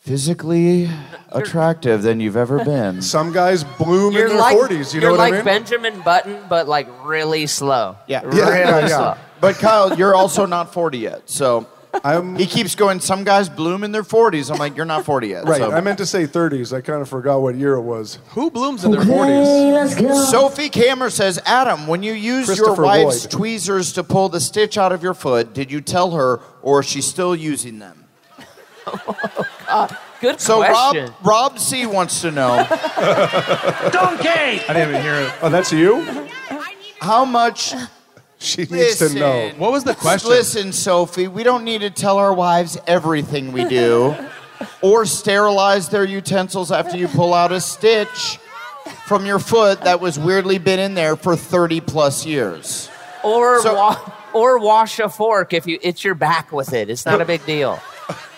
C: physically attractive than you've ever
G: [LAUGHS]
C: been.
G: Some guys bloom
E: You're
G: in their
E: like,
G: 40s. You
E: are
G: know what
E: like
G: I mean?
E: Benjamin Button, but like really slow.
C: Yeah.
E: really
G: Yeah, yeah, yeah.
E: slow.
C: But Kyle, you're also not 40 yet. So
G: I'm
C: he keeps going, some guys bloom in their 40s. I'm like, you're not 40 yet.
G: right.
C: So-
G: I meant to say 30s. I kind of forgot what year it was.
I: [LAUGHS] Who blooms in their forties?
C: Sophie Kammer says, Adam, when you used your
G: Christopher
C: wife's
G: Lloyd.
C: tweezers to pull the stitch out of your foot, did you tell her or is she still using them?
E: Good
C: So
E: question.
C: Rob, Rob C wants to know
N: Donkey!
I: I didn't even hear it.
G: Oh, that's you.
C: how much.
G: She needs
C: Listen,
G: to know.
I: What was the question?
C: Listen, Sophie, we don't need to tell our wives everything we do or sterilize their utensils after you pull out a stitch from your foot that was weirdly been in there for 30 plus years.
E: or
C: So-
E: wa- or wash a fork if you itch your back with it. It's not a big deal.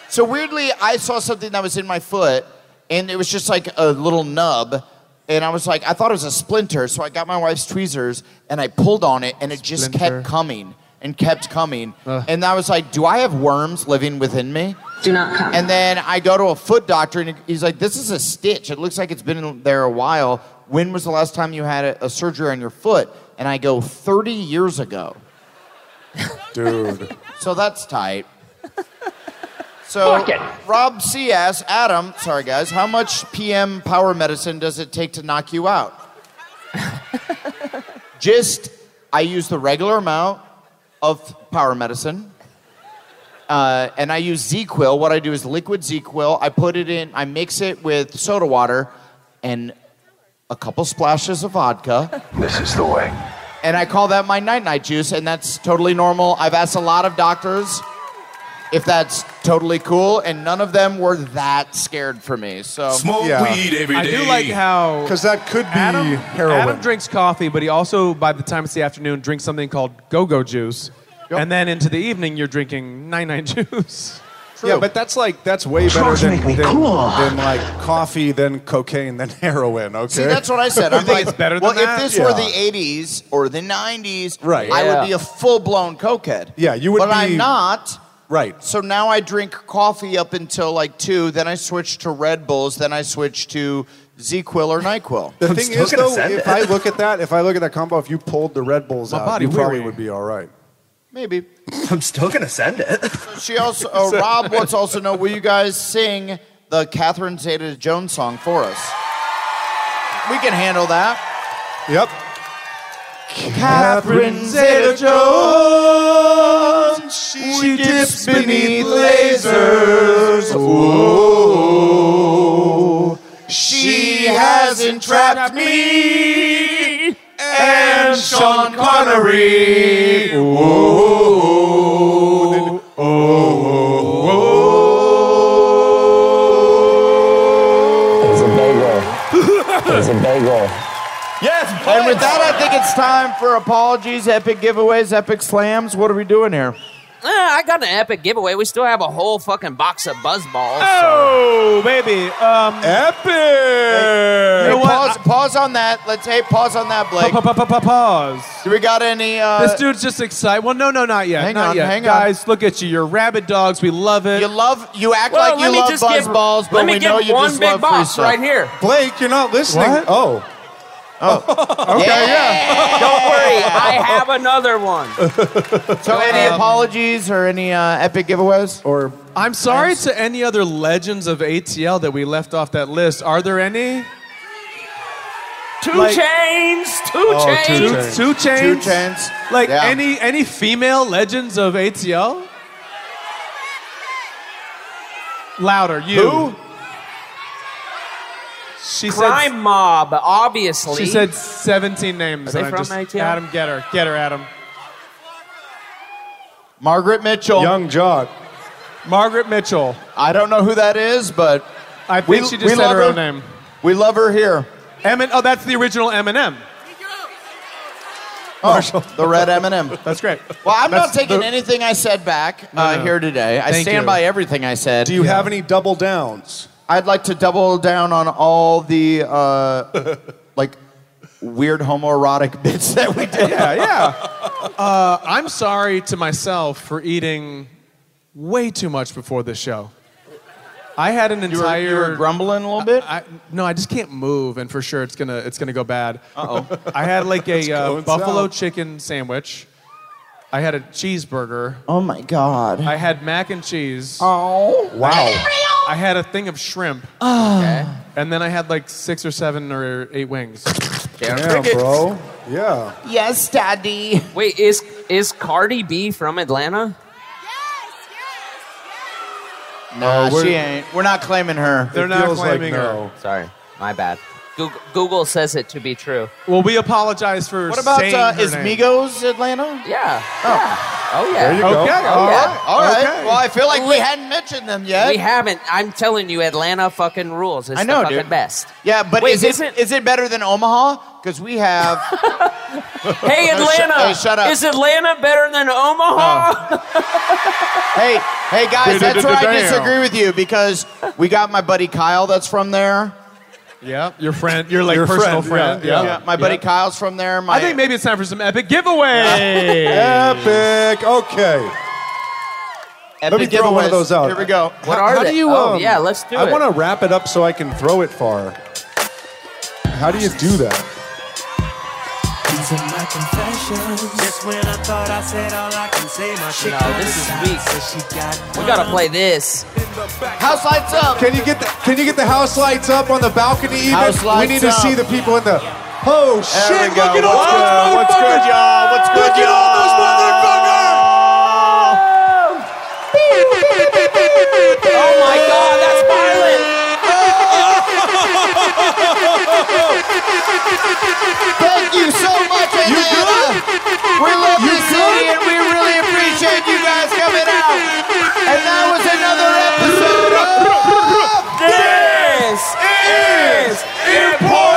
C: So weirdly, I saw something that was in my foot, and it was just like a little nub. And I was like, I thought it was a splinter, so I got my wife's tweezers and I pulled on it, and it just
I: Splinter.
C: kept coming and kept coming. And I was like, Do I have worms living within me?
Q: Do not come.
C: And then I go to a foot doctor, and he's like, This is a stitch. It looks like it's been in there a while. When was the last time you had a, a surgery on your foot? And I go, 30 years ago.
G: Dude.
C: So that's tight. So Rob C asks Adam, sorry guys, how much PM power medicine does it take to knock you out? Just I use the regular amount of power medicine. Uh, and I use Z-Quil. What I do is liquid Z-Quil. I put it in, I mix it with soda water and a couple splashes of vodka.
N: This is the way.
C: And I call that my night night juice, and that's totally normal. I've asked a lot of doctors if that's totally cool, and none of them were that scared for me. So
N: Smoke
G: Yeah.
N: weed every day.
I: I do like how
G: Because that could be
I: Adam,
G: heroin.
I: Adam drinks coffee, but he also, by the time it's the afternoon, drinks something called go-go juice. And then into the evening, you're drinking nine-nine [LAUGHS] juice.
G: Yeah, but that's like that's way better
N: Drugs
G: than,
N: make me
G: than,
N: cool.
G: than like coffee, than cocaine, than [LAUGHS] heroin. Okay.
C: see, that's what I said. I'm
I: think
C: like,
I: it's better than
C: well,
I: that?
C: if this were
G: Yeah.
C: the '80s or the '90s,
G: Right.
C: I
E: Yeah.
C: would be a full-blown cokehead.
G: Yeah, you would
C: But
G: be-
C: I'm not.
G: right.
C: So now I drink coffee up until like two. Then I switch to Red Bulls. Then I switch to Z-Quil or Nyquil.
G: The
N: I'm
G: thing
N: still
G: is,
N: gonna
G: though,
N: send
G: if
N: it.
G: I look at that, if I look at that combo, if you pulled the Red Bulls
I: My
G: out,
I: body
G: you probably
I: weary.
G: would be all right.
C: Maybe.
N: I'm still gonna send it.
C: She also
I: [LAUGHS]
C: uh, Rob wants to also know will you guys sing the Catherine Zeta Jones song for us? We can handle that.
G: Yep.
C: Catherine Zeta
G: Jones, she
C: dips beneath lasers.
G: Whoa,
C: She has entrapped
G: me and Sean Connery. Whoa, oh,
C: And with that, I think it's time for apologies, epic giveaways, epic slams. What are we doing here?
E: "Eh, I got an epic giveaway. We still have a whole fucking box of buzz balls.
D: Oh, baby. Um,
G: Epic.
C: Hey, pause, pause on that. Let's hey, pause on that, Blake.
I: Pause.
C: Do we got any? Uh,
I: This dude's just excited. Well, no, no, not yet.
C: Hang
I: not
C: on,
I: yet.
C: hang on.
I: Guys, look at you. You're rabid dogs. We love it.
C: you love. You act
E: Well,
C: like
E: let
C: you
E: me
C: love
E: just
C: buzz
E: give-
C: balls, but
E: let me
C: we
E: give
C: know you
E: one
C: just
E: big
C: love free
E: box
C: stuff.
E: right here.
G: Blake, you're not listening. Oh.
E: Don't worry,
C: [LAUGHS]
E: I have another one.
C: So, any apologies or any uh, epic giveaways?
G: Or
I: I'm sorry to any other legends of ATL that we left off that list. Are there any?
E: Two
I: Like-
E: chains, two
C: Oh,
E: chains.
G: two
I: Two,
G: Chainz.
I: two
C: Two
I: chains.
C: chains.
I: Like
C: Yeah.
I: any any female legends of ATL? Louder, you.
G: Who?
I: She
E: Crime mob,
I: said.
E: obviously.
I: She said 17 names.
E: Are they
I: and I
E: from
I: just-
E: ATL?
I: Adam, get her, get her, Adam.
C: Margaret Mitchell.
G: Young Jock.
I: Margaret Mitchell.
C: I don't know who that is, but
I: I think
C: We-
I: she
C: we
I: just said
C: love
I: her own
C: her.
I: name.
C: we love her here.
I: Emin. Oh, that's the original Eminem.
C: Oh, the red
I: [LAUGHS]
C: M&M. [LAUGHS]
I: That's great.
C: Well, I'm
I: That's
C: not taking
I: the-
C: anything I said back uh,
I: no.
C: here today. I
I: Thank
C: stand
I: you.
C: by everything I said.
G: Do you have any double downs?
C: I'd like to double down on all the
I: [LAUGHS]
C: uh, like weird homoerotic [LAUGHS] bits that we did.
I: Yeah, yeah. Uh, I'm sorry to myself for eating way too much before this show. I had an
C: You were,
I: entire.
C: you were grumbling a little bit.
I: I, no, I just can't move, and for sure it's gonna it's gonna go bad. Uh oh. I
C: [LAUGHS]
I: had like a uh,
G: going
I: buffalo
G: south.
I: chicken sandwich. I had a cheeseburger.
C: oh my god.
I: I had mac and cheese.
C: oh
G: Wow.
I: I had a thing of shrimp. And then I had like six or seven or eight wings.
G: Damn, bro. Yeah.
C: yes, daddy.
E: Wait, is is Cardi B from Atlanta?
C: No,
G: we're-
C: she ain't. We're not claiming her.
I: They're
G: It
I: not
G: feels like
I: claiming her.
G: no.
E: Sorry, my bad. Google, Google says it to be true.
I: Well, we apologize for.
C: What about
I: saying
C: uh,
I: her
C: is
I: name.
C: Migos Atlanta?
E: Yeah. yeah. Oh yeah.
G: There you
I: Okay.
G: go.
I: all
C: Yeah.
I: right.
C: All right.
I: Okay.
C: Well, I feel like we
E: We-
C: hadn't mentioned them yet.
E: We haven't. I'm telling you, Atlanta fucking rules. It's
C: I know,
E: the fucking
C: dude.
E: best.
C: yeah, but
E: Wait,
C: is it,
E: isn't-
C: is it better than Omaha? Because we have
E: Hey,
C: sh-
E: Atlanta!
C: hey, shut up.
E: Is Atlanta better than Omaha?
C: Hey, hey guys, that's where I
I: Damn.
C: disagree with you because we got my buddy Kyle that's from there.
I: Yeah, your friend, your like
G: Your
I: personal
G: friend,
I: friend.
G: yeah,
I: Yeah,
G: yeah.
C: My buddy Kyle's from there. My,
I: I think maybe it's time for some epic giveaway.
G: Epic. Okay.
C: epic
G: let me throw one of
C: giveaways.
G: those out.
C: Here we go.
E: What are
G: How
E: they?
G: do you?
E: oh,
G: um,
E: yeah, let's do
G: I
E: it.
G: want to wrap it up so I can throw it far. How do you do that?
Q: Just when I thought I said all I can say, my shit
E: No,
Q: got
E: this is
Q: inside,
E: weak.
Q: so she got
E: we gotta play this.
C: House lights up.
G: Can you get the Can you get the house lights up on the balcony? Even
C: House
G: we
C: lights
G: need to
C: up.
G: see the people in the. Oh
C: There
G: shit!
C: we go.
G: Look at all
C: What's
G: those
C: good? What's good,
G: motherfuckers.
C: y'all? What's good,
G: Look at all those
C: y'all?
E: Oh my god, that's violent!
C: Thank you so much, Atlanta. We love this city and we really appreciate you guys coming out. And that was another episode of
E: This is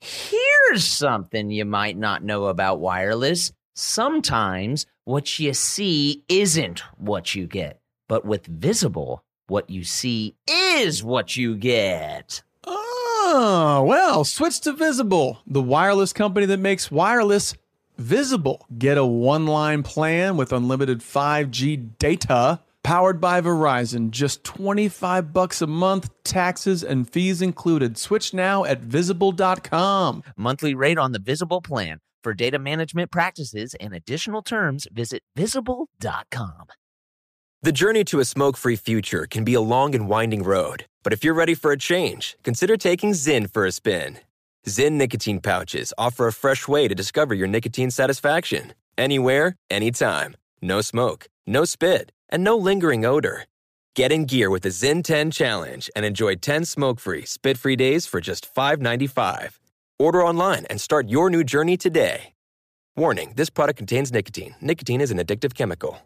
E: Here's something you might not know about wireless. Sometimes what you see isn't what you get, but with Visible, what you see is what you get.
A: Oh, well, switch to Visible, the wireless company that makes wireless visible. Get a one line plan with unlimited 5G data powered by Verizon. Just 25 bucks a month, taxes and fees included. Switch now at visible.com.
B: Monthly rate on the Visible plan. For data management practices and additional terms, visit visible.com.
F: The journey to a smoke free future can be a long and winding road, but if you're ready for a change, consider taking Zyn for a spin. Zyn nicotine pouches offer a fresh way to discover your nicotine satisfaction anywhere, anytime. No smoke, no spit, and no lingering odor. Get in gear with the Zyn 10 challenge and enjoy 10 smoke free, spit free days for just $5.95. Order online and start your new journey today. Warning this product contains nicotine. Nicotine is an addictive chemical.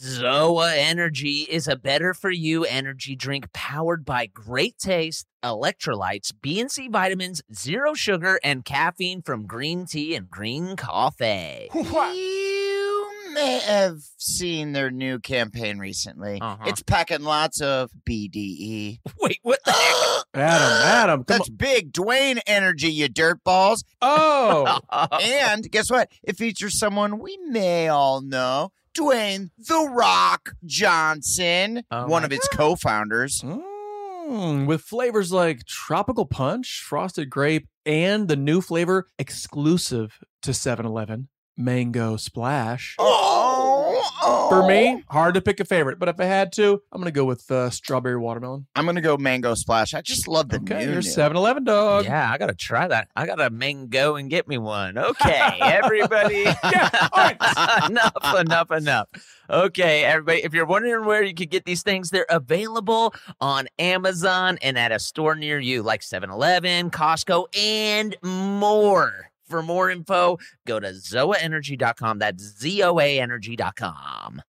B: Zoa Energy is a better for you energy drink powered by great taste, electrolytes, B and C vitamins, zero sugar, and caffeine from green tea and green coffee.
C: You may have seen their new campaign recently.
I: Uh-huh.
C: It's packing lots of BDE.
B: Wait, what the heck?
C: Adam,
I: Um,
C: Adam. That's big Dwayne energy, you dirtballs.
I: Oh.
C: and guess what? It features someone we may all know. Dwayne The Rock Johnson,
I: Oh
C: one of its co founders.
I: Mm, with flavors like tropical punch, frosted grape, and the new flavor exclusive to 7 Eleven, mango splash. For
C: Oh.
I: me, hard to pick a favorite, but if I had to, I'm going to go with uh, strawberry watermelon.
C: I'm going to go mango splash. I just love the
I: okay,
C: new,
I: You're
C: new.
I: 7 Eleven dog.
B: Yeah, I gotta try that. I gotta mango and get me one. Okay, everybody. [LAUGHS] enough, enough, enough. Okay, everybody. If you're wondering where you could get these things, they're available on Amazon and at a store near you, like 7-Eleven, Costco, and more. For more info, go to zoaenergy.com. That's z o a energy.com.